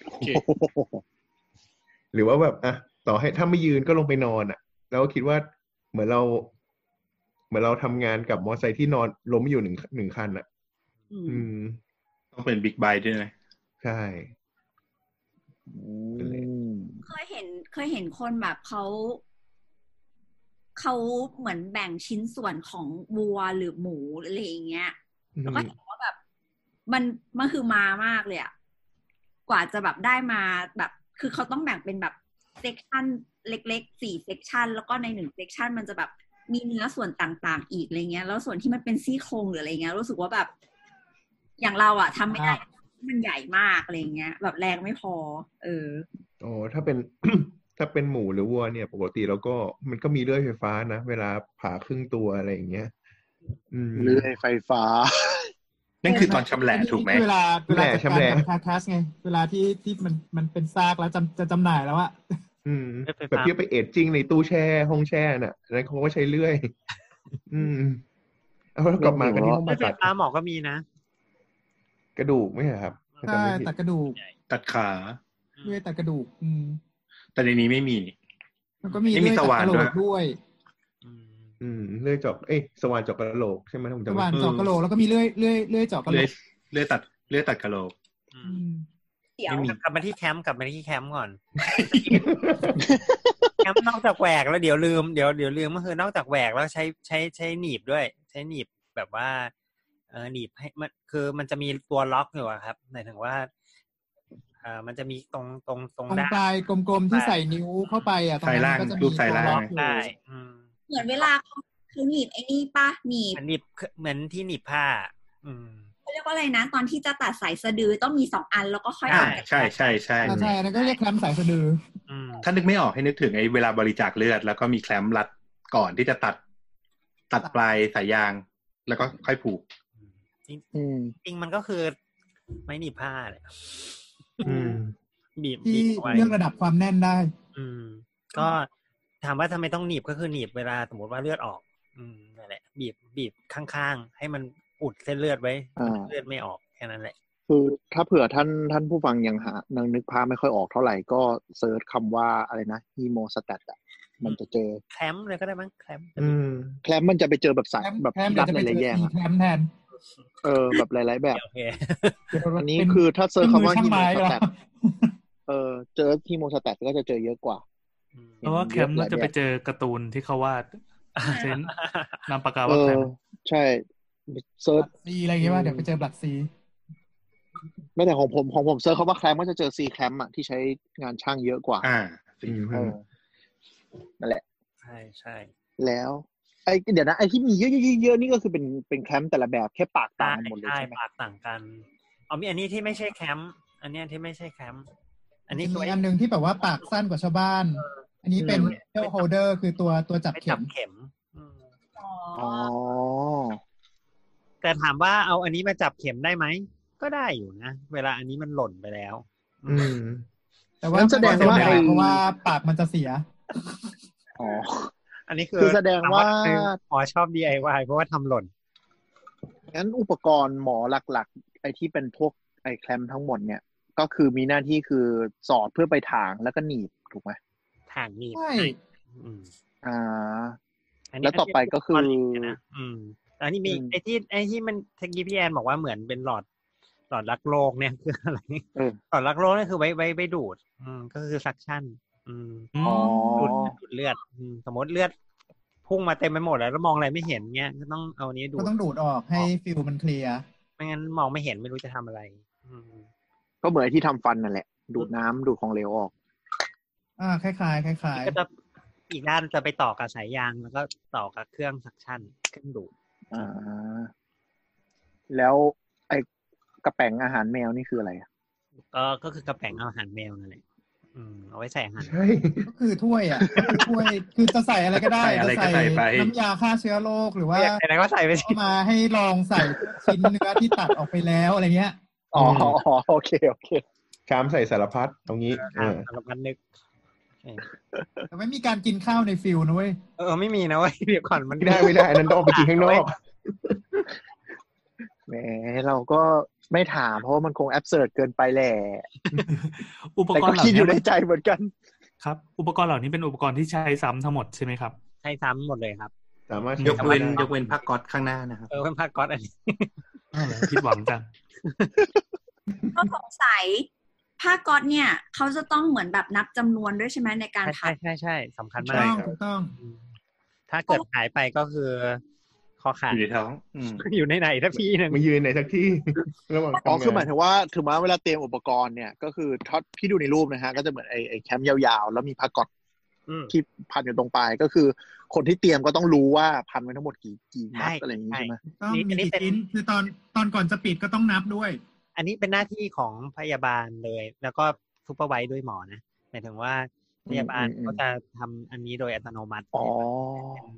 Speaker 9: โอเค
Speaker 7: หรือว่าแบบอ่ะต่อให้ถ้าไม่ยืนก็ลงไปนอนอ่ะ แล้วก็คิดว่าเหมือนเรา เหมือนเราทำงานกับมอเตอร์ไซค์ที่นอนล้มอยู่หนึ่งหนึ่งคันอ่ะ อืม
Speaker 9: ต้องเป็นบิ๊กไบค์ด้วยนะ
Speaker 7: ใช่
Speaker 3: เคยเห็นเคยเห็นคนแบบเขาเขาเหมือนแบ่งชิ้นส่วนของวัวหรือหมูหรืออะไรอย่างเงี้ย
Speaker 7: อื
Speaker 3: แล้ว
Speaker 7: ม
Speaker 3: ก็เห็นว่าแบบ มันมันคือมามากเลยอะกว่าจะแบบได้มาแบบ คือเขาต้องแบ่งเป็นแบบเซกชันเล็กๆสี่เซกชันแล้วก็ในหนึ่งเซกชันมันจะแบบมีเนื้อส่วนต่างๆ อีกอะไรเงี้ย แล้วส่วนที่มันเป็นซี่โครงหรืออะไรเงี้ย รู้สึกว่าแบบ อย่างเราอะทำไม่ได้มันใหญ่มากอะไรเงี้ย แบบแรงไม่พอ เออ
Speaker 7: อ๋อถ้าเป็น ถ้าเป็นหมูหรือวัวเนี่ย ปกติแล้วก็มันก็มีเลื่อยไฟฟ้านะ เวลาผ่าครึ่งตัวอะไรอย่างเงี้ย อืม
Speaker 5: เลื่อยไฟฟ้า
Speaker 9: นั่นคือตอนชำแหละถูกไหม
Speaker 4: เวลาเวลาจัด
Speaker 7: ชำ
Speaker 4: การ
Speaker 7: แหละ
Speaker 4: กับคาทัสไง เวลาที่ที่มันมันเป็นซากแล้วจำจะจำหน่ายแล้วอะ
Speaker 7: อืม
Speaker 8: เลื่อยไฟฟ้า
Speaker 7: แบบที่ไปเอดจิ้งในตู้แช่ห้องแช่น่ะอันนั้นเขาก็ใช้เลื่อย อืมเอาแล้วกลับมากันที่ห้อง
Speaker 6: ไม่ไฟ
Speaker 7: ผ่าตัด
Speaker 6: ฟ้าหมอก็มีนะ
Speaker 7: กระดูกไม่ใช่เหรอครับถ้าจำ
Speaker 4: ใช่
Speaker 7: ไม่ผิด
Speaker 4: ตัดกระดูก
Speaker 9: ตัดขา
Speaker 4: ด้วยตัดกระดูก อืม
Speaker 9: แต่ในนี้ไม่มี
Speaker 4: แล้วก็มี
Speaker 9: ไม่มี
Speaker 4: ด้วยตัด
Speaker 9: สว่าน
Speaker 4: กระโหล
Speaker 9: ด้วย
Speaker 4: กด้วย
Speaker 8: อืม
Speaker 7: อืมเลื่อยเจอกเอ้ยสว่านเจอกกระโหลกใช่ไหมผม
Speaker 4: ส
Speaker 7: จำไม่
Speaker 4: ว่าน
Speaker 7: ผิด
Speaker 4: เจาะกระโหลกแล้วก็มีเลื่อยเลื่อยเลื่อยเจาะกระโหล
Speaker 9: เลื่อย
Speaker 4: ก
Speaker 9: เลื่อยตัดเลื่อยตัดกระโหลก
Speaker 8: อื
Speaker 4: อื
Speaker 8: ม
Speaker 4: ม
Speaker 3: เดี๋ยว
Speaker 9: ไม่มี
Speaker 6: กลับมาที่แคมป์กลับมาที่แคมป์ ก่อน แคมป์นอกจากแหวกแล้วเดี๋ยวลืมเดี๋ยวเดี๋ยวลืมก็คือนอกจากแหวกแล้วใช้ใช้ใช้หนีบด้วย ใช้หนีบแบบว่าเออหนีบให้มันคือมันจะมีตัวล็อกอยู่อะครับหมายถึงว่าเออมันจะมีตรงตรงตรง
Speaker 4: ตรง
Speaker 6: ด้าน
Speaker 4: ปลายกลมๆที่ใส่นิ้วเข้าไปอ่ะตรงนั้น
Speaker 9: ใส่ร่าง
Speaker 4: มันก็จะ
Speaker 9: รู
Speaker 4: มี
Speaker 9: ปใส่
Speaker 4: ตัว
Speaker 9: ร่าง
Speaker 4: ล็อกอยู่
Speaker 6: ได้อืม
Speaker 3: เหมือนเวลาเขาเขาหนีบไอ้นี่ปะหนี
Speaker 6: เห
Speaker 3: บ
Speaker 6: มือนหนีบเหมือนที่หนีบผ้า อืม
Speaker 3: เขาเรียกว่าอะไรนะ ตอนที่จะตัดสายสะดือต้องมีสองอันแล้วก็ค่อย
Speaker 6: อ่า
Speaker 3: เอา
Speaker 9: ใช่ใช่ใช่
Speaker 4: อ่า
Speaker 9: ใช่
Speaker 4: ใช่อันนั่นก็เรียกแคลมสายสะดือ
Speaker 6: อืม
Speaker 9: ถ้านึกไม่ออกให้นึกถึงไอ้เวลาบริจาคเลือด แล้วก็มีแคลมรัดก่อนที่จะตัด ตัดปลายสายยาง แล้วก็ค่อยผูก
Speaker 5: อืม
Speaker 6: จริงมันก็คือไม่หนีบผ้าเลย
Speaker 7: อืม
Speaker 6: บีบบี
Speaker 4: ที่
Speaker 6: บไว้
Speaker 4: เลือกระดับความแน่นได้
Speaker 6: อืม ก็ถามว่าทำไมต้องหนีบก็คือหนีบเวลาสมมติว่าเลือดออก อืมนั่นแหละ บีบบีบข้างๆ ให้มันอุดเส้นเลือดไว้
Speaker 5: อ่า
Speaker 6: เลือดไม่ออกแค่นั้นแหละ
Speaker 5: คือถ้าเผื่อท่านท่านผู้ฟังยังหานังนึกภาพไม่ค่อยออกเท่าไหร่ก็เซิร์ชคำว่าอะไรนะฮีโมสแตตอ่ะ มันจะเจอ
Speaker 6: แคลมป์เลยก็ได้มั้งแคลมป์
Speaker 7: อืม
Speaker 5: แคลมมันจะไปเจอแบบสาย
Speaker 4: แคลม
Speaker 5: แบบ
Speaker 4: แคลม
Speaker 5: รั
Speaker 4: เดี๋ยวจะ
Speaker 5: ดห
Speaker 4: ไปเจอ
Speaker 5: ลายๆอย่าง
Speaker 4: อี
Speaker 5: อะ
Speaker 4: แคลมแทน
Speaker 5: เออแบบหลายๆแบบ
Speaker 6: โอเค
Speaker 4: เดี๋ยว
Speaker 5: อันนี้
Speaker 4: เป็น
Speaker 5: คือถ้าเซิร์ช
Speaker 4: เป็นมือ
Speaker 5: คำว่า
Speaker 4: ช่าง
Speaker 5: ฮีโม
Speaker 4: ไม้
Speaker 5: ส
Speaker 4: เหรอ
Speaker 5: แตตเออเจอฮีโมสแตตก็จะเจอเยอะกว่า
Speaker 6: อืม
Speaker 8: เพราะว่าแคมป์น่าจะไปเจอการ์ตูนที่เขา วาดเช่นนำปากกา
Speaker 5: เอ
Speaker 8: ว่าแค
Speaker 5: อ
Speaker 8: มป์
Speaker 5: ใช่ เซิร์ช
Speaker 4: ซีอะไรอย่างเงี้ยว่าเดี๋ยวไปเจอบลัดซี
Speaker 5: ไม่แต่ของผมของผมเซิร์ชคำว่าแคลมก็จะเจอซีแคลมอ่ะที่ใช้งานช่างเยอะกว่า
Speaker 9: อ่า
Speaker 5: เออนั่นแหละ
Speaker 6: ใช่ใช่
Speaker 5: แล้วไอ้เดี๋ยวนะไอ้ที่มีเยอะๆๆๆนี่ก็คือเป็นเป็นแคมป์แต่ละแบบแค่ปากต่าง
Speaker 6: ใช่
Speaker 5: กันหมดเลย
Speaker 6: ใช่
Speaker 5: ใช่ไหม
Speaker 6: ปากต่างกัน เอามีอันนี้ที่ไม่ใช่แคมป์อันเนี้ยที่ไม่ใช่แคมป์อันนี้
Speaker 4: จะ
Speaker 6: ตั
Speaker 4: มี
Speaker 6: ว
Speaker 4: อันหนึ่งที่แบบว่าปากสั้นกว่าชาวบ้าน อันนี้เป็นเ a ลโฮเดอร์คือตัวตัวจับ
Speaker 6: ไม่
Speaker 4: เข็
Speaker 6: จับ
Speaker 4: ม
Speaker 6: เข็ม อืม
Speaker 3: อ๋อ
Speaker 5: อ๋อ
Speaker 6: แต่ถามว่าเอาอันนี้มาจับเข็มได้ไหมก็ได้อยู่นะเวลาอันนี้มันหล่นไปแล้ว
Speaker 7: อืม
Speaker 4: แต่ว่า
Speaker 5: งั้นแสดงว่า
Speaker 4: ไม่ได้
Speaker 5: ไอ้
Speaker 4: เพราะว่าปากมันจะเสีย
Speaker 5: อ๋อ
Speaker 6: อันนี้คื
Speaker 5: คือแสดงว่า
Speaker 6: อ๋อชอบ DIY เพราะว่าทำหล่น
Speaker 5: งั้นอุปกรณ์หมอหลักๆ ไอ้ที่เป็นพวกไอ้แคลมทั้งหมดเนี่ย ก็คือมีหน้าที่คือสอดเพื่อไปถางแล้วก็หนีบถูกไหม
Speaker 6: ทางนี้
Speaker 4: ใช่
Speaker 6: อืม
Speaker 5: อ่า
Speaker 6: นนี้
Speaker 5: แล้วต่อไปก็คือ
Speaker 6: อนนี้นะอืมอันนี้มี
Speaker 5: อืม
Speaker 6: ไอ้ที่ไอ้ที่มันเทกี้พี่แอนบอกว่าเหมือนเป็นหลอด หลอดรักโลกเนี่ยคืออะไร
Speaker 5: เออ
Speaker 6: หลอดรักโลกนี่คือไว้ไว้ไว้ดูด อืมก็คือซักชั่น อืม
Speaker 8: อื
Speaker 5: อ๋อ
Speaker 8: ม
Speaker 6: ดูดดูดเลือดอืมสมมติเลือด พุ่งมาเต็มไปหมดแล้วแล้วมองอะไรไม่เห็นเงี้ยก็ต้องเอาอันนี้ดู
Speaker 4: ก็
Speaker 6: ด
Speaker 4: ต้องดูดออกให้ฟิลมันเคลียร์
Speaker 6: ไม่งั้นมองไม่เห็นไม่รู้จะทำอะไร อืม
Speaker 5: ก็เหมือนไอ้ที่ทำฟันนั่นแหละ ดูดน้ำดูดของเหลวออก
Speaker 4: อ่าคล้ายๆคล้าย
Speaker 6: ก็จะอีกด้านจะไปต่อกับสายยางแล้วก็ต่อกับเครื่องสักชั่นเครื่องดูด
Speaker 5: อ่า แล้วไอ้กระแป๋งอาหารแมวนี่คืออะไรอะ
Speaker 6: ก็ก็คือกระแป๋งเอาอาหารแมวนั่นแหละอืมเอาไว้ใส่อาหาร
Speaker 7: ใช่
Speaker 4: ๆก็คือถ้วยอ่ะก็คือถ้วยคือจะใส่อะไรก็ได้
Speaker 7: ใส่อะไรก็ใส่ไป
Speaker 4: น้ำยาฆ่าเชื้อโรคหรือว่า
Speaker 6: อยากใส่อะไรก็ใส่ไปสิ
Speaker 4: เอามาให้ลองใส่ชิ้นเนื้อที่ตัดออกไปแล้วอะไรเงี้ย
Speaker 5: อ๋ออ๋อ โอเคโอเค
Speaker 7: ชามใส่สารพัดตรงนี้เออ
Speaker 6: สารพันนึก
Speaker 4: แต่ไม่มีการกินข้าวในฟิลนะเว้ย
Speaker 6: เออไม่มีนะเว้ยเดี๋ยวก่อนมัน
Speaker 7: ไม่ได้ไม่ได้อันนั้นต้องเอาไปกินข้างนอก
Speaker 5: แหมเราก็ไม่ถามเพราะว่ามันคงแอบเสิร์ตเกินไปแหละ
Speaker 8: อุป
Speaker 5: แต่
Speaker 8: กร
Speaker 5: ก็
Speaker 8: ณ์เหล่า
Speaker 5: คิดอ
Speaker 8: นี้
Speaker 5: ยู่ในใจเหมือนกัน
Speaker 8: ครับ อุปกรณ์เหล่านี้เป็นอุปกรณ์ที่ใช้ซ้ำทั้งหมดใช่ไหมครับ
Speaker 6: ใช้ซ้ำหมดเลยครับ
Speaker 7: สามาร
Speaker 8: ย
Speaker 7: ถใช้
Speaker 8: ก
Speaker 7: ทำ
Speaker 8: เว้
Speaker 7: ได้
Speaker 8: น
Speaker 2: ยกเว้นผ้าก๊อตข้างหน้านะครับ
Speaker 6: เออเป็นผ้าก๊อตอันนี้
Speaker 8: อ้าวเหรอผิดหวังจัง
Speaker 3: ก็สงสัยผ้าก๊อตเนี่ย เขาจะต้องเหมือนแบบนับจำนวนด้วยใช่ไหมในการ
Speaker 6: ใช่
Speaker 3: ผ่า
Speaker 6: ใช่ใช่ใช่สำคัญมา
Speaker 4: ต้
Speaker 6: ก
Speaker 4: องถูกต้อง
Speaker 6: อืมถ้าเกิดหายไปก็คือ คอขา
Speaker 2: อ
Speaker 6: ด
Speaker 2: ยู่ในท้องอืม
Speaker 6: อยู่ในไหนถ้าพี่หนึ่ง
Speaker 7: มายืนไหนสักที่ ระหว่าง
Speaker 5: อ๋อ
Speaker 7: ทำงน
Speaker 5: คือหมายถึงว่าถึงแม้เวลาเตรียมอุปกรณ์เนี่ยก็คือทอดพี่ดูในรูปนะฮะ ก็จะเหมือนไอ้ไอ้แคมป์ยาวๆ แล้วมีผ้าก๊อต
Speaker 6: อืม
Speaker 5: ที่พันอยู่ตรงปลายก็คือ คนที่เตรียมก็ต้องรู้ว่าพันไว้ทั้งหมดกี่กี่มัด
Speaker 6: ใช่
Speaker 5: อะไรอย่างนี้ใช่ไหม
Speaker 4: ต้อง
Speaker 6: นี่อั
Speaker 4: มี
Speaker 6: นนี้
Speaker 4: กี่
Speaker 6: เป็น
Speaker 4: ชิ้นคือตอนตอนก่อนจะปิดก็ต้องนับด้วย
Speaker 6: อันนี้เป็นหน้าที่ของพยาบาลเลย แล้วก็ซูเปอร์ไวส์ด้วยหมอนะหมายถึงว่าพยาบาลก็จะทำอันนี้โดยอัตโนมัติ
Speaker 5: อ๋อ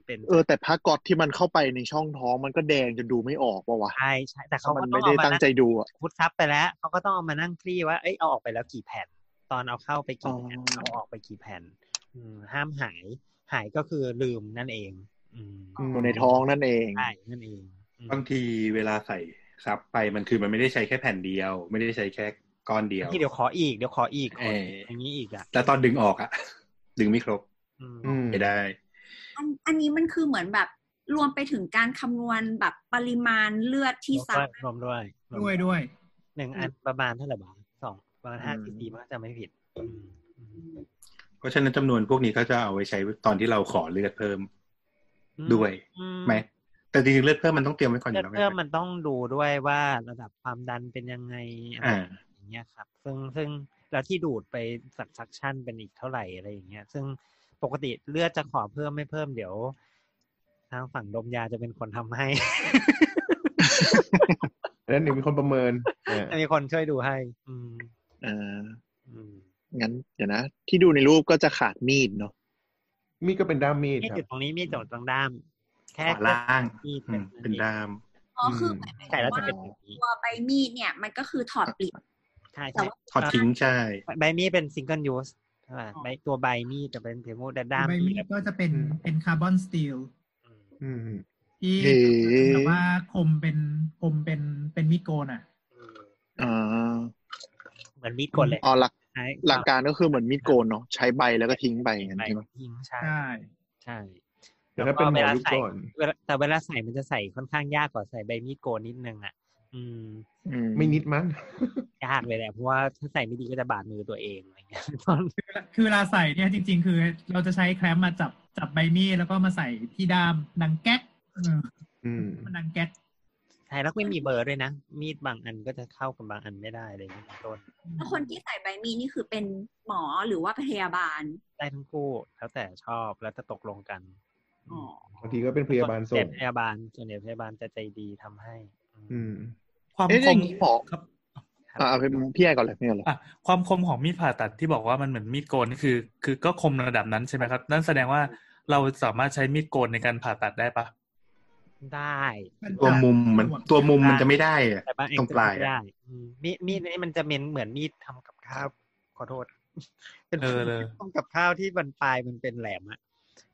Speaker 6: เป็นเป็น
Speaker 5: เออ แต่ผ้าก๊อตที่มันเข้าไปในช่องท้องมันก็แดงจนดูไม่ออกว่าวะ
Speaker 6: ใช่ใช่แต่เขาก็
Speaker 5: มัน
Speaker 6: ต้
Speaker 5: ไม่
Speaker 6: อง
Speaker 5: ได้
Speaker 6: เอามา
Speaker 5: ตั้งใจดูอะ
Speaker 6: พุทซับไปแล้วเขาก็ต้องเอามานั่งคลี่ว่าเอ้ยเอาออกไปแล้วกี่แผ่นตอนเอาเข้าไปกี่แผ่น
Speaker 5: อ๋อ
Speaker 6: เอาออกไปกี่แผ่น อืมห้ามหาย หายก็คือลืมนั่นเอง อืม
Speaker 5: อยู่ในท้องนั่นเอง
Speaker 6: ใช่นั่นเองอืม
Speaker 2: บางทีเวลาใส่ซับไปมันคือมันไม่ได้ใช้แค่แผ่นเดียว ไม่ได้ใช้แค่ก้อนเดียว
Speaker 6: ที่เดี๋ยวขออีกเดี๋ยวขออีกขออีก
Speaker 2: เอออ
Speaker 6: ย่างนี้อีกอ่ะ
Speaker 2: แล้วตอนดึงออกอะ ดึงไม่ครบ
Speaker 6: อืม
Speaker 7: อืม
Speaker 2: ไม่ได้
Speaker 3: อันอันนี้มันคือเหมือนแบบรวมไปถึงการคำนวณแบบปริมาณเลือดที่ซัก
Speaker 6: รวมด้วยรม
Speaker 4: ด้วยด้วย
Speaker 6: หนึ่งอันประมาณเท่าไหร่บาทสองประมาณห้า
Speaker 2: อืม
Speaker 6: ซีซีมั้งจะไม่ผิดอืม
Speaker 2: เพราะฉะนั้นจำนวนพวกนี้ก็จะเอาไว้ใช้ตอนที่เราขอเลือดเพิ่มด้วย
Speaker 6: อื
Speaker 2: ไหมแต่จริงๆเลือดเพิ่มมันต้องเตรียมไว้ก่อนอ
Speaker 6: เลือ
Speaker 2: แล้ว
Speaker 6: ยู่ ด
Speaker 2: ไง
Speaker 6: เพิ่มมันต้องดูด้วยว่าระดับความดันเป็นยังไงอะไร
Speaker 2: อ่า
Speaker 6: อย่างเงี้ยครับ ซึ่งซึ่งแล้วที่ดูดไปสักซักชั่นเป็นอีกเท่าไหร่อะไรอย่างเงี้ย ซึ่งปกติเลือดจะขอเพิ่มไม่เพิ่มเดี๋ยว ทางฝั่งดมยาจะเป็นคนทำให้
Speaker 7: อันนั้นเดี๋ยวมีคนประเมินอ่า
Speaker 6: จะมีคนช่วยดูให้ อืม
Speaker 5: เออ
Speaker 6: อืม
Speaker 5: งั้นเดี๋ยวนะ ที่ดูในรูปก็จะขาดมีดเนาะ
Speaker 7: มีดก็เป็นด้ามมีด
Speaker 6: มีด
Speaker 7: ครั
Speaker 6: จุด
Speaker 7: บ
Speaker 6: ตรงนี้มีดจุดตรงด้าม แค่
Speaker 2: ขวาล่าง
Speaker 6: มีด
Speaker 2: อื
Speaker 6: เป็น
Speaker 2: มเป็นด้าม
Speaker 3: อ๋อคือ
Speaker 2: อืม
Speaker 3: หมายถึง
Speaker 6: ไก่แล้วจะ
Speaker 3: ว่า
Speaker 6: เป็นแบบนี้
Speaker 3: ตัวใบมีดเนี่ย มันก็คือถอดปลิด
Speaker 6: ใช่
Speaker 3: แต่
Speaker 6: ใช่
Speaker 3: ว่า
Speaker 2: ถอดทิ้งใช่
Speaker 6: ใบมีดเป็นซิงเกิลยูสใช่ป่ะใบตัวใบมีดจะเป็นเพียงว่าด้าม
Speaker 4: ใบมีดก็จะเป็น
Speaker 7: อืม
Speaker 4: เป็นคาร์บอนสตีล
Speaker 6: อืม
Speaker 7: อืม
Speaker 4: ที่
Speaker 5: เอ๊ะ
Speaker 4: แต่ว่าคมเป็นคมเป็นเป็นมีดโกนอ่ะ
Speaker 6: อืม
Speaker 5: อ่า
Speaker 6: เหมือนมีดกดเลย
Speaker 5: อ๋อหลัก
Speaker 6: ใช้
Speaker 5: หลักการก็คือเหมือนมีดโกนเนาะใช้ใบแล้วก็ทิ้งไปอย่างนั้น
Speaker 6: ใบ
Speaker 5: ใช่ไหม
Speaker 6: ทิ้งใช่
Speaker 4: ใช่
Speaker 6: ใช่
Speaker 7: แต่ถ้าเป็นหมอ
Speaker 6: แล้ว
Speaker 7: ยุค
Speaker 6: ใส่
Speaker 7: ก่อน
Speaker 6: เวลาแต่เวลาใส่มันจะใส่ค่อนข้างยากกว่าใส่ใบมีดโกนนิดนึงอ่ะ อืม
Speaker 5: อืม
Speaker 7: ไม่นิดมั้ง
Speaker 6: ยากเลยแหละเพราะว่าถ้าใส่ไม่ดีก็จะบาดมือตัวเอง อะไรเงี้ยตอน
Speaker 4: คือเวลาใส่เนี่ยจริง ๆ คือเราจะใช้แคลมป์มาจับจับใบมีดแล้วก็มาใส่ที่ด้ามดังแก๊กเออ
Speaker 7: อืม
Speaker 4: มันดังแก๊ก
Speaker 6: ใส่แล้วไม่มีเบอร์ด้วยนะ มีดบางอันก็จะเข้ากับบางอันไม่ได้อะไรเลยเป็นต้น
Speaker 3: แล้วคนที่ใส่ใบมีดนี่คือเป็นหมอหรือว่าพยาบาล
Speaker 6: ได้ทั้งคู่แล้วแต่ชอบแล้วแต่ตกลงกัน
Speaker 3: อ๋อ
Speaker 7: บางทีก็เป็นพยาบาล
Speaker 6: ส่
Speaker 7: ส่
Speaker 6: ว
Speaker 7: ง
Speaker 6: นใหญ่พยาบาลส่วนใหญ่พยาบาลจะใจดีทำให้
Speaker 7: อืม
Speaker 8: ความ
Speaker 5: เอ๊ะ
Speaker 8: ค
Speaker 5: อย่าม งนี้หมอ
Speaker 8: ครับ
Speaker 6: ครับ
Speaker 5: อ่าเอาเป็นพี่ไอก่อนเลยพี่ไอเลย
Speaker 8: อ่ะความคมของมีดผ่าตัดที่บอกว่ามันเหมือนมีดโกนนี่คือ คือก็คมระดับนั้นใช่ไหมครับ นั่นแสดงว่าเราสามารถใช้มีดโกนในการผ่าตัดได้ปะ
Speaker 6: ได้
Speaker 2: ตัวมุมมันตัวมุมมันจะไม่ได้อะ
Speaker 6: แต่บางเอง
Speaker 2: ตรงปลาย
Speaker 6: ไม่
Speaker 2: อะ
Speaker 6: ได้อืมมีดมีดอันนี้มันจะเหม็นเหมือนมีดทำกับข้าวขอโทษ เป็น
Speaker 8: เออเลย
Speaker 6: ทำกับข้าวที่มันปลายมันเป็นแหลมอะ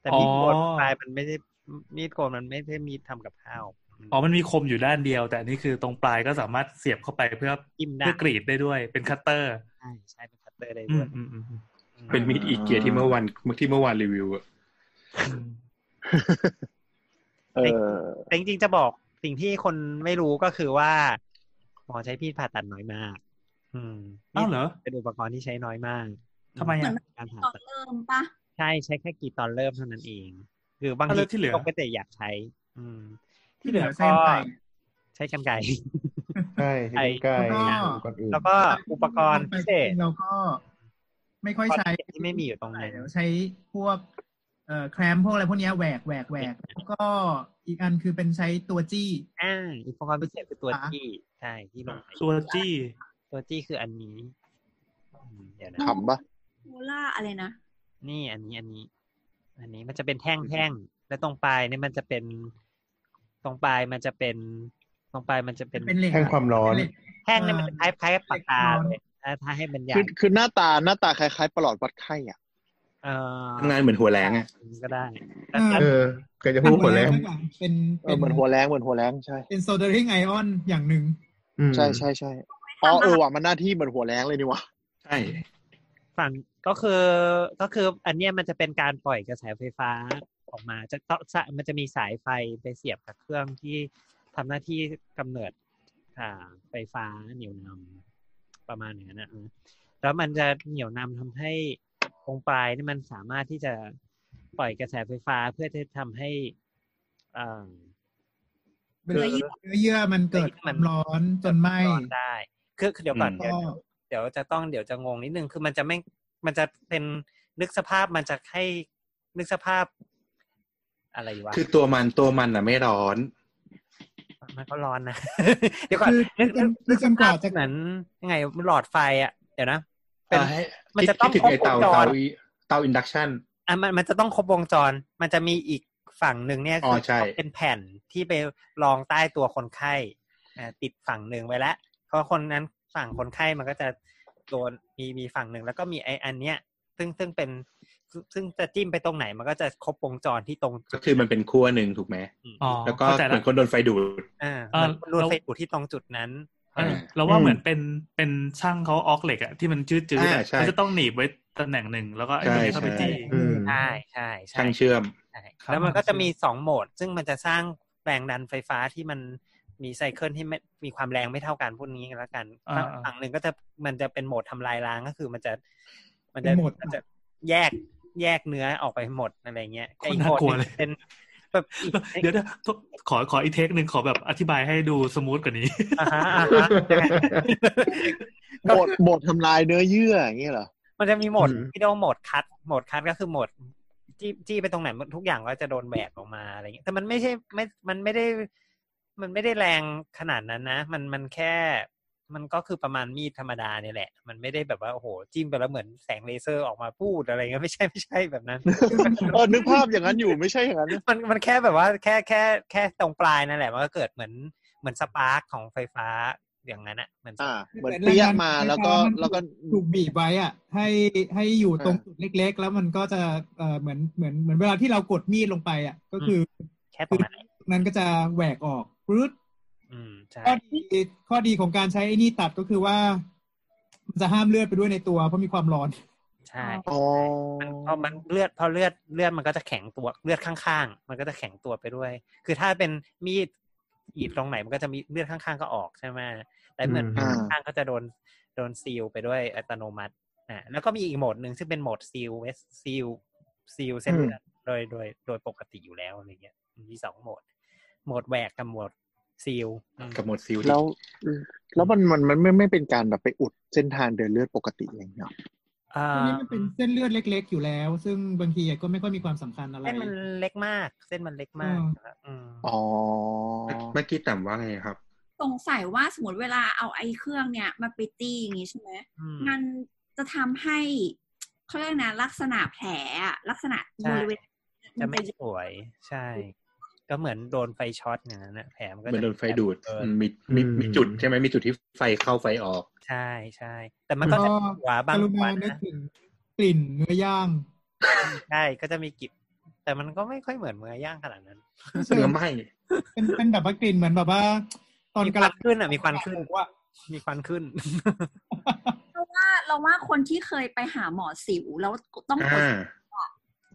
Speaker 6: แต่
Speaker 8: อ๋อ
Speaker 6: มีดโกนปลายมันไม่ได้มีดโกนมันไม่ได้มีดทำกับข้าว
Speaker 8: อ๋อมันมีคมอยู่ด้านเดียว แต่อันนี้คือตรงปลายก็สามารถเสียบเข้าไปเพื่อ
Speaker 6: จิ้มได้
Speaker 8: เพื่อกรีดได้ด้วยเป็นคัตเตอร์
Speaker 6: ใช่ใช่เป็นคัตเตอร์ได้
Speaker 8: อื
Speaker 6: ด้ว
Speaker 8: ม
Speaker 6: ย
Speaker 8: อืมอืมอืม
Speaker 2: เป็นมีดอีเกียที่เมื่อวันที่เมื่อวานรีวิวอะ
Speaker 5: เออ
Speaker 6: แต่จริงๆจะบอกสิ่งที่คนไม่รู้ก็คือว่า หมอใช้มีดผ่าตัดน้อยมาก อืมมี
Speaker 8: อ้าว
Speaker 6: ด
Speaker 8: เหรอ
Speaker 6: เป็นอุปกรณ์ที่ใช้น้อยมาก
Speaker 8: ทำไมอะ
Speaker 6: อืการผ่า
Speaker 3: ตอน
Speaker 6: ตัด
Speaker 3: เริ่มปะ
Speaker 6: ใช่ใช้แค่กี่ตอนเริ่มเท่านั้นเอง คือบาง
Speaker 8: อ่ะ
Speaker 6: ที
Speaker 8: แล้วที่เหลือ
Speaker 6: เราก็จะอยากใช้ อืม
Speaker 4: ที่เหลือ
Speaker 6: ที่
Speaker 4: ใช้
Speaker 6: เหลือก็
Speaker 4: ไป
Speaker 6: ใช้กันไก่
Speaker 7: ใช่ชิ้นไก่
Speaker 4: แล้วก็
Speaker 7: ก่อนอื่น
Speaker 6: แล้วก็อุปกรณ์พิเศษ
Speaker 4: เราก็ไม่ค่อยใช้
Speaker 6: ที่ไม่มีอยู่ตรง
Speaker 4: ใช่
Speaker 6: นั้น
Speaker 4: เดี๋ยวใช้พวกเอ่อแครมพวกอะไรพวกเนี้ยแหวกแหวกแหวกแล้วก็อีกอันคือเป็นใช้ตัวจี้
Speaker 6: อ่าอุปกรณ์พิเศษคือตัวจี้ใช่ที่ลงไป
Speaker 8: ตัวจี้
Speaker 6: ตัวจี้คืออันนี้อืมเดี๋ยวนะ
Speaker 5: ขำปะ
Speaker 3: โคล่าอะไรนะ
Speaker 6: นี่อันนี้อันนี้ อันนี้มันจะเป็นแท่งแท่งและตรงปลายเนี่ยมันจะเป็นตรงปลายมันจะเป็น ตรงปลายมันจะเป็น
Speaker 4: เป็นเหล็ก
Speaker 7: แท่งความร้อน
Speaker 4: เป็นเหล็ก
Speaker 6: แท่งเนี่ยมันจะคล้ายคล้ายปากกา
Speaker 4: เหล็กนอน
Speaker 6: เลยถ้าถ้าให้บรรยา
Speaker 5: คื
Speaker 6: ย
Speaker 5: อคือหน้าตาหน้าตาคล้ายๆประหลอดวัดไข้อ่ะ
Speaker 6: เออ
Speaker 2: ทำงานเหมือนหัวแรงอ่ะ
Speaker 6: ก็ได้
Speaker 4: เออ
Speaker 7: เออแกจะพูดคนแรก
Speaker 4: เป็นหัวแรงเป็น
Speaker 5: เออเหมือนหัวแรงเหมือนหัวแรงใช่
Speaker 4: เป็นโซเดอริงไอออนอย่างหนึ่ง
Speaker 7: อืม
Speaker 5: ใช่ใช่ใช่อ๋อเออว่ะมันหน้าที่เหมือนหัวแรงเลยนี่วะ
Speaker 2: ใช่
Speaker 6: ฝั่งก็คือก็คืออันเนี้ยมันจะเป็นการปล่อยกระแสไฟฟ้าออกมาจะต้องสะมันจะมีสายไฟไปเสียบกับเครื่องที่ทำหน้าที่กำเนิดอ่าไฟฟ้าเหนี่ยวนำประมาณอย่างนั้นนะเออแล้วมันจะเหนี่ยวนำทำให้ตรงปลายนี่มันสามารถที่จะปล่อยกระแสไฟฟ้าเพื่อที่จะทำให้อ่า
Speaker 4: เนื้อเยื่อเนื้อเยื่อมันเกิดความร้อนจนไหม้
Speaker 6: ร้อนได้คือคือเดี๋ยวก่อน
Speaker 4: อืม
Speaker 6: เดี๋ยวเดี๋ยวจะต้องเดี๋ยวจะงงนิดนึง คือมันจะไม่ มันจะเป็นนึกสภาพมันจะให้นึกสภาพ อะไรวะ
Speaker 2: คือตัวมันตัวมันอ่ะไม่ร้อน
Speaker 6: มันก็ร้อนนะ เดี๋ยวก่อน
Speaker 4: คือ
Speaker 6: นึก
Speaker 4: คือ
Speaker 6: นึกนึก
Speaker 4: จนกว่า
Speaker 6: สภ
Speaker 4: จะ
Speaker 6: พเหมือนยังไงหลอดไฟอ่ะ เดี๋ยวนะ เป็น
Speaker 2: อ่าให้
Speaker 6: มันจะต้อง
Speaker 2: คิดถึงไอ้
Speaker 6: ครบ
Speaker 2: เตาว
Speaker 6: งจ
Speaker 2: เตา
Speaker 6: ร
Speaker 2: อีเตาอินดักชัน
Speaker 6: อ่ะมันมันจะต้องครบวงจร มันจะมีอีกฝั่งหนึ่งเนี่ย
Speaker 2: อ๋อ
Speaker 6: คือ
Speaker 2: ใช่
Speaker 6: เป็นแผ่นที่ไปรองใต้ตัวคนไข้อ่าติดฝั่งหนึ่งไว้แล้วเพราะคนนั้นฝั่งคนไข้มันก็จะโดนมีมีฝั่งหนึ่งแล้วก็มีไออันเนี้ย ซึ่งซึ่งเป็นซึ่งซึ่งจะจิ้มไปตรงไหน มันก็จะครบวงจรที่ตรง
Speaker 2: ก็คือมันเป็นขั้วหนึ่งถูกไหม
Speaker 8: อ๋อ
Speaker 2: แล้วก็
Speaker 8: เข้าใจ
Speaker 2: เห
Speaker 8: ละ
Speaker 2: มือนคนโดนไฟดูด
Speaker 6: อ่า
Speaker 8: เอ่อ
Speaker 6: รูด
Speaker 8: แล้ว
Speaker 6: ไฟอยู่ที่ตรงจุดนั้น
Speaker 8: เออ
Speaker 2: อ่า
Speaker 8: เราว่าเหมือนเป็นเป็นช่างเขาออกเหล็กอะที่มันจืดจืด
Speaker 2: อ่าใช่
Speaker 8: เขาจะต้องหนีบไว้ตำแหน่งหนึ่งแล้วก็ไอ้
Speaker 2: ใช่
Speaker 8: ตัวนี้เข้าไป
Speaker 2: ใช่
Speaker 8: จี้
Speaker 7: อืม
Speaker 6: ใช่ใช่ใช่
Speaker 2: ช่างเชื่อม
Speaker 6: ใช่
Speaker 4: ครับ
Speaker 6: แล้วมันก็จะมีสองโหมด ซึ่งมันจะสร้างแรงดันไฟฟ้าที่มันมีไซเคิลที่ไม่มีความแรงไม่เท่ากันพูดงี้กันแล้วกัน
Speaker 8: อ่า
Speaker 6: ฝั่งหนึ่งก็จะมันจะเป็นโหมดทำลายล้างก็คือมันจะ มันจะ
Speaker 4: เป็นโหมด
Speaker 6: นจะแยกแยกเนื้อออกไปหมดอะไรเงี้ย
Speaker 8: โคตรน่ากลัวเลย
Speaker 6: เป็นแบบอีก
Speaker 8: เดี๋ยวเดี๋ยวขอขออีกเทคหนึ่งขอแบบอธิบายให้ดูสมูทกว่านี้
Speaker 6: อ่าฮะอ่าฮะยังไง
Speaker 5: บทบททำลายเนื้อเยื่ออย่างเงี้ยเหรอ
Speaker 6: มันจะมีโหมด
Speaker 7: อืม
Speaker 6: ที่เรียกว่าโหมดคัดโหมดคัดก็คือโหมดจี้จี้ไปตรงไหนมันทุกอย่างก็จะโดนแบกออกมาอะไรเงี้ยแต่มันไม่ใช่ไม่ มันไม่ได้ มันไม่ได้แรงขนาดนั้นนะ มันมันแค่ มันก็คือประมาณมีดธรรมดาเนี่ยแหละ มันไม่ได้แบบว่าโอ้โหจิ้มไปแล้วเหมือนแสงเลเซอร์ออกมาพูดอะไรเงี้ยไม่ใช่ไม่ใช่แบบนั้น
Speaker 5: เออนึกภาพอย่างนั้นอยู่ไม่ใช่อย่างนั้นนะ
Speaker 6: มันมันแค่แบบว่าแค่แค่แค่ตรงปลายนั่นแหละมันก็เกิดเหมือนเหมือนสปาร์กของไฟฟ้าอย่างนั้นอะเหมือน
Speaker 5: อ่า เหมือนเปี้ยมาแล้วก็แล้วก็
Speaker 4: ถูกบีบไว้อะให้ให้อยู่ตรงจุดเล็ก ๆ แล้วมันก็จะเอ่อเหมือนเหมือนเหมือนเวลาที่เรากดมีดลงไปอ่ะ ก็คือ
Speaker 6: แค่ตรงนั้นแหละ
Speaker 4: ตรงนั้นก็จะแหวกออกปื๊ด
Speaker 6: อืมใช่
Speaker 4: ข้อดีข้อดีของการใช้ไอ้นี่ตัดก็คือว่า มันจะห้ามเลือดไปด้วยในตัวเพราะมีความร้อน
Speaker 6: ใช่
Speaker 5: อ๋อ
Speaker 6: มันพอมันเลือดพอเลือดเลือดมันก็จะแข็งตัวเลือดข้างๆ มันก็จะแข็งตัวไปด้วย คือถ้าเป็นมีดอีดตรงไหนมันก็จะมีเลือดข้างๆก็ออกใช่ไหมแต่เหมือน
Speaker 7: อืม
Speaker 6: ข้างๆก็จะโดนโดนซีลไปด้วยอัตโนมัติอ่าแล้วก็มีอีกโหมดหนึ่งซึ่งเป็นโหมดซีลเวสซีลซีลเส้นเลือดโดยโดยโดยปกติอยู่แล้วอะไรเงี้ยมีสองโหมด โหมดแหวกกับโหมดซีลอืม
Speaker 2: กับโหมดซิล
Speaker 5: แล้วแล้วมันมันมันไม่ไม่เป็นการแบบไปอุดเส้นทางเดินเลือดปกติอย่างเงี้ย
Speaker 4: ตรงนี้มันเป็นเส้นเลือดเล็ก ๆ อยู่แล้ว ซึ่งบางทีก็ไม่ค่อยมีความสำคัญอะไร
Speaker 6: เส้นมันเล็กมาก เส้นมันเล็กมาก
Speaker 4: อืม
Speaker 6: นะครับอืม
Speaker 5: อ๋อ
Speaker 2: เมื่อกี้ต่ำว่าไงครับ
Speaker 3: สงสัยว่าสมมติเวลาเอาไอ้เครื่องเนี่ยมาไปตีอย่างงี้ใช่ไหม
Speaker 6: ม
Speaker 3: มันจะทำให้เขาเรียกนะลักษณะแผลอะลักษณะ
Speaker 6: ใช่
Speaker 3: บริเวณ
Speaker 6: จะไม่สวย ใช่ ก็เหมือนโดนไฟช็อตอย่างนั้นนะแผลมันก็
Speaker 2: เหมือนโดนไฟดูด
Speaker 6: เออ
Speaker 2: อืมมีมี
Speaker 7: อืม
Speaker 2: มีจุดใช่ไหมมีจุดที่ไฟเข้าไฟออก
Speaker 6: ใช่ใช่ แต่มันก็จะมีหัวบาง
Speaker 4: กรุ
Speaker 6: หัว
Speaker 4: ณานึก
Speaker 6: นะ
Speaker 4: ถึงกลิ่นเนื้อย่าง
Speaker 6: ใช่ก็จะมีกลิบแต่มันก็ไม่ค่อยเหมือนเมือย่างขนาดนั้น
Speaker 4: ไม่
Speaker 2: เนื้
Speaker 4: เชิ
Speaker 2: อง ไหม
Speaker 4: เป็นเป็นแบบว่ากลิ่นเหมือนแบบว่า ตอน
Speaker 6: มี
Speaker 4: ก
Speaker 6: ค
Speaker 4: ระ
Speaker 6: วันขึ้นอ่ะ มีควันขึ้น
Speaker 4: ว่า
Speaker 6: มีควันขึ้น
Speaker 3: เพราะว่าเราว่าคนที่เคยไปหาหมอสิวแล้วต้องกด
Speaker 2: อ่า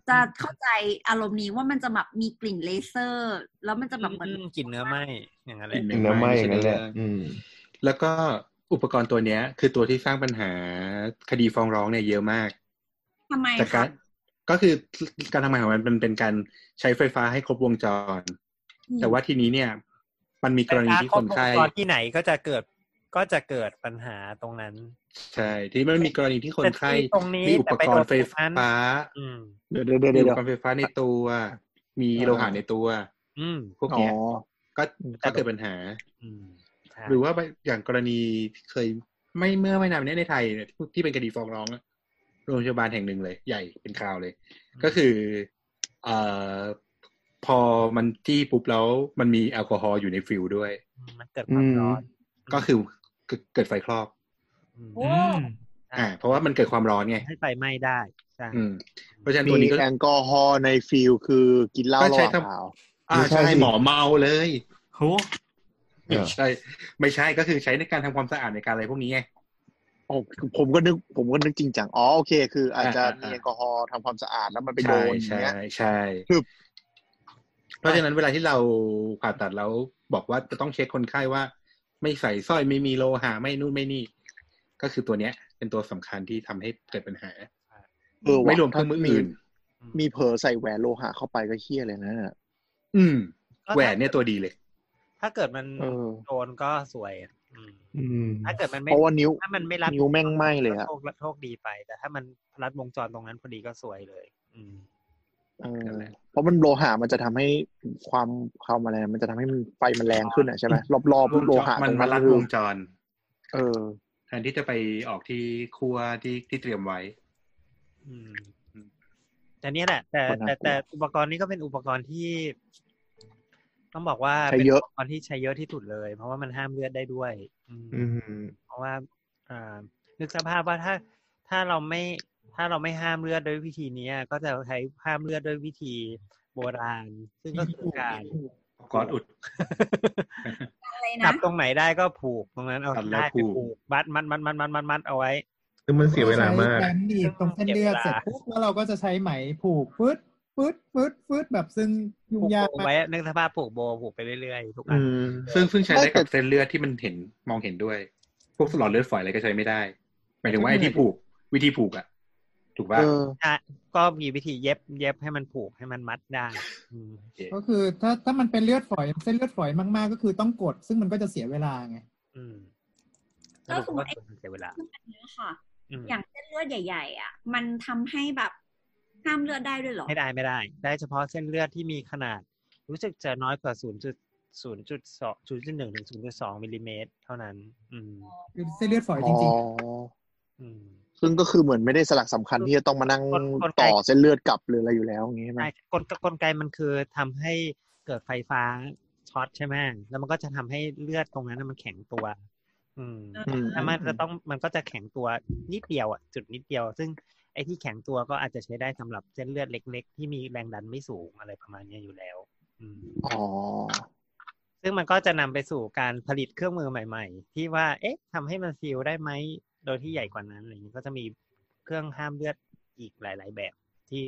Speaker 3: จะเข้าใจอารมณ์นี้ว่ามันจะแบบมีกลิ่นเลเซอร์ แล้วมันจะแบบเหมือน
Speaker 6: อืมกลิ่นเนื้อไหมอย่างนั้นแห
Speaker 2: กลิ่น
Speaker 6: ละ
Speaker 7: เนื้อไหมอย่างนั้นแหละ อืม
Speaker 2: แล้วก็อุปกรณ์ตัวเนี้ย คือตัวที่สร้างปัญหาคดีฟ้องร้องเนี่ยเยอะมาก
Speaker 3: ทำไม
Speaker 2: จากกา
Speaker 3: คะ
Speaker 2: รก็คือการทำงานของมันมันเป็นการใช้ไฟฟ้าให้ครบวงจร แต่ว่าทีนี้เนี่ย มันมีกรณีที่คนไข้
Speaker 6: ตอนที่ไหนก็จะเกิด ก็จะเกิดปัญหาตรงนั้น
Speaker 9: ใช่ ที่มันมีกรณีที่คนไข้
Speaker 6: แต่ที่ตรงนี้
Speaker 9: มีอุปกรณ์ไฟ
Speaker 6: แต่ไปโดนตรงนั้
Speaker 9: ฟ้า
Speaker 6: น อืม
Speaker 5: เดี๋ยวเดี๋ยวเดี๋ยว
Speaker 9: มีอุ
Speaker 5: เดี๋
Speaker 9: ป
Speaker 5: ยว
Speaker 9: กรณ์ไฟฟ้าในตัว มีโลหะ
Speaker 5: อ่า
Speaker 9: ในตัว
Speaker 6: อืม
Speaker 9: พวก
Speaker 5: อ๋อ
Speaker 9: เนี้ยก็ก็เกิดปัญหา
Speaker 6: อืมใช่
Speaker 9: หรือว่าอย่างกรณีที่เคยไม่เมื่อไม่นานมานี้ในไทยเนี่ยที่ที่เป็นคดีฟ้องร้องอะโรงพยาบาลแห่งหนึ่งเลย ใหญ่เป็นข่าวเลย ก็คือเอ่อพอมันจี้ปุ๊บแล้วมันมีแอลกอฮอล์อยู่ในฟิลด้วย
Speaker 6: มันเกิดความร้อน
Speaker 9: ก็คือเกิดเกิดไฟคลอก
Speaker 6: ม
Speaker 3: โอ้
Speaker 8: ม
Speaker 9: อ่า เพราะว่ามันเกิดความร้อนไง
Speaker 6: ให้ไฟไหม้ได้ใช่
Speaker 9: อืมเพราะฉะนั้นตัว
Speaker 5: มี
Speaker 9: นี้ก็
Speaker 5: แอลกอฮอล์ในฟิลคือกินเหล้า
Speaker 9: ก็
Speaker 5: ระห
Speaker 9: ใช้
Speaker 5: ว่าง
Speaker 9: ทำ
Speaker 5: เผา
Speaker 9: อ่า
Speaker 7: ไม่ใช่
Speaker 9: ใช่
Speaker 7: สิ
Speaker 9: หมอเมาเลย
Speaker 8: โห
Speaker 7: เออ
Speaker 9: ใช่ ไม่ใช่ก็คือใช้ในการทำความสะอาดในการอะไรพวกนี้ไง
Speaker 5: โอ้ผมก็นึกผมก็นึกจริงจังอ๋อโอเค คืออาจจะ
Speaker 9: อ่าอ่า
Speaker 5: มีแอลกอฮอล์ทำความสะอาดแล้วมันไปโด
Speaker 9: ใช่
Speaker 5: นอย่าง
Speaker 9: ใช่
Speaker 5: เงี้ย
Speaker 9: ใช่
Speaker 5: คือ
Speaker 9: เพราะฉะนั้นเวลาที่เราผ่าตัดแล้วบอกว่าจะต้องเช็คคนไข้ว่า ไม่ใส่สร้อยไม่มีโลหะไม่นู่นไม่นี่ ก็คือตัวเนี้ย เป็นตัวสำคัญที่ทำให้เกิดปัญหา
Speaker 5: เออ
Speaker 9: ไม่
Speaker 5: ว่ะ
Speaker 9: รวมเครื่องมืออื่น
Speaker 5: มีเผลอใส่แหวนโลหะเข้าไปก็เฮี้ยเลยนะ
Speaker 9: อืม
Speaker 6: ก็
Speaker 9: แหวนเนี่ยตัวดีเลย
Speaker 6: ถ้าเกิดมัน
Speaker 5: เออ
Speaker 6: โดนก็สวยอะอืม
Speaker 7: อืม
Speaker 6: ถ้าเกิดมันไม่
Speaker 5: เพราะว่านิ้ว
Speaker 6: ถ้ามันไม่รัด
Speaker 5: นิ้วแม่งไหม้เลยอะ
Speaker 6: ก็โชคโชคดีไป แต่ถ้ามันรัดวงจรตรงนั้นพอดีก็สวยเลย อืม
Speaker 5: เออ
Speaker 9: นั่นแหละ
Speaker 5: เพราะมันโลหะมันจะทำให้ความความอะไรมันจะทำให้มันไฟมันแรงขึ้นอ่ะใช่ไหมรอบๆโลหะ
Speaker 9: มัน
Speaker 5: ตรง
Speaker 9: มา
Speaker 5: นั้น
Speaker 9: รัด
Speaker 5: คื
Speaker 9: ว
Speaker 5: อง
Speaker 9: จร
Speaker 5: เออ
Speaker 9: แทนที่จะไปออกที่ครัวที่ที่เตรียมไว้
Speaker 6: อืม
Speaker 9: อืม
Speaker 6: แต่เนี้ยแหละ แต่
Speaker 5: คนน่ากลัว
Speaker 6: แต่แต่อุปกรณ์นี้ก็เป็นอุปกรณ์ที่ ต้องบอกว่า
Speaker 5: ใช้
Speaker 6: เป็น
Speaker 5: เย
Speaker 6: อุ
Speaker 5: อะ
Speaker 6: ปกรณ์ที่ใช้เยอะที่สุดเลย เพราะว่ามันห้ามเลือดได้ด้วย อืม
Speaker 7: อืม
Speaker 6: เพราะว่าอ่านึกสภาพว่าถ้าถ้าเราไม่ ถ้าเราไม่ห้ามเลือดด้วยวิธีเนี้ย ก็จะใช้ห้ามเลือดด้วยวิธีโบราณ ซึ่งก็คือการ
Speaker 9: ก่อนอุด
Speaker 3: อะไร
Speaker 6: จั
Speaker 3: นะ
Speaker 6: บตรงไหนได้ก็ผูกตรงนั้นเอา
Speaker 9: ตัดแล้ว
Speaker 6: ได้ไป
Speaker 9: ผูก
Speaker 6: ผูกมัดมัดมัดมัดมัดมัดมัดเอาไว้
Speaker 7: คือมันเสียเวลามาก
Speaker 4: ใช้แขนดีดตรงเส้นเลือดเสร็จปุ๊บแล้วเราก็จะใช้ไหมผูกฟึดฟึดฟึดฟึดแบบซึ่งยุ่ง
Speaker 6: ผูก
Speaker 4: ยาก
Speaker 6: โบ
Speaker 4: มาก
Speaker 6: ไว้นึกสภาพผูกโบผูกไปเรื่อยๆทุกอั
Speaker 7: อื
Speaker 6: น
Speaker 7: ม
Speaker 9: ซึ่งซึ่งใช้
Speaker 5: ไม่
Speaker 9: ได้
Speaker 5: แต่
Speaker 9: กับเส้นเลือดที่มันเห็นมองเห็นด้วย พวกสลอดเลือดฝอยอะไรก็ใช้ไม่ได้ หมายถึงว่าไอ้ที่ผูกวิธีผูกอะถูกป่ะ
Speaker 5: เออ
Speaker 6: อ่ะก็มีวิธีเย็บเย็บให้มันผูกให้มันมัดได้อืม
Speaker 4: ก็คือถ้าถ้ามันเป็นเลือดฝอยเส้นเลือดฝอยมากๆ ก็คือต้องกด ซึ่งมันก็จะเสียเวลาไง
Speaker 6: อืม
Speaker 3: ก็สมมุติ
Speaker 6: รุปว่าเสียเวลา
Speaker 3: เรื่องอันเนี้ยค่ะ
Speaker 6: อืม
Speaker 3: อย่างเส้นเลือดใหญ่ ๆ อ่ะ มันทำให้แบบห้ามเลือดได้ด้วยเหรอ
Speaker 6: ไม่ได้ไม่ได้ ได้เฉพาะเส้นเลือดที่มีขนาด รู้สึกจะน้อยกว่า 0.0.2 0.1 ถึง 0.2 มิลลิเมตร เท่านั้น อืม
Speaker 4: คือเส้นเลือดฝอยจ
Speaker 5: อ๋อ
Speaker 4: ริง
Speaker 6: อืม
Speaker 5: ซึ่งก็คือเหมือนไม่ได้สลักสำคัญที่จะต้องมานั่ง
Speaker 6: คนคนไกล
Speaker 5: ต่อเส้นเลือดกลับหรืออะไรอยู่แล้วอย่างเงี้ยใช่ไหม
Speaker 6: ใช่กลไกกลไกมันคือทำให้เกิดไฟฟ้าช็อตใช่ไหมแล้วมันก็จะทำให้เลือดตรงนั้นนะมันแข็งตัว อืม
Speaker 5: อืม
Speaker 6: ถ้ามันจะต้องมันก็จะแข็งตัวนิดเดียวอ่ะจุดนิดเดียว ซึ่งไอ้ที่แข็งตัวก็อาจจะใช้ได้สำหรับเส้นเลือดเล็ก ๆ ที่มีแรงดันไม่สูงอะไรประมาณเนี้ยอยู่แล้ว อืม
Speaker 5: อ๋อ
Speaker 6: ซึ่งมันก็จะนำไปสู่การผลิตเครื่องมือใหม่ ๆ ที่ว่า เอ๊ะทำให้มันซีลได้ไหมโดยที่ใหญ่กว่านั้นอะไรอย่างนี้ก็จะมีเครื่องห้ามเลือดอีกหลาย ๆ แบบที่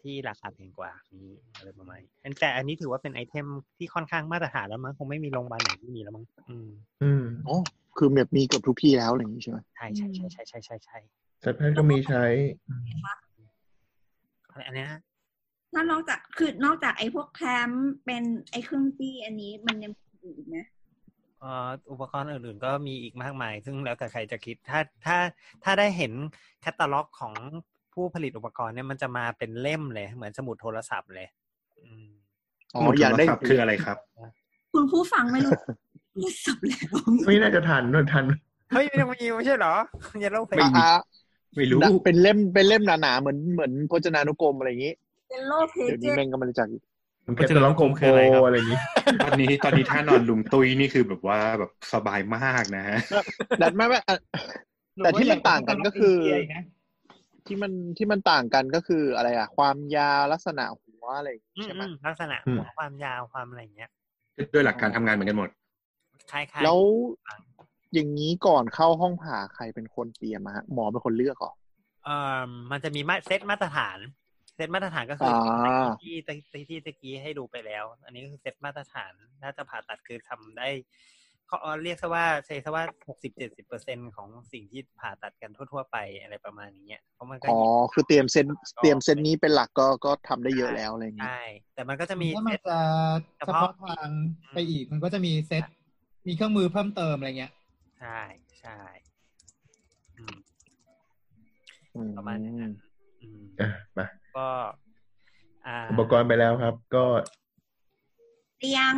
Speaker 6: ที่ราคาแพงกว่านี้อะไรประมาณนี้อันแต่อันนี้ถือว่าเป็นไอเทมที่ค่อนข้างมาตรฐานแล้วมั้งคงไม่มีโรงพยาบาลไหนที่มีแล้วมั้งอืม
Speaker 7: อืม
Speaker 5: อ๋อ คือแบบมีเกือบทุกที่แล้วอะไรอย่างงี้ใช่ไหม
Speaker 6: ใช่ใช่ใช่ใช่ใช่ใช่ใช่
Speaker 7: สัตว์แพทย์ก็มีใช้
Speaker 6: อะไรอันเนี้ยฮะ
Speaker 3: ถ้านอกจากคือนอกจากไอ้พวกแคลมป์เป็นไอ้เครื่องจี้อันนี้มันยังมีอีกไหม
Speaker 6: เอ่ออุปกรณ์อื่นๆก็มีอีกมากมาย ซึ่งแล้วแต่ใครจะคิดถ้าถ้าถ้าได้เห็นแคตตาล็อกของผู้ผลิตอุปกรณ์เนี่ยมันจะมาเป็นเล่มเลย เหมือนสมุดโทรศัพท์เลย อืม
Speaker 5: อ๋อ
Speaker 9: หมด
Speaker 5: อยากได้
Speaker 9: โทรศัพท์คืออะไรครับ
Speaker 3: คุณผู้ฟังไม่รู้ รู้สึกแล้ว
Speaker 7: ไม่น่าจะทันนทัน
Speaker 6: เฮ้ยมันยังมีไม่ใช่เหรอเยลโล่เพล
Speaker 9: ไม่มี
Speaker 5: อ่ะ
Speaker 9: ไม่รู้
Speaker 5: อ่ะเป็นเล่มเป็นเล่มหนาๆเหมือนเหมือนพจนานุกรมอะไรอย่างงี้
Speaker 3: เป็นโรคเพ
Speaker 5: เดี๋ยว
Speaker 3: เจ
Speaker 5: นี้
Speaker 3: อร์
Speaker 5: แม่งก็ไม่รู้จักอีก
Speaker 7: มันแค่ตะล้องโคมโคอะไรอย่างนี้
Speaker 9: ตอนนี้ตอนนี้ถ้านอนลุงตุ้ยนี่คือแบบว่าแบบสบายมากนะฮะ
Speaker 5: ดัดไม่ไม่อ่ะ แต่ที่มันต่างกันก็คือ ที่มันที่มันต่างกันก็คืออะไรอ่ะ ความยาวลักษณะหัวอะไรอย่างงี้ใช่ไหม
Speaker 6: ลักษณะ
Speaker 7: อืม
Speaker 6: หัวความยาวความอะไรอย่างเงี้ย
Speaker 9: ด้วยหลักการทำงานเหมือนกันหมด
Speaker 6: คล้ายๆ
Speaker 5: แล้วอย่างนี้ก่อนเข้าห้องผ่าใครเป็นคนเตรียมอะฮะหมอเป็นคนเลือกเหรอ
Speaker 6: เอ่อมันจะมีมาเซตมาตรฐาน เซตมาตรฐานก็คืออา ที่ตะที่ที่ตะกี้ให้ดูไปแล้ว อันนี้ก็คือเซตมาตรฐานถ้าจะผ่าตัดคือทำได้เขาเอาเรียกซะว่าใช้ซะว่าหกสิบเจ็ดสิบเปอร์เซ็นของสิ่งที่ผ่าตัดกันทั่ว ๆ ไปอะไรประมาณนี้เนี่ยเพราะมันก็
Speaker 5: อ๋อ คือเตรียมเซนเตรียมเซนนี้เป็นหลักก็ก็ทำได้เยอะแล้วอะไรอย่างงี้
Speaker 6: ใช่แต่มันก็จะมี
Speaker 4: ถ้า
Speaker 6: เซ
Speaker 4: มัน
Speaker 6: ตเ
Speaker 4: จะ
Speaker 6: ฉ
Speaker 4: เฉ
Speaker 6: พาะ
Speaker 4: พาะทางไปอีกมันก็จะมีเซตมีเครื่องมือเพิ่มเติมอะไรเงี้ย
Speaker 6: ใช่ใช่อืม
Speaker 5: อื
Speaker 6: ประมาณนั้น อืม
Speaker 7: อ่ะมา
Speaker 6: ก็อ่า
Speaker 7: อุปกรณ์ไปแล้วครับ ก็
Speaker 3: เตียง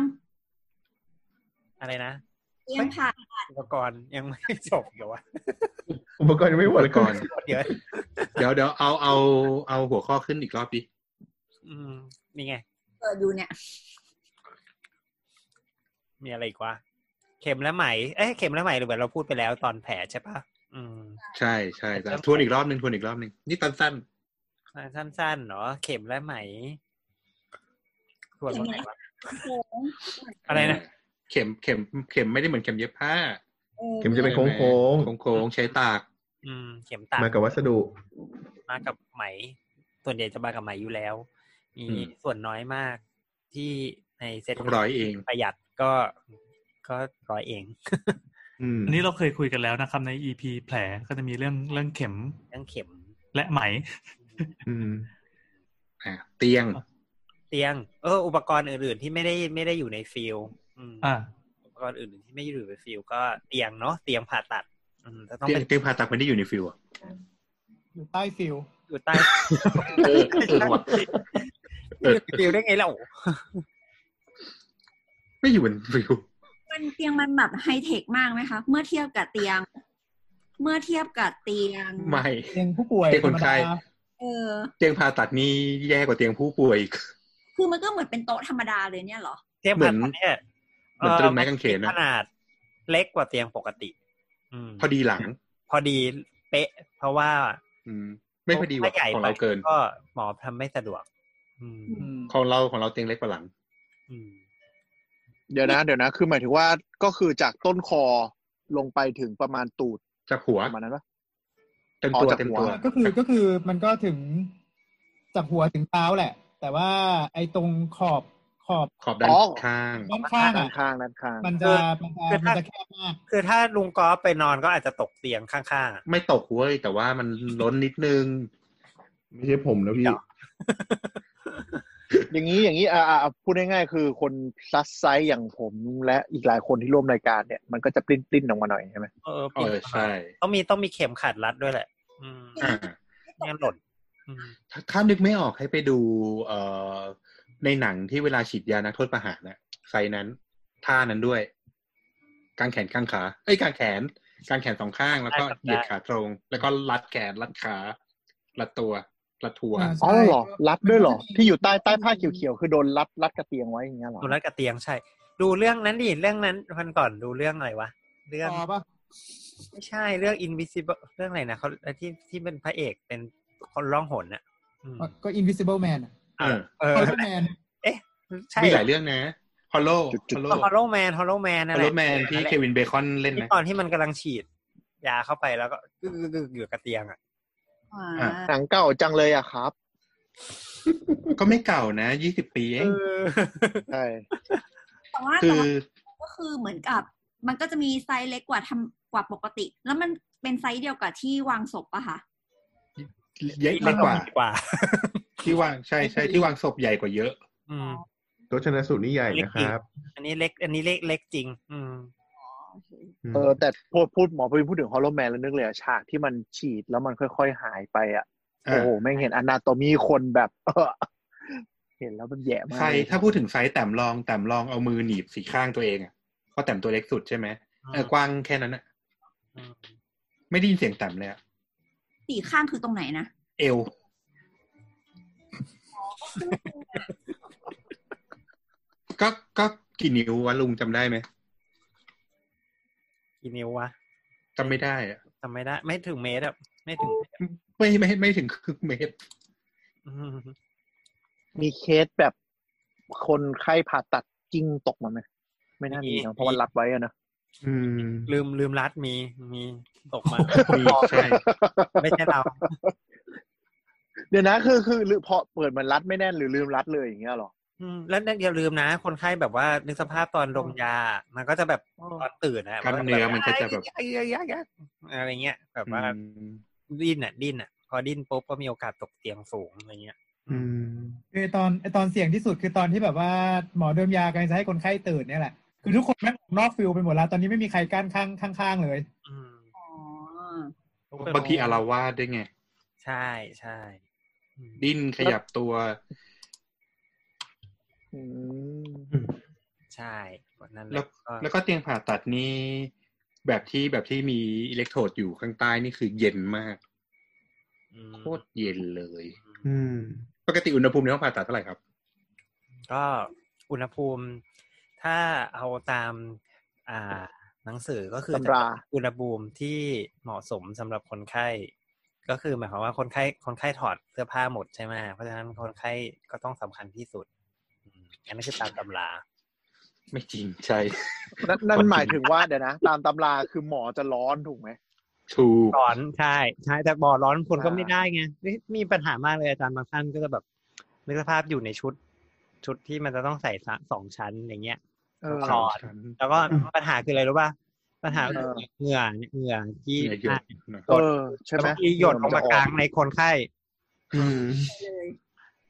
Speaker 6: อะไรนะ
Speaker 3: เตียงผ่า
Speaker 6: อุปกรณ์ยังไม่จบเหรอวะ
Speaker 7: อุปกรณ์ยังไม่หมด
Speaker 9: ก่อน
Speaker 6: เดี๋ยว
Speaker 9: เดี๋ยวเดี๋ยวเอาเอาเอาหัวข้อขึ้นอีกรอบดิ
Speaker 6: อืมนี่ไง
Speaker 3: เกิดอยู่เนี่ย
Speaker 6: มีอะไรอีกวะเข็มและไหม เอ้ยเข็มและไหมหรือเหมือนเราพูดไปแล้วตอนแผลใช่ปะอืม
Speaker 9: ใช่ใช่แต่ทวนอีกรอบหนึ่งทวนอีกรอบหนึ่งนี่สั้น
Speaker 6: สั้นๆเนาะเข็มและไหมส่วนตรงไหนวะ
Speaker 3: โค้ง
Speaker 9: ๆ
Speaker 6: อะไรนะ
Speaker 9: เข็มเข็มเข็มไม่ได้เหมือนเข็มเย็บผ้า
Speaker 3: ออ
Speaker 7: เข็มจะเป็นโค้งโค้ง
Speaker 9: โค้งโค้งๆใช้ตาก
Speaker 6: อืม เข็มตัด
Speaker 7: ๆมากับวัสดุ
Speaker 6: มากับไหม ส่วนใหญ่จะมากับไหมอยู่แล้ว มี
Speaker 9: อืม
Speaker 6: ส่วนน้อยมากที่ในเซ็ต
Speaker 9: ต้องร้อยเอง
Speaker 6: ประหยัดก็ก็ร้อยเอง
Speaker 9: อืม
Speaker 8: อันนี้เราเคยคุยกันแล้วนะครับใน EP แผลก็จะมีเรื่องเรื่องเข็ม
Speaker 6: เรื่องเข็ม
Speaker 8: และไหม
Speaker 7: อืม
Speaker 9: อ่ะเตียง
Speaker 6: เตียง เออ อุปกรณ์อื่นๆที่ไม่ได้ไม่ได้อยู่ในฟิลอืม
Speaker 8: อ่า
Speaker 6: อุปกรณ์อื่นที่ไม่อยู่ในฟิลก็เตียงเนาะเตียงผ่าตัด อืมจะต้อง
Speaker 9: เตีย
Speaker 6: เป็
Speaker 9: ง
Speaker 6: น
Speaker 9: เตียงผ่าตัดไม่ได้อยู่ในฟิวอะ
Speaker 4: อยู่ใต้ฟิล
Speaker 6: อยู่ใต้
Speaker 9: เออเออว่ะ
Speaker 6: อยู่ในฟิลได้ไงเรา
Speaker 9: ไม่อยู่บนฟิว
Speaker 3: มันเตียงมันแบบไฮเทคมากไหมคะ เมื่อเทียบกับเตียง เมื่อเทียบกับเตียง
Speaker 9: ไม่
Speaker 4: เตียงผู้ป่วย
Speaker 9: เตียงคนไข้
Speaker 4: ธรรมดา
Speaker 3: เออ
Speaker 9: เตียงผ่าตัดนี่แย่กว่าเตียงผู้ป่วยอีก
Speaker 3: คือมันก็เหมือนเป็นโต๊ะธรรมดาเลยเนี่ยเหรอ
Speaker 6: เตียงผ่าตัดเนี่ย
Speaker 9: เหมือนตรึงไม้กางเขนอะ
Speaker 6: ขนาดเล็กกว่าเตียงปกติ อืม
Speaker 9: พอดีหลัง
Speaker 6: พอดีเป๊ะ เพราะว่า
Speaker 9: อืม ไม่พอดีว่ะ
Speaker 6: ถ้าใหญ่
Speaker 9: ของเราเกิน
Speaker 6: ไปก็หมอทำไม่สะดวก อืม
Speaker 4: อืม
Speaker 9: ของเราของเราเตียงเล็กกว่าหลัง
Speaker 6: อืม
Speaker 5: เดี๋ยวนะ เดี๋ยวนะ คือหมายถึงว่าก็คือจากต้นคอลงไปถึงประมาณตูด
Speaker 9: จากหัว
Speaker 5: ประมาณนั้นปะ
Speaker 9: เต็มตัว
Speaker 5: อ๋อจาก
Speaker 9: เต็ม
Speaker 5: หัว
Speaker 9: ตัว
Speaker 4: ก็คือก็คือมันก็ถึงจากหัวถึงเท้าแหละ แต่ว่าไอ้ตรงขอบขอบ
Speaker 9: ขอบด้าน
Speaker 5: อ๋อ
Speaker 9: ข้าง
Speaker 4: ด้านข้าง
Speaker 5: ด้า
Speaker 4: อ่ะ
Speaker 5: นข้างด้านข้าง
Speaker 4: มันจะมันจะมันจะแคบมาก
Speaker 6: คือถ้าลุงกอล์ฟไปนอนก็อาจจะตกเตียงข้างๆอะ
Speaker 9: ไม่ตกเว้ยแต่ว่ามันล้นนิดนึง
Speaker 7: ไม่ใช่ผมนะพี่
Speaker 6: เดี๋ยว
Speaker 5: อย่างนี้อย่างนี้อ่าอ่าพูดง่ายๆคือคนพลัสไซส์อย่างผมและอีกหลายคนที่ร่วมรายการเนี่ยมันก็จะปลิ้นปลิ้นๆออกมาหน่อยใช่ไหม
Speaker 6: เออ
Speaker 9: เออใช่
Speaker 6: ต้องมีต้องมีเข็มขัดรัดด้วยแหละ อืม
Speaker 9: อ่า
Speaker 6: ไม่งั้นหล่นอืม
Speaker 9: ถ้าถ้านึกไม่ออกให้ไปดูเอ่อในหนังที่เวลาฉีดยานักโทษประหารนะไซส์นั้น ท่านั้นด้วยกางแขนกางขาเอ้ยกางแขนกางแขนสองข้างแล้วก็เห
Speaker 6: ได้ครับ
Speaker 9: ยียดขาตรง แล้วก็รัดแขนรัดขา รัดตัวรัดทัว
Speaker 1: อ่า
Speaker 5: อ๋อเหรอ
Speaker 1: ใช่
Speaker 5: รัดด้วยเหรอ ที่อยู่ใต้ใต้ผ้าเขียวๆคือโดนรัดรัดกระเตียงไว้อย่างเงี้ยเหรอ
Speaker 6: ดูรัดกับเตียงใช่ ดูเรื่องนั้นดิเรื่องนั้นวันก่อนดูเรื่องอะไรวะเรื่อง
Speaker 4: ต่อปะ
Speaker 6: ไม่ใช่เรื่อง invisible เรื่องอะไรนะเขาที่ที่เป็นพระเอกเป็นคนร้องหนน่ะอืม
Speaker 4: ก็ invisible man
Speaker 9: เออ
Speaker 6: เออ
Speaker 4: Hollow Man
Speaker 6: ใช่
Speaker 9: มีหลายเรื่องนะฮอลโล
Speaker 6: ฮอลโลแมนฮอลโลแมน
Speaker 9: ฮอลโลแมนที่เควินเบคอนเล่น
Speaker 6: ที่
Speaker 9: นะ
Speaker 6: ตอนที่มันกำลังฉีด ยาเข้าไปแล้วก็กึกกึกกึกอยู่กับเตียงอ่ะ
Speaker 3: อ่า
Speaker 9: อ่ะ
Speaker 5: หนังเก่าจังเลยอะครับ
Speaker 9: ก็ไม่เก่านะยี่สิบปีเอง
Speaker 6: เออ
Speaker 5: ใช่
Speaker 3: แต่ว่า
Speaker 9: คื
Speaker 3: แต่
Speaker 9: อ
Speaker 3: ว่าก็คือเหมือนกับ มันก็จะมีไซส์เล็กกว่าทำกว่าปกติ แล้วมันเป็นไซส์เดียวกับที่วางศพอะค่ะ
Speaker 9: เยอะเล็กกว่า
Speaker 6: กว่า
Speaker 9: ที่วางใช่ใช่ที่วางศพใหญ่กว่าเยอะ
Speaker 6: อืม
Speaker 7: รถชนะสูตรนี่ใหญ่นะครับ
Speaker 6: อันนี้เล็ก อันนี้เล็กเล็กจริง อืม
Speaker 5: เออแต่พูดพูดหมอพูดพูดถึงฮอลโลแมนแล้วนึกเลยอะฉากที่มันฉีดแล้วมันค่อยๆหายไปอะ
Speaker 9: เออ
Speaker 5: โอ้โหแม่งเห็นอนาโตมีคนแบบ เออเห็นแล้วมันแย่มาก
Speaker 9: ไซส์ถ้าพูดถึงไซส์แต้มลองแต้มลองเอามือหนีบสีข้างตัวเองอ่ะเพราะแต้มตัวเล็กสุดใช่ไหมเออกว้างแค่นั้นอ่ะ
Speaker 6: อืม
Speaker 9: ไม่ได้ยินเสียงแต้มเลยอะ
Speaker 3: สีข้างคือตรงไหนนะ
Speaker 9: เอว ก็ก็กี่นิ้ววะลุงจำได้ไหม
Speaker 6: กี่นิ้ววะ
Speaker 9: จำไม่ได้อ่ะ
Speaker 6: จำไม่ได้ ไม่ถึงเมตรอะไม่ถึงเมตร
Speaker 9: ไม่ไม่ไม่ถึงครึ่งเมตร
Speaker 6: อืม
Speaker 5: มีเคสแบบคนไข้ผ่าตัดกิ้งตกมาไหมไม่น่ามีเนอะเพราะมันรัดไว้อะนะ
Speaker 9: อืม
Speaker 6: ลืมลืมรัดมีมีตกมา
Speaker 9: มีใช่
Speaker 6: ไม่ใช่เรา
Speaker 5: เดี๋ยวนะคือคือหรือพอเปิดมันรัดไม่แน่นหรือลืมรัดเลยอย่างเงี้ยเหรอ
Speaker 6: อืมแล้วนั่นอย่าลืมนะ คนไข้แบบว่านึกสภาพตอนดมยา มันก็จะแบบตอนตื่นนะ
Speaker 9: กล้ามเนื้อมันก็จะแบบ
Speaker 6: ไอ้ยายายาอะไรเงี้ยแบบว่า
Speaker 9: อืม
Speaker 6: ดิ้นอ่ะดิ้นอ่ะ พอดิ้นปุ๊บก็มีโอกาสตกเตียงสูงอะไรเงี้ย
Speaker 9: อืม
Speaker 4: คือตอนไอ้ตอนเสี่ยงที่สุดคือตอนที่แบบว่าหมอเดิมยากำลังจะให้คนไข้ตื่นเนี่ยแหละ คือทุกคนแม่งนอกฟิลไปหมดแล้ว ตอนนี้ไม่มีใครกั้นข้างข้างๆเลย
Speaker 6: อืม
Speaker 3: อ๋อ
Speaker 9: บางทีอารวาสด้วยไง
Speaker 6: ใช่ใช่อืม
Speaker 9: ดิ้นขยับตัว
Speaker 5: อืม
Speaker 6: ใช่นั่นแห
Speaker 9: แล้
Speaker 6: ละ
Speaker 9: ว แล้วก็เตียงผ่าตัดนี่แบบที่แบบที่มีอิเล็กโทรดอยู่ข้างใต้นี่คือเย็นมาก
Speaker 6: อืม
Speaker 9: โคตรเย็นเลย
Speaker 6: อืม
Speaker 7: อืม
Speaker 9: ปกติอุณหภูมิในห้องผ่าตัดเท่าไหร่ครับ
Speaker 6: ก็อุณหภูมิ ถ้าเอาตาม อ่า หนังสือก็คือ
Speaker 5: ตำรา
Speaker 6: อุณหภูมิที่เหมาะสมสำหรับคนไข้ ก็คือหมายความว่าคนไข้คนไข้ถอดเสื้อผ้าหมดใช่ไหมเพราะฉะนั้นคนไข้ก็ต้องสำคัญที่สุดอืมอันนี้คือตามตำรา
Speaker 9: ไม่จริงใช่
Speaker 5: นั่นนั่นหมายถึงว่าเดี๋ยวนะ ตามตำราคือหมอจะร้อนถูกไหม
Speaker 9: ถูก
Speaker 6: ร้อนใช่ใช่แต่บ่อร้อนคนก็
Speaker 5: อ่า
Speaker 6: ไม่ได้ไงนี่มีปัญหามากเลยอาจารย์บางท่านก็จะแบบนึกสภาพอยู่ในชุด ชุดที่มันจะต้องใส่สะสองชั้นอย่างเงี้ย
Speaker 5: เออ
Speaker 6: ร้อน แล้วก็ปัญหาคืออะไรรู้ป่ะปัญหา
Speaker 5: เออ
Speaker 6: เหงื่อเนี่ยเหงื่อที่
Speaker 9: เหงื่อหยด
Speaker 5: เออ ใช่ไหม
Speaker 6: ที่หยดลงมากลางในคนไข้
Speaker 7: อืม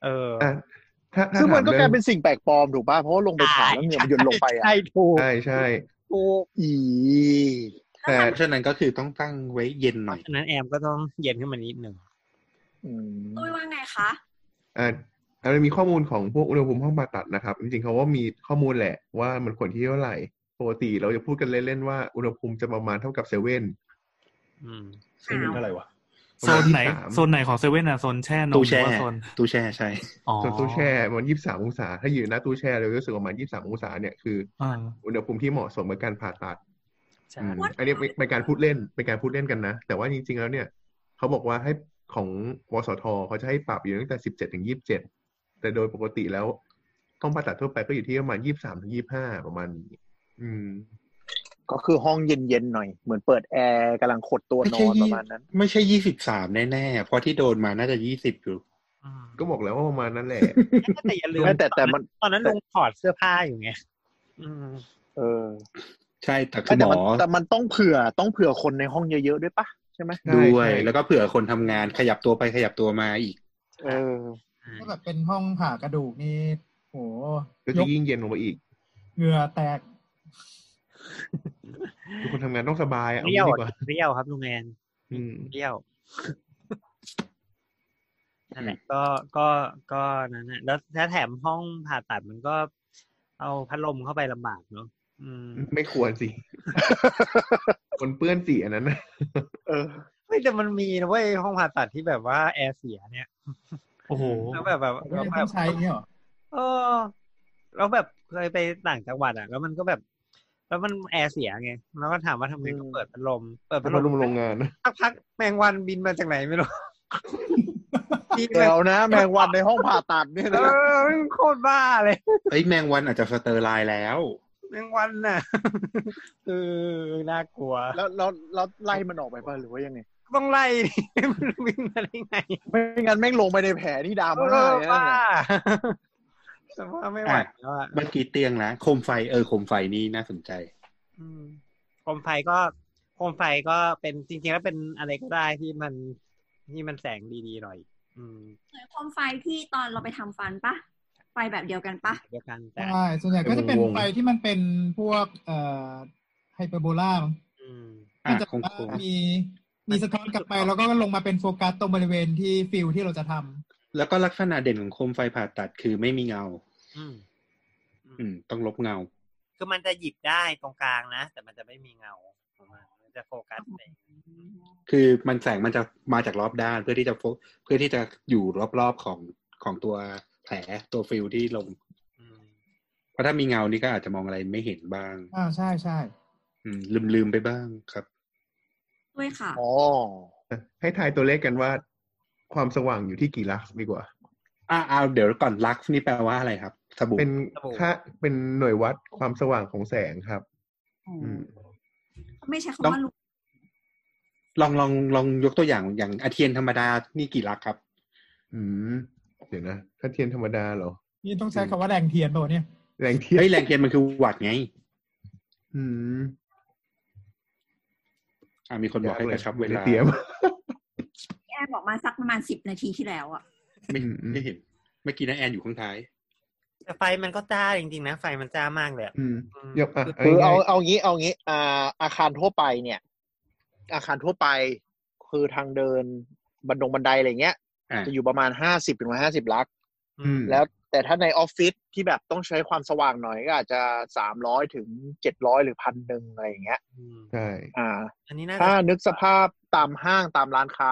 Speaker 6: เออ
Speaker 7: อ่ะถ้าถ้า
Speaker 5: ซึ่งมันก็ก
Speaker 7: ถ
Speaker 5: ลาย
Speaker 7: รื่อง
Speaker 5: เป็นสิ่งแปลกปลอมถูกป่ะเพราะว่าลงไปผ่าแล้วเหงื่อมันหยดลงไปอ่ะ
Speaker 6: ใช่ถูก
Speaker 7: ใช่ใช่
Speaker 6: ถูก
Speaker 5: อี
Speaker 7: แต่
Speaker 9: เพราะฉะนั้นก็คือต้องตั้งไว้เย็นห
Speaker 6: เพ
Speaker 9: น่อย
Speaker 6: ราะฉะนั้นแอมก็ต้องเย็นขึ้นมานิดหนึ่ง
Speaker 5: อืม
Speaker 3: ตุ้ยว่าไงคะ
Speaker 7: อ่ามันมีข้อมูลของพวกอุณหภูมิห้องผ่าตัดนะครับ จริงๆเขาว่ามีข้อมูลแหละว่ามันควรที่เท่าไหร่ปกติเราจะพูดกันเล่นๆว่าอุณหภูมิจะประมาณเท่ากับเซเว่น
Speaker 6: อืม
Speaker 9: ไม่มีเท่าไหร่วะ
Speaker 8: โซนไหน
Speaker 7: ประมาณที่สาม
Speaker 8: โซนไหนของเซเว่นอ่ะโซนแช่นม
Speaker 9: ตู้
Speaker 8: หรื
Speaker 9: แช่
Speaker 8: อว่าโซน
Speaker 9: ตู้แช่ใช่
Speaker 8: อ๋อ
Speaker 7: ส่วนตู้แช่มันยี่สิบสามองศา ถ้าอยู่หน้าตู้แช่เรารู้สึกประมาณยี่สิบสามองศาเนี่ยคือ
Speaker 8: อ่า
Speaker 7: อุณหภูมิที่เหมาะสมกับการผ่าตัด
Speaker 6: ใช่
Speaker 9: อืม
Speaker 7: อันนี้เป็นเป็นการพูดเล่นเป็นการพูดเล่นกันนะ แต่ว่าจริง ๆ แล้วเนี่ยเขาบอกว่าให้ของวสทเขาจะให้ปรับอยู่ตั้งแต่สิบเจ็ดถึงยี่สิบเจ็ดแต่โดยปกติแล้วห้องผ่าตัดทั่วไปก็อยู่ที่ประมาณยี่สิบสามถึงยี่ห้าประมาณนี้อืม
Speaker 5: ก็คือห้องเย็นๆหน่อย เหมือนเปิดแอร์กำลังขดตัวนอนประมาณนั้น
Speaker 9: ไม่ใช่ยี่สิบสามแน่ๆ เพราะที่โดนมาน่าจะยี่สิบอยู่
Speaker 6: อืม
Speaker 7: ก็บอกแล้วว่าประมาณนั้นแหละ
Speaker 6: แต่อย่าลืม
Speaker 5: ไม่แต่แต่มัน
Speaker 6: ตอนนั้นลุงถอดเสื้อผ้าอยู่ไงอืม
Speaker 5: เออ
Speaker 9: ใช่แต่
Speaker 5: ไม่
Speaker 9: คือหม
Speaker 5: แต่มัน
Speaker 9: อ
Speaker 5: แต่มันต้องเผื่อต้องเผื่อคนในห้องเยอะๆด้วยปะใช่ไหม
Speaker 7: ใช่
Speaker 9: ด้วย
Speaker 7: ใช่
Speaker 9: แล้วก็เผื่อคนทำงานขยับตัวไปขยับตัวมาอีก
Speaker 5: เออ
Speaker 4: ถ้าแบบเป็นห้องผ่ากระดูกนี่โห
Speaker 7: ก็
Speaker 4: ย
Speaker 7: จะ
Speaker 4: ก
Speaker 7: ยิ่งเย็นลงไปอีก
Speaker 4: เหงื่อแตก
Speaker 7: ทุกคนทำงานต้องสบายอะ
Speaker 6: เป
Speaker 7: เอา
Speaker 6: รี้
Speaker 7: งี้
Speaker 6: ยว
Speaker 7: ดี
Speaker 6: อะ
Speaker 7: กว่า
Speaker 6: เปรี้ยวครับลุงแอน
Speaker 7: อืม
Speaker 6: เปรี้ยวนั่นแหละ
Speaker 9: อืม
Speaker 6: ก็ก็ก็นั่นแหละแล้วถ้าแถมห้องผ่าตัดมันก็ เอาพัดลมเข้าไปลำบากเนาะอืม
Speaker 7: ไม่ควรสิ คนเปื้อนสีอันนั้นน่ะ
Speaker 5: เออ
Speaker 6: เฮ้ยแต่มันมีนะเว้ยห้องผ่าตัดที่แบบว่าแอร์เสียเนี่ย
Speaker 8: โอ้โห
Speaker 6: แล้วแบบแบบ
Speaker 4: ก็
Speaker 6: แล้ว
Speaker 4: ยัง
Speaker 6: แบ
Speaker 4: ต้อบ งใช้อย่างเนี่ยเหรอ
Speaker 6: เออแล้วแบบเคยไปต่างจังหวัดอ่ะ แล้วมันก็แบบ แล้วมันแอร์เสียไงแล้วก็ถามว่าทำไงก็เปิดพัดลมเปิด
Speaker 7: เป็
Speaker 6: พั
Speaker 7: น
Speaker 6: ด
Speaker 7: พ
Speaker 6: ล
Speaker 7: น
Speaker 6: ม
Speaker 7: รุมโรงงานนะ
Speaker 6: สักพักแมงวันบินมาจากไหนไม่รู้ บิน
Speaker 5: แล้
Speaker 6: มา
Speaker 5: วนะ แมงวันในห้องผ่าตัดเนี่ย
Speaker 6: เอ
Speaker 5: นะ
Speaker 6: อโคตรบ้าเลย
Speaker 9: เอ้ยแมงวันอาจจะสเตอร์ไลน์แล้ว
Speaker 6: แมงวันน่ะ เออน่ากลัว
Speaker 5: แล้วแล้วแล้วไล่มันออกไปป่ะหรือว่ายังไง
Speaker 6: ต้องไล่ดิ มันวิ่งมาได้ไง
Speaker 5: ไม่งั้นแม่งลงไปในแผลที่ดา
Speaker 6: เอ
Speaker 5: มมาได้
Speaker 6: อ
Speaker 5: เลย
Speaker 6: บ้า
Speaker 5: นะ
Speaker 6: แต่ว่าไม่ไหวแล้วอ่ะ
Speaker 9: เมื่อกี้เตียงนะโคมไฟเออโคมไฟนี่น่าสนใจ
Speaker 6: อืมโคมไฟก็โคมไฟก็เป็นจริงๆแล้วเป็นอะไรก็ได้ที่มันที่มันแสงดีๆหน่อย อืม
Speaker 3: เหมือนโคมไฟที่ตอนเราไปทำฟันปะไฟแบบเดียวกันปะ
Speaker 6: เดียวกันแต่
Speaker 4: ใช่ ส่วนใหญ่ก็จะเป็น
Speaker 9: วงๆ
Speaker 4: ไฟที่มันเป็นพวกเอ่อไฮเปอร์โบลามั้ง
Speaker 6: อืม
Speaker 9: อ่ะ
Speaker 4: จะ
Speaker 9: โคม
Speaker 4: ว่า
Speaker 9: โคม
Speaker 4: มีมีสะท้อนกลับไป แล้วก็ลงมาเป็นโฟกัสตรงบริเวณที่ฟิลที่เราจะทำ
Speaker 9: แล้วก็ลักษณะเด่นของโคมไฟผ่าตัดคือไม่มีเงา
Speaker 6: อืม
Speaker 9: อืม ต้องลบเงา
Speaker 6: คือมันจะหยิบได้ตรงกลางนะแต่มันจะไม่มีเงาของมันมันจะโฟกัสไป
Speaker 9: คือมันแสงมันจะมาจากรอบด้านเพื่อที่จะโฟเพื่อที่จะอยู่รอบๆของของตัวแผลตัวฟิลที่ลง
Speaker 6: อืม
Speaker 9: เพราะถ้ามีเงานี่ก็อาจจะมองอะไรไม่เห็นบ้าง
Speaker 4: อ่าใช่ใช่
Speaker 9: อืม ลืมลืมๆไปบ้างครับ
Speaker 3: ด้วยค่ะ
Speaker 5: อ๋อ
Speaker 7: ให้ทายตัวเลขกันว่า ความสว่างอยู่ที่กี่ลักส์ดีกว่า
Speaker 9: อ่าเอาเดี๋ยวก่อนลักซ์นี่แปลว่าอะไรครับสบู่
Speaker 7: เป็น
Speaker 6: ระบุ
Speaker 7: ค่าเป็นหน่วยวัดความสว่างของแสงครับ อืม
Speaker 3: ไม่ใช่คำว่าลูก
Speaker 9: ลองลองลองยกตัวอย่างอย่างอาเทียนธรรมดานี่กี่ลักซ์ครับ
Speaker 7: อืม เดี๋ยวนะถ้าเทียนธรรมดาเหรอ
Speaker 4: นี่ต้องใช้คำว่าแรงเทียนตัวะเนี่ย
Speaker 7: แรงเทียน
Speaker 9: เฮ้ยแรงเทียนมันคือวัดไง
Speaker 7: อืม
Speaker 9: อ่ามีคนบอกให้กระชับเวลา
Speaker 7: เตรียม
Speaker 3: ที่แอนบอกมาสักประมาณสิบนาทีที่แล้วอะ
Speaker 9: ไม่
Speaker 7: อืม
Speaker 9: ไม่เห็น เมื่อกี้นะแอนอยู่ข้างท้าย
Speaker 6: เ แต่ไฟมันก็จ้าจริงๆนะ ไฟมันจ้ามากเลยอะ
Speaker 7: อืม
Speaker 6: อืม
Speaker 7: ยกอ่ะ
Speaker 5: คือเอา
Speaker 7: ง่ย
Speaker 5: เอางี้เอางี้อ่าอาคารทั่วไปเนี่ย อาคารทั่วไปคือทางเดินบันดงบันไดอะไรเงี้ย
Speaker 2: อ่า
Speaker 5: จะอยู่ประมาณห้าสิบถึงร้อยห้าสิบลัก
Speaker 6: อืม
Speaker 5: แล้วแต่ถ้าในออฟฟิศที่แบบต้องใช้ความสว่างหน่อยก็อาจจะสามร้อยถึงเจ็ดร้อยหรือพันหนึ่งอะไรอย่างเงี้ย
Speaker 6: อืม
Speaker 7: ๆใช่
Speaker 5: อ่า
Speaker 6: อันนี้น่าจะ
Speaker 5: ถ้านึกสภาพตามห้างตามร้านค้า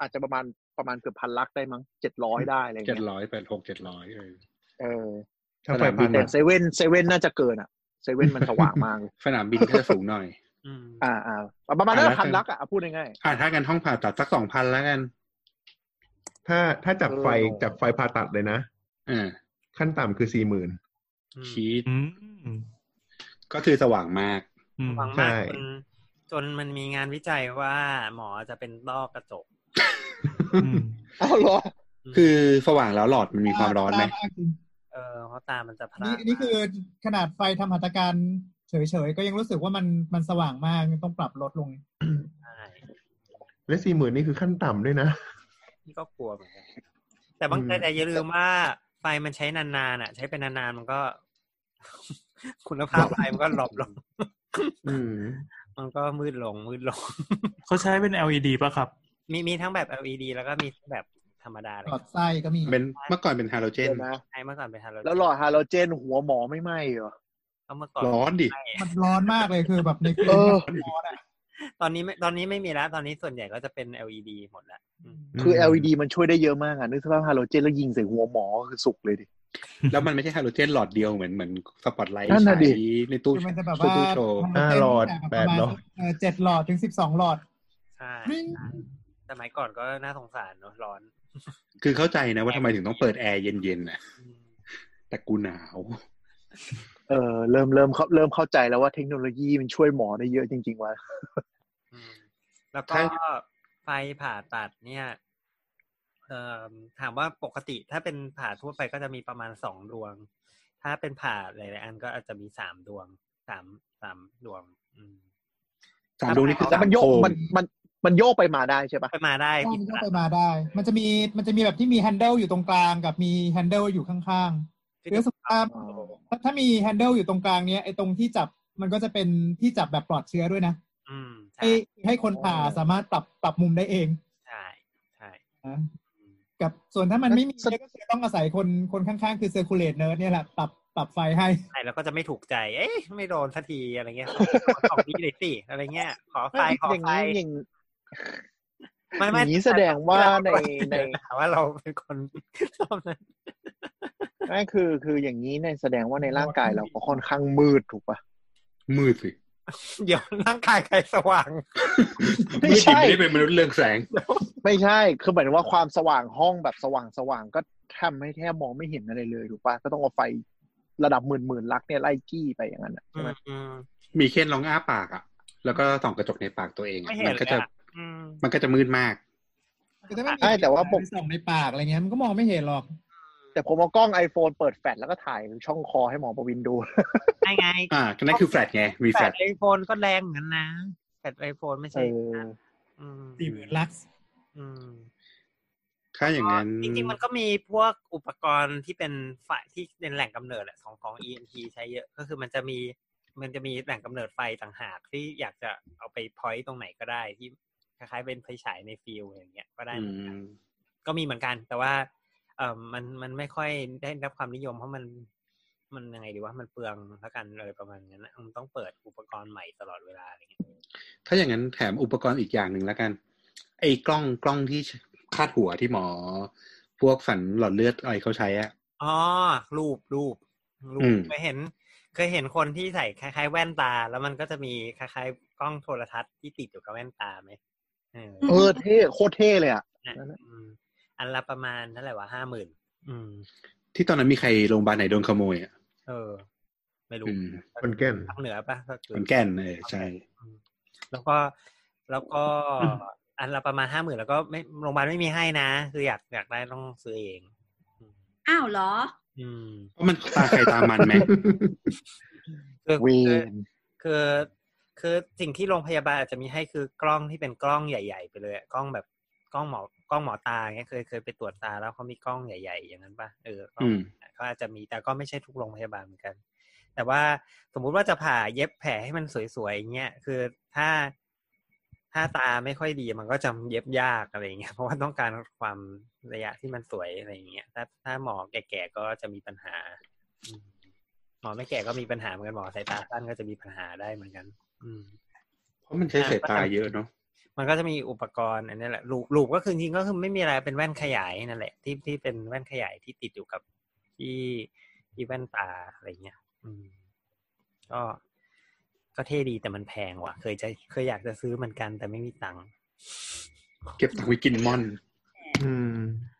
Speaker 5: อาจจะประมาณประมาณเกือบพันลักได้มั้งเจ็ดร้อยได้อะไร
Speaker 2: เจ็ด
Speaker 5: เงี้ย
Speaker 2: ร้อยแปดหกเจ็ดร้อยเออ
Speaker 5: เออ
Speaker 7: ถ้าไฟผ่าน
Speaker 5: แต่เซเว่นเซเว่นน่าจะเกินอ่ะเซเว่นมันสว่างมากเลย
Speaker 2: สนามบินก็จะสูงหน่อย
Speaker 6: อืม
Speaker 5: อ่าอ่าประมาณนั้
Speaker 2: อ่าแล้
Speaker 5: น
Speaker 2: ว
Speaker 5: พัน
Speaker 2: กัน
Speaker 5: ลักอ่ะเอาพูดง่าย
Speaker 2: อ่าถ้ากันห้องผ่าตัดสักสองพันแล้วกัน
Speaker 7: ถ้าถ้าจับไฟ
Speaker 5: เออ
Speaker 7: จับไฟผ่าตัดเลยนะ
Speaker 2: อ่า
Speaker 7: ขั้นต่ำคือสี่หมื่น
Speaker 6: อืม
Speaker 2: ชีส
Speaker 8: อืมอืม
Speaker 2: ก็คือสว่างมาก
Speaker 8: อืม
Speaker 6: หวัง
Speaker 7: ใช่
Speaker 6: มากจนจนมันมีงานวิจัยว่าหมอจะเป็นต้อกระจก
Speaker 8: อืม
Speaker 5: ๆเอาเหรอ
Speaker 2: คือสว่างแล้วหลอดมันมีความร้อนไหม
Speaker 4: ตากจริง
Speaker 6: เออเพราะตามันจะพลา
Speaker 4: นี่
Speaker 6: ด
Speaker 4: นี่คือขนาดไฟทำหัตถการเฉยๆ ก็ยังรู้สึกว่ามันมันสว่างมากต้องปรับลดลง
Speaker 6: ใช่
Speaker 7: และสี่หมื่นนี่คือขั้นต่ำด้วยนะ
Speaker 6: นี่ก็กลัวเหมือนกันแต่บางแต่แต่อย่าลืมว่าไฟมันใช้นานๆอ่ะ ใช้เป็นนานๆมันก็ คุณภาพไฟมันก็หลบลง
Speaker 7: อืม
Speaker 6: มันก็มืดลงมืดลง
Speaker 8: เขาใช้เป็น LED ป่ะครับ
Speaker 6: มีมีทั้งแบบ LED แล้วก็มีทั้งแบบธรรมดาเล
Speaker 4: ห
Speaker 6: ย
Speaker 4: ลอดไส้ก็มี
Speaker 2: เป็นเมื่อก่อนเป็นฮาโลเจน
Speaker 5: เดี๋ยวนะ
Speaker 6: ไอ้เมื่อก่อนเป็นฮาโลเจน
Speaker 5: แล้วหลอดฮาโลเจนหัวหมอไม่ไหมเหรอ
Speaker 6: ก็เมื่อก่อน
Speaker 2: ร้อนดิ
Speaker 6: ไม่
Speaker 4: มันร้อนมากเลยคือแบบในคืน
Speaker 5: เออ
Speaker 4: มันร้อนอะ
Speaker 6: ตอนนี้ไม่ตอนนี้ไม่มีแล้ว ตอนนี้ส่วนใหญ่ก็จะเป็น LED หมดแล้วอืม
Speaker 5: คือ LED มันช่วยได้เยอะมากอ่ะนึกสภาพฮาโลเจนแล้วยิงใส่หัวหมอคือสุกเลยดิ
Speaker 2: แล้วมันไม่ใช่ฮาโลเจนหลอดเดียวเหมือนเหมือนสปอตไลท์
Speaker 5: นั่นน่ะดิ
Speaker 2: ใช้ในตู้
Speaker 4: คือมันจะแบบ
Speaker 2: ตู้
Speaker 4: ว่า
Speaker 2: ตู้โชว์
Speaker 4: มันจะ
Speaker 7: ห้าหลอด
Speaker 4: บบ
Speaker 7: แปดหลอด
Speaker 4: ประมาณเเจ็ดหลอดถึงสิบสองหลอด
Speaker 6: ใช่ใช่สมัยก่อนก็น่าสงสารเนอะร้อน
Speaker 2: คือเข้าใจนะว่าทำไมถึงต้องเปิดแอร์เย็นๆนะ
Speaker 6: อืม
Speaker 2: แต่กูหนาว
Speaker 5: เออเริ่มเริ่มเขาเริ่มเข้าใจแล้วว่าเทคโนโลยีมันช่วยหมอได้เยอะจริงๆว่ะ
Speaker 6: อืมแล้วก็
Speaker 2: ใช่
Speaker 6: ไฟผ่าตัดเนี่ยเอ่อถามว่าปกติถ้าเป็นผ่าทั่วไปก็จะมีประมาณสองดวง ถ้าเป็นผ่าหลายๆอันก็อาจจะมีสามดวงสามสามดวง อืม
Speaker 2: สามดวงนี่คือ
Speaker 5: แต่
Speaker 2: สา
Speaker 5: มัน
Speaker 2: ม
Speaker 5: โยก
Speaker 2: โคม
Speaker 5: มันมันมันโยกไปมาได้ใช่ปะ
Speaker 6: ไปมาได้
Speaker 4: ได้
Speaker 6: ที่
Speaker 4: มันก็
Speaker 6: ผ่า
Speaker 4: ไปมาได้ มันจะมี มันจะมีแบบที่มี handle อยู่ตรงกลางกับมี handle อยู่ข้างๆคือสมมติว่าถ้าถ้ามี handle อยู่ตรงกลางเนี้ยไอ้ตรงที่จับมันก็จะเป็นที่จับแบบปลอดเชื้อด้วยนะ
Speaker 6: อืมใช่
Speaker 4: ให้ให้คนผ่าสามารถปรับปรับมุมได้เอง
Speaker 6: ใช่ใช่
Speaker 4: นะกับส่วนถ้ามันไม่มีเนี่ยก็คือต้องอาศัยคนคนข้างๆ คือ circulate nerd เนี่ยแหละปรับปรับไฟให้
Speaker 6: ใช่แล้วก็จะไม่ถูกใจ เอ๊ะไม่โดนสักทีอะไรเงี้ยขอของพี่เลยสิอะไรเงี้ย ขอไฟขอ
Speaker 5: อย่าง
Speaker 6: ไฟ
Speaker 5: นี้อย่าง
Speaker 6: ไม่
Speaker 5: อ
Speaker 6: ไม่
Speaker 5: ย่างนี้แสดงว่าในใน
Speaker 6: หาว่าเราเป็นคน ชอบนะ
Speaker 5: นั่นคือคืออย่างนี้ในแสดงว่าในร่างกายเราก็ค่อนข้างมืดถูกปะ
Speaker 2: มืดสิ
Speaker 6: เดี๋ยวร่างกายใครสว่าง
Speaker 5: ไม่
Speaker 2: มืด
Speaker 5: ใช่
Speaker 2: ดิไม่ได้เป็นมนุษย์เรืองแสง
Speaker 5: ไม่ใช่คือหมายถึงว่าความสว่างห้องแบบสว่างสว่างก็ทำให้แทบมองไม่เห็นอะไรเลยถูกปะก็ต้องเอาไฟระดับหมื่นหมื่นลักเนี่ยไล่จี้ไปอย่างนั้นอะใช่ไหม
Speaker 6: อืม
Speaker 2: มีเคนลองอ้าปากอ่ะ แล้วก็ส่องกระจกในปากตัวเองอะ
Speaker 6: ไม่เห็
Speaker 2: มั
Speaker 6: น
Speaker 2: ก็จะ
Speaker 6: เลยอะ อืม
Speaker 2: มันก็จะมืดมาก
Speaker 4: คือถ้าไม่มี
Speaker 5: ใช่แต่ว่าผม
Speaker 4: ไปส่องในปากอะไรเงี้ยมันก็มองไม่เห็นหรอก
Speaker 5: แต่ผมเอากล้อง iPhone เปิดแฟลชแล้วก็ถ่ายช่องคอให้หมอประวินดู
Speaker 6: ไงไง
Speaker 2: อ่านั่นคือแฟลชไง มีแฟลช
Speaker 6: ไอโฟนก็แรงเหมือนกันนะแฟลชไอโฟนไม่
Speaker 5: เอ
Speaker 6: ใช่
Speaker 5: อ
Speaker 6: อืม
Speaker 4: สี่หมื่นลักซ์
Speaker 6: อืม
Speaker 2: ถ้าอย่างนั้น
Speaker 6: จริงๆ มันก็มีพวกอุปกรณ์ที่เป็นไฟที่เป็นแหล่งกำเนิดแหละของของ EMP ใช้เยอะ ก็คือมันจะมีมันจะมีแหล่งกำเนิดไฟต่างหากที่อยากจะเอาไปพอยต์ตรงไหนก็ได้ที่คล้ายๆเป็นไฟฉายในฟิลอะไรอย่างเงี้ยก็ได้เหมือนกัน ก็มีเหมือนกัน แต่ว่าเออมันมันไม่ค่อยได้รับความนิยมเพราะมันมันยังไงดีว่ามันเปลืองแล้วกันอะไรประมาณนั้นนะมันต้องเปิดอุปกรณ์ใหม่ตลอดเวลาอะไรเงี้ย
Speaker 2: ถ้าอย่างนั้นแถมอุปกรณ์อีกอย่างหนึ่งแล้วกัน ไอ้กล้องกล้องที่คาดหัวที่หมอ พวกฝันหลอดเลือดอะไรเขาใช้อะ
Speaker 6: อ๋อรูปรูปรู
Speaker 2: อื
Speaker 6: ป
Speaker 2: ม
Speaker 6: เคยเห็น เคยเห็นคนที่ใส่คล้ายๆ แว่นตา แล้วมันก็จะมีคล้ายๆกล้องโทรทัศน์ที่ติดอยู่กับแว่นตาไหมเออ
Speaker 5: เออเท่โคตรเท่เลยอ่ะ
Speaker 6: นะอืมอันละประมาณเท่าไหร่วะห้าหมื่นอืม
Speaker 2: ที่ตอนนั้นมีใครโรงพยาบาลไหนโดนขโมยอ่ะ
Speaker 6: เออ ไม่รู้
Speaker 2: อืม
Speaker 7: ขอนแก่น
Speaker 6: ภาคเหนือปะภาคเห
Speaker 2: ข
Speaker 6: อ
Speaker 2: อนแก่นเออใช่
Speaker 6: แล้วก็แล้วก็อันละประมาณห้าหมื่นแล้วก็ไม่โรงพยาบาลไม่มีให้นะ คืออยากอยากได้ต้องซื้อเอง
Speaker 3: อ้าวเหรอ
Speaker 6: อืม
Speaker 2: เพราะมันตาใครตามัน ไหม
Speaker 6: คือ
Speaker 5: เว
Speaker 6: คือน คือคือสิ่งที่โรงพยาบาลอาจจะมีให้คือกล้องที่เป็นกล้องใหญ่ ๆ ไปเลยอะกล้องแบบกล้องหมอกล้องหมอตาเงี้ยเคยเคยไปตรวจตาแล้วเขามีกล้องใหญ่ ๆ อย่างนั้นปะเออกล้อง
Speaker 2: อืม
Speaker 6: ข ก็อาจจะมีแต่ก็ไม่ใช่ทุกโรงพยาบาลเหมือนกัน แต่ว่าสมมุติว่าจะผ่าเย็บแผลให้มันสวยๆอย่างเงี้ยคือถ้าถ้าตาไม่ค่อยดีมันก็จะเย็บยากอะไรอย่างเงี้ยเพราะ ว่าต้องการความระยะที่มันสวยอะไรอย่างเงี้ยถ้าถ้าหมอแก่ๆก็จะมีปัญหาอืมหมอไม่แก่ก็มีปัญหาเหมือนกันหมอสายตาสั้นก็จะมีปัญหาได้เหมือนกัน อืม
Speaker 2: เพราะมันใช้สายตาเยอะเนาะ
Speaker 6: มันก็จะมีอุปกรณ์อันนี้แหละลูปลูปก็คือจริงๆก็คือไม่มีอะไรเป็นแว่นขยายนั่นแหละ ที่ที่เป็นแว่นขยายที่ติดอยู่กับที่ที่แว่นตาอะไรเงี้ย อืม ก็ก็เท่ดีแต่มันแพงว่ะ เคยจะเคยอยากจะซื้อเหมือนกันแต่ไม่มีตังค์
Speaker 2: เก็บตังค์ไว้กินมอน
Speaker 7: อืม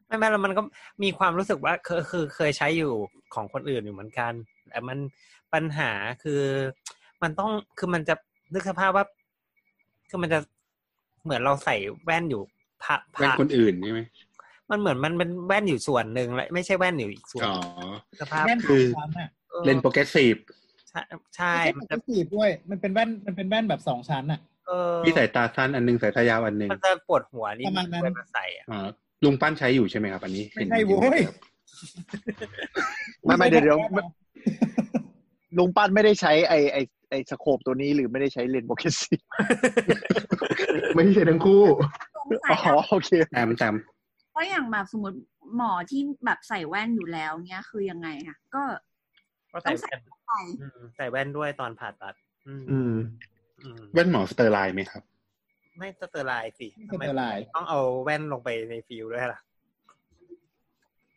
Speaker 6: ไม่แม้แล้วมันก็มีความรู้สึกว่าเคยคือเคยใช้อยู่ของคนอื่นอยู่เหมือนกันแต่มันปัญหาคือมันต้องคือมันจะนึกสภาพว่า คือมันจะเหมือนเราใส่แว่นอยู่พะ
Speaker 2: แว่น
Speaker 6: พะ
Speaker 2: คนอื่นใช่ไหม
Speaker 6: มันเหมือนมันเป็นแว่นอยู่ส่วนหนึ่งและไม่ใช่แว่นอยู่อีกส่วน
Speaker 2: อ๋อ
Speaker 6: สภาพ
Speaker 4: แว่น
Speaker 2: คือ
Speaker 4: สามชั้นอ่ะ
Speaker 6: ออ
Speaker 2: เลนโปรเกรสซีฟ
Speaker 6: ใช่ใช่
Speaker 4: มั
Speaker 6: มัน น
Speaker 4: จะ
Speaker 6: จะ
Speaker 4: สีบด้วยมันเป็นแว่นมันเป็นแว่นแบบสองชั้นอ่ะ
Speaker 6: เออ
Speaker 2: ที่สายตาสั้นอันหนึงสายตายาวอันหนึง
Speaker 6: มันจะปวดหัวนิด
Speaker 4: ประมาณนั้น
Speaker 6: เวลาใส่อะ
Speaker 2: อ่าลุงปั้นใช้อยู่ใช่ไหมครับอันนี้
Speaker 4: ไม่ใช่โว้ย
Speaker 5: ไม่ไม่เดี๋ยวเดี๋ยวลุงปั้นไม่ได้ใช้ไอไอไอสโคปตัวนี้หรือไม่ได้ใช้เลนส์โบเกซี
Speaker 7: ไม่ใช่ทั้งคู่
Speaker 3: สงสั
Speaker 5: อ๋
Speaker 3: ยอะ
Speaker 5: อโอเค
Speaker 2: แอมแตม
Speaker 3: เพราะอย่างแบบสมมติหมอที่แบบใส่แว่นอยู่แล้วเนี่ยคือยังไงคะก็
Speaker 6: ก็ใส่แว่น
Speaker 3: ใส่
Speaker 6: อืมใส่แว่นด้วยตอนผ่าตัด อืม
Speaker 7: อืม
Speaker 6: อืม
Speaker 2: แว่นหมอสเตอร์ไลน์ไหมครับ
Speaker 6: ไม่สเตอร์ไลน์สิ
Speaker 4: ไม่
Speaker 6: ทำไม
Speaker 4: เป็นไร
Speaker 6: ต้องเอาแว่นลงไปในฟิวด้วยล่ะ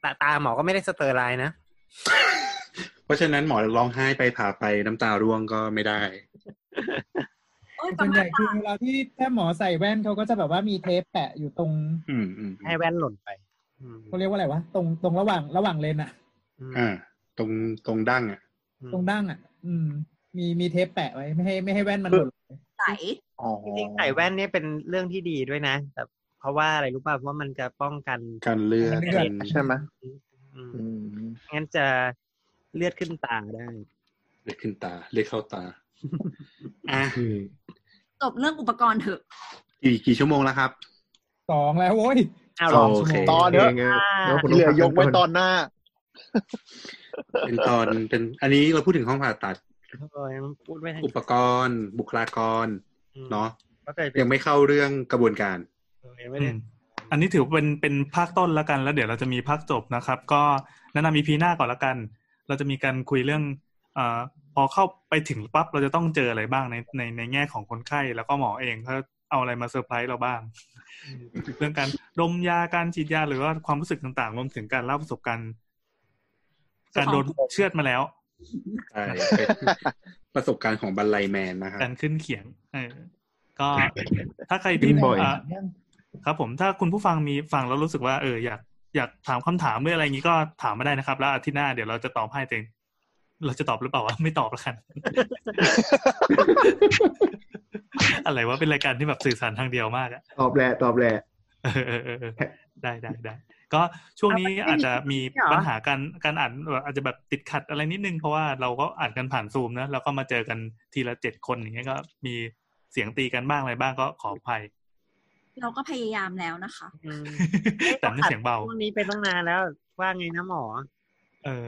Speaker 6: ตาตาหมอก็ไม่ได้สเตอร์ไลน์นะ
Speaker 2: เพราะฉะนั้นหมอร้องไห้ไปผ่าไปน้ำตาร่วงก็ไม่ได้
Speaker 3: โอ้ยประ
Speaker 4: ส่วนให
Speaker 3: มา
Speaker 4: ญ่
Speaker 3: ณ
Speaker 4: คือเวลาที่ถ้าหมอใส่แว่นเขาก็จะแบบว่ามีเทปแปะอยู่ตรง
Speaker 2: อืมอืมอื
Speaker 6: ให้
Speaker 2: ม
Speaker 6: แว่นหล่นไป อืม
Speaker 4: เขาเรียกว่าอะไรวะตรงตรงระหว่างระหว่างเลนอ่ะ
Speaker 2: อ่า ตรงตรงดั้งอ่ะ
Speaker 6: อืม
Speaker 4: ตรงดั้งอ่ะ อืม มีมีเทปแปะไว้ไม่ให้ไม่ให้แว่นมันหล่น
Speaker 3: ใส
Speaker 5: อ๋อ
Speaker 6: จริงๆใส่แว่นเนี่ยเป็นเรื่องที่ดีด้วยนะแต่เพราะว่าอะไรรู้ป่ะว่ามันจะป้องกัน
Speaker 2: การเลือด
Speaker 6: การเลือด
Speaker 2: การ
Speaker 5: ใช่ไหม
Speaker 6: อืม
Speaker 5: อืม
Speaker 6: งั้นจะเลือดขึ้นตาได้
Speaker 2: เลือดขึ้นตาเลือดเข้าตา อ่ะ
Speaker 3: จบเรื่องอุปกรณ์เถอะ
Speaker 2: กี่กี่ชั่วโมงแล้วครับ
Speaker 4: สองแล้วโว้ย
Speaker 6: อ้าวเหรอ
Speaker 2: โอเค
Speaker 5: ตอนเถอะ
Speaker 7: โคแล้วคุณ
Speaker 5: เหลือยกไว้ต
Speaker 7: ต้
Speaker 5: อน นหน้า
Speaker 2: เป็นตอนเป็นอันนี้เราพูดถึงห้องผ่าตัด
Speaker 6: เออยังพูดไม่ทัน
Speaker 2: อุปกรณ์ บุคลากรเนาะ
Speaker 6: ก็เคย
Speaker 2: ยังไม่เข้าเรื่องกระบวนการ
Speaker 6: เออยังไม่
Speaker 8: อื
Speaker 6: ได้
Speaker 8: มอันนี้ถือเป็นเป็นภาคต้นแล้วกัน แล้วเดี๋ยวเราจะมีภาคจบนะครับ ก็แนะนำ EP หน้าก่อนละกัน เราจะมีการคุยเรื่องเอ่อพอเข้าไปถึงปั๊บเราจะต้องเจออะไรบ้างในในในแง่ของคนไข้ แล้วก็หมอเองเขาเอาอะไรมาเซอร์ไพรส์เราบ้าง เรื่องการดมยาการฉีดยาหรือว่าความรู้สึกต่างๆรวมถึงการเล่าประสบการณ์ การโดนเชือดมาแล้ว
Speaker 2: ใช่เป็นประสบการณ์ของบันไลแมนนะครับ
Speaker 8: การขึ้นเขียงเออก็ถ้าใคร
Speaker 7: กิ
Speaker 8: ที่
Speaker 7: นบ่อย
Speaker 8: อ่ะ ครับผมถ้าคุณผู้ฟังมีฟังแล้วรู้สึกว่าเอออยากอยากถามคำถามหรืออะไรอย่างนี้ก็ถามมาได้นะครับ แล้วอาทิตย์หน้าเดี๋ยวเราจะตอบให้เองเราจะตอบหรือเปล่าวะไม่ตอบแล้วกัน อะไรวะเป็นรายการที่แบบสื่อสารทางเดียวมากอะ
Speaker 7: ตอบแหละตอบแหละ
Speaker 8: เออเออเออเออได้ได้ได้ก็ช่วงนี้อาจจะมีปัญหาการการอ่านอาจจะแบบติดขัดอะไรนิดนึงเพราะว่าเราก็อ่านกันผ่านซูมนะแล้วก็มาเจอกันทีละเจ็ดคนอย่างเงี้ยก็มีเสียงตีกันบ้างอะไรบ้างก็ขออภัย
Speaker 3: เราก็พยายามแล้วนะคะ
Speaker 6: อืม
Speaker 8: แต่ไม่เสียงเบา
Speaker 6: ช่วงนี้เป็นตั้งนานแล้ว ว่าไงนะหมอ
Speaker 8: เออ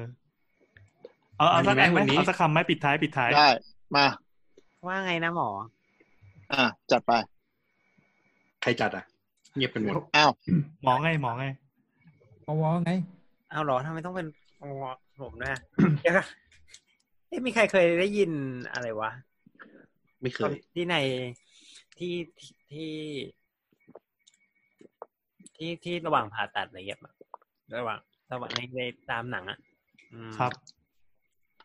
Speaker 8: เอาเอาสัก
Speaker 2: มีไหม
Speaker 8: อันไหม
Speaker 2: วันนี้
Speaker 8: เอาสักคำไหมปิดท้ายปิดท้าย
Speaker 5: ได้ มา
Speaker 6: ว่าไงนะหมอ
Speaker 5: อ่ะ จัดไป
Speaker 2: ใครจัดอ่ะ เงียบกันหมด
Speaker 5: อ้าว
Speaker 8: หมอไงหมอไง
Speaker 4: พอวอไง
Speaker 6: เอาเหรอทำไมต้องเป็นอ๋อผมด้วยเดี๋ยวนะเอ๊ะมีใครเคยได้ยินอะไรวะ
Speaker 2: ไม่เคย
Speaker 6: ที่ในที่ที่ ที่ที่ระหว่างผ่าตัดอะไรเงี้ยปะระหว่างระหว่างในในตามหนังอ่ะอืม
Speaker 8: ครับ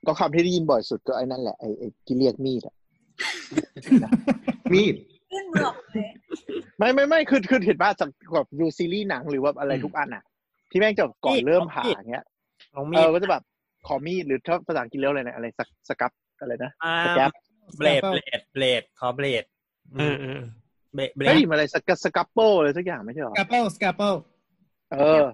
Speaker 5: ก็คำที่ได้ยินบ่อยสุดก็ไอ้นั่นแหละ ไอ้ไอ้ที่เรียกมีดอะ
Speaker 7: มีด
Speaker 3: ยื่นมือออกเลย
Speaker 5: ไม่ไม่ไม่คือคือเห็นว่าจากแบบดูซีรีส์หนังหรือว่าอะไร
Speaker 2: อืม
Speaker 5: ทุกอันอะที่แม่งจะก่อนเริ่มผ่า
Speaker 6: มีด
Speaker 5: เงี้ย
Speaker 6: ลงมี
Speaker 5: เอ
Speaker 6: ด
Speaker 5: อก็จะแบบขอมีดหรือถ้าภาษาอังกฤษเรียกอะไรนะอะไรสกสกับอะไรนะ
Speaker 6: อ่า
Speaker 5: สแกับ
Speaker 6: เบลดเบลดเบลดขอเบลด
Speaker 8: เออเออเออ
Speaker 6: เบลดเบล
Speaker 5: เฮ้ย
Speaker 6: ด
Speaker 5: มันอะไรสกสกับโปอะไรสักอย่างไม่ใช่หรอ
Speaker 4: สกาเปิลสกาเปิล
Speaker 5: เออ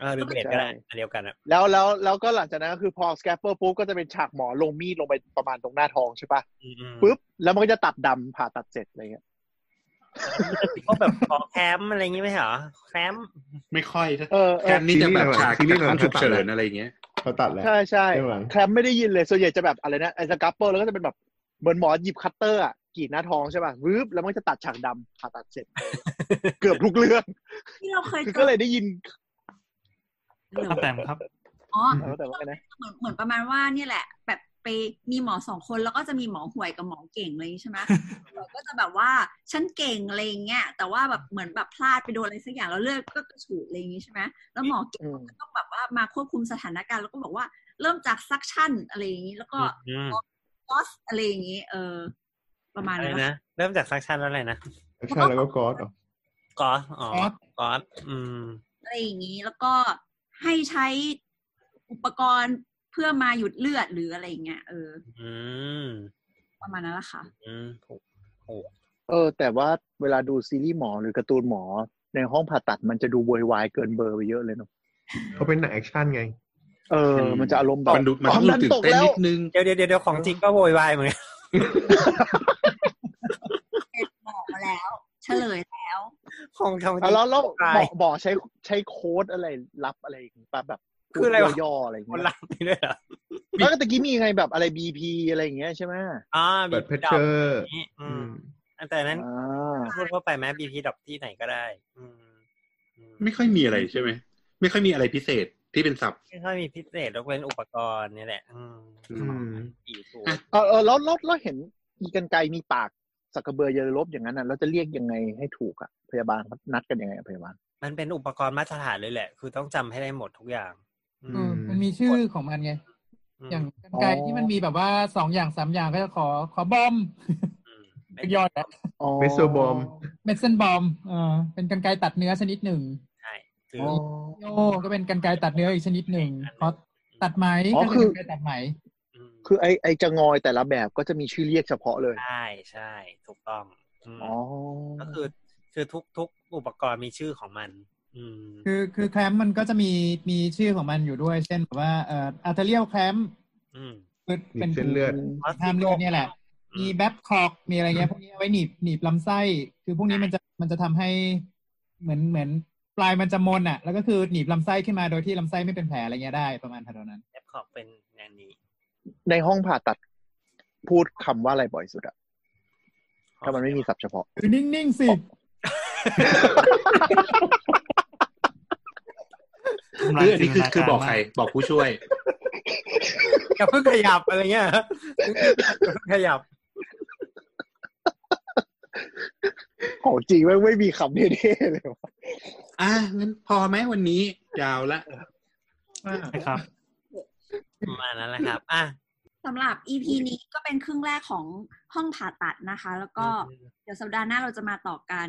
Speaker 6: เออหรือเบลดก็ได้อันเดียวกันอะ
Speaker 5: แล้วแล้วแล้วก็หลังจากนั้นก็คือพอสแกปเปอร์ปุ๊บก็จะเป็นฉากหมอลงมีดลงไปประมาณตรงหน้าท้องใช่ปะ
Speaker 6: อืมๆ
Speaker 5: ปุ๊บ แล้วมันก็จะตัดดำผ่าตัดเสร็จอะไรเงี้ย
Speaker 6: ก็แบบขอแคมอะไรอย่างงี้ไหมเหรอแคม
Speaker 2: ไม่ค่อย
Speaker 5: เออเอ
Speaker 2: แก
Speaker 5: อ
Speaker 2: มนี่จะแบบ
Speaker 7: ซีรีส์
Speaker 2: ฉาก
Speaker 7: ซีรีส์
Speaker 2: จาก
Speaker 7: หลั
Speaker 2: ห้อง ง
Speaker 7: สุ
Speaker 2: ฉุ
Speaker 7: ด
Speaker 2: ก
Speaker 7: ตัด
Speaker 2: เฉิ
Speaker 7: แห
Speaker 2: น
Speaker 7: ละ
Speaker 2: อะไรอย่างเงี้ย
Speaker 7: เขาตัดแล้ว
Speaker 5: ใช่ใช่
Speaker 7: ใช่ไหม
Speaker 5: แคลมไม่ได้ยินเลยส่วนใหญ่จะแบบอะไรนะไอ้สกับเปอร์แล้วก็จะเป็นแบบเหมือนหมอหยิบคัตเตอร์อ่ะกรีดหน้าท้องใช่ป่ะวืบแล้วมันก็จะตัดฉากดำผ่าตัดเสร็จ เกือบทุกเรื่อง
Speaker 3: ที่เราเคย
Speaker 5: คือ
Speaker 3: เจ
Speaker 5: ก็
Speaker 3: อ
Speaker 5: เลยได้ยิน
Speaker 8: อ่ะแปมครับ
Speaker 3: อ๋อ
Speaker 5: เออแต่ว่าไงนะ
Speaker 3: เหมือนเหมือนประมาณว่าเนี่ยแหละ แบบไปมีหมอสองคนแล้วก็จะมีหมอห่วยกับหมอเก่งเลยใช่ไหม หมอก็จะแบบว่าฉันเก่งอะไรอย่างเงี้ยแต่ว่าแบบเหมือนแบบพลาดไปโดนอะไรสักอย่างแล้วเลือดก็กระฉูดอะไรอย่างงี้ใช่ไหมแล้วหมอเก่ง
Speaker 5: อืม
Speaker 3: ก็ต้องแบบว่ามาควบคุมสถานการณ์แล้วก็บอกว่าเริ่มจากซักชั่นอะไรอย่างงี้แล้วก็
Speaker 6: อืม
Speaker 3: ลอสอะไรอย่างงี้ เออ ประมาณ
Speaker 6: อะไร
Speaker 3: นั้น
Speaker 6: นะเริ่มจากซักชันแล้วอะไรนะ
Speaker 7: ใช่แล้วก็กอดเหรอ
Speaker 6: กอสอ๋อ
Speaker 4: Gauss
Speaker 6: กอสอืม
Speaker 3: อะไรอย่างงี้ แล้วก็ให้ใช้อุปกรณ์เพื่อมาหยุดเลือดหรืออะไรอย่างเงี้ยเออ
Speaker 6: อืม
Speaker 3: ประมาณนั้นแหละค่ะ
Speaker 6: อืมโอ้โห
Speaker 5: เออ แต่ว่าเวลาดูซีรีส์หมอหรือการ์ตูนหมอในห้องผ่าตัดมันจะดูโวยวายเกินเบอร์ไปเยอะเลยเนาะ
Speaker 7: เขาเป็นหนังแอคชั่นไง
Speaker 5: เออ มันจะอารมณ์แบบ
Speaker 9: มันดูมัน
Speaker 5: ความ
Speaker 9: ดู
Speaker 5: ดัน
Speaker 9: ตื่น
Speaker 5: ตก
Speaker 9: เต้น
Speaker 5: แล้ว
Speaker 9: นิดนึง
Speaker 6: เดี๋ยวเดี๋ยวเดี๋ยวของจริงก็โวยวายเหมือน กัน
Speaker 3: บอกมาแล้ว เฉลยแล้ว
Speaker 6: ของของจ
Speaker 5: อ่ะ
Speaker 6: ริง
Speaker 5: แล้วแล้ว
Speaker 6: ตาย
Speaker 5: หมอหมอใช้ใช้โค้ดอะไรรับอะไรอย่างงี้ป่ะแบบ
Speaker 6: คืออะไรวะ
Speaker 5: ย่อๆอะไรอย่าง
Speaker 6: ค
Speaker 5: เงี้
Speaker 6: น
Speaker 5: ย
Speaker 6: รักไปด้วยเหรอ
Speaker 5: แล้วก็ตะกี้มีไงแบบอะไร BP อะไรอย่างเงี้ยใช่ไหม
Speaker 6: อ่า
Speaker 7: เปิดเพชเชอร์
Speaker 6: นี้อืมแต่อันนั้น
Speaker 5: อ่า
Speaker 6: พูดเข้าไปไหมบีพีดอกที่ไหนก็ได้ อืมอืม
Speaker 9: ไม่ค่อยมีอะไรใช่ไหม ไม่ค่อยมีอะไรพิเศษที่เป็นศัพท์
Speaker 6: ไม่ค่อยมีพิเศษยกเว้นอุปกรณ์เนี่ยแหละ อืม
Speaker 9: อื
Speaker 7: ม
Speaker 6: อีทู
Speaker 5: เออเออแล้วแล้วแล้วเห็นอีกันไกลมีปากสักกระเบือเยลลบอย่างนั้นน่ะเราจะเรียกยังไงให้ถูกอ่ะพยาบาลเขานัดกันยังไงอะพยาบาล
Speaker 6: มันเป็นอุปกรณ์มาตรฐานเลยแหละ คือต้องจำให้ได้หมดทุกอย่าง อื
Speaker 4: เอ
Speaker 6: ม
Speaker 4: อมันมีชื่อของมันไง
Speaker 6: ม
Speaker 4: อย่างกันไกลที่มันมีแบบว่าสองอย่างสามอย่างก็จะขอขอบอม
Speaker 6: อืม
Speaker 4: เป็นยอดอะ
Speaker 5: อ๋อ
Speaker 7: Mesobomb
Speaker 4: เมดเซนบอมเออเป็นกันไกลตัดเนื้อชนิดหนึ่ง
Speaker 6: ใช่คือ
Speaker 5: อ๋อ
Speaker 4: โยก็เป็นกันไกลตัดเนื้ออีกชนิดหนึ่งขอตัดไหม
Speaker 5: อ๋อ
Speaker 4: ก็
Speaker 5: คื
Speaker 4: คือ อกันไกลตัดไหม
Speaker 6: ม
Speaker 5: คือไอไอจะงอยแต่ละแบบก็จะมีชื่อเรียกเฉพาะเลย
Speaker 6: ใช่ใช่ถูกต้องอืม
Speaker 5: อ๋อ
Speaker 6: ก็คือ คือทุกทุกอุปกรณ์มีชื่อของมัน อืม
Speaker 4: คือคือแคลมป์มันก็จะมีมีชื่อของมันอยู่ด้วย เช่นแบบว่าเอ่ออาร์เทเรียลแคลม
Speaker 6: อืม
Speaker 7: หนีบเส้นเลือด
Speaker 4: ห้ามเลือดเนี่ยแหละ
Speaker 6: อืม
Speaker 4: มีแบปคอกมีอะไรเงี้ยพวกนี้เอาไว้หนีบหนีบลำไส้ คือพวกนี้มันจะมันจะทำให้เหมือนเหมือนปลายมันจะมนอ่ะ แล้วก็คือหนีบลำไส้ขึ้นมาโดยที่ลำไส้ไม่เป็นแผลอะไรเงี้ยได้ประมาณเท่านั้น
Speaker 6: แอปขอบเป็นงานนี้
Speaker 5: ในห้องผ่าตัด พูดคำว่าอะไรบ่อยสุดอะถ้ามันไม่มีศัพท์เฉพาะ
Speaker 4: คือนิ่ง ๆ สิ
Speaker 8: ทำลาย
Speaker 9: คืออันนี้คือ
Speaker 8: จินตนาการ
Speaker 9: คือบอกใคร
Speaker 8: มาก
Speaker 9: บอกผู้ช่วย
Speaker 6: อย่าเพิ่งขยับอะไรเงี้ย อย่าเพิ่งขยับ
Speaker 5: ของจริงไม่งไม่มีคำเท่ๆเลยว่ะ
Speaker 9: อ่ะงั้นพอไหมวันนี้ ยาวละ
Speaker 8: ครับ
Speaker 6: ประมาณนั้นแหละครับ อ่ะ
Speaker 3: สำหรับ EP นี้ก็เป็นครึ่งแรกของห้องผ่าตัดนะคะ แล้วก็เดี๋ยวสัปดาห์หน้าเราจะมาต่อกัน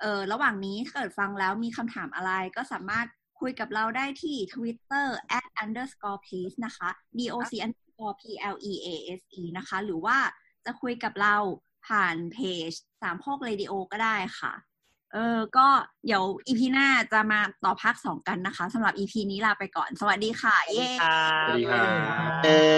Speaker 3: เออระหว่างนี้ถ้าเกิดฟังแล้วมีคำถามอะไรก็สามารถคุยกับเราได้ที่ Twitter at underscore please นะคะ doc underscore please นะคะ หรือว่าจะคุยกับเราผ่านเพจสามโคกเรดิโอก็ได้ค่ะ เออก็เดี๋ยว EP หน้าจะมาต่อภาคสองกันนะคะสำหรับ EP นี้ลาไปก่อน สวัสดีค่ะ
Speaker 6: สวัสดี
Speaker 3: เย้
Speaker 6: ครับ
Speaker 9: สวัสดีครับ
Speaker 5: เออ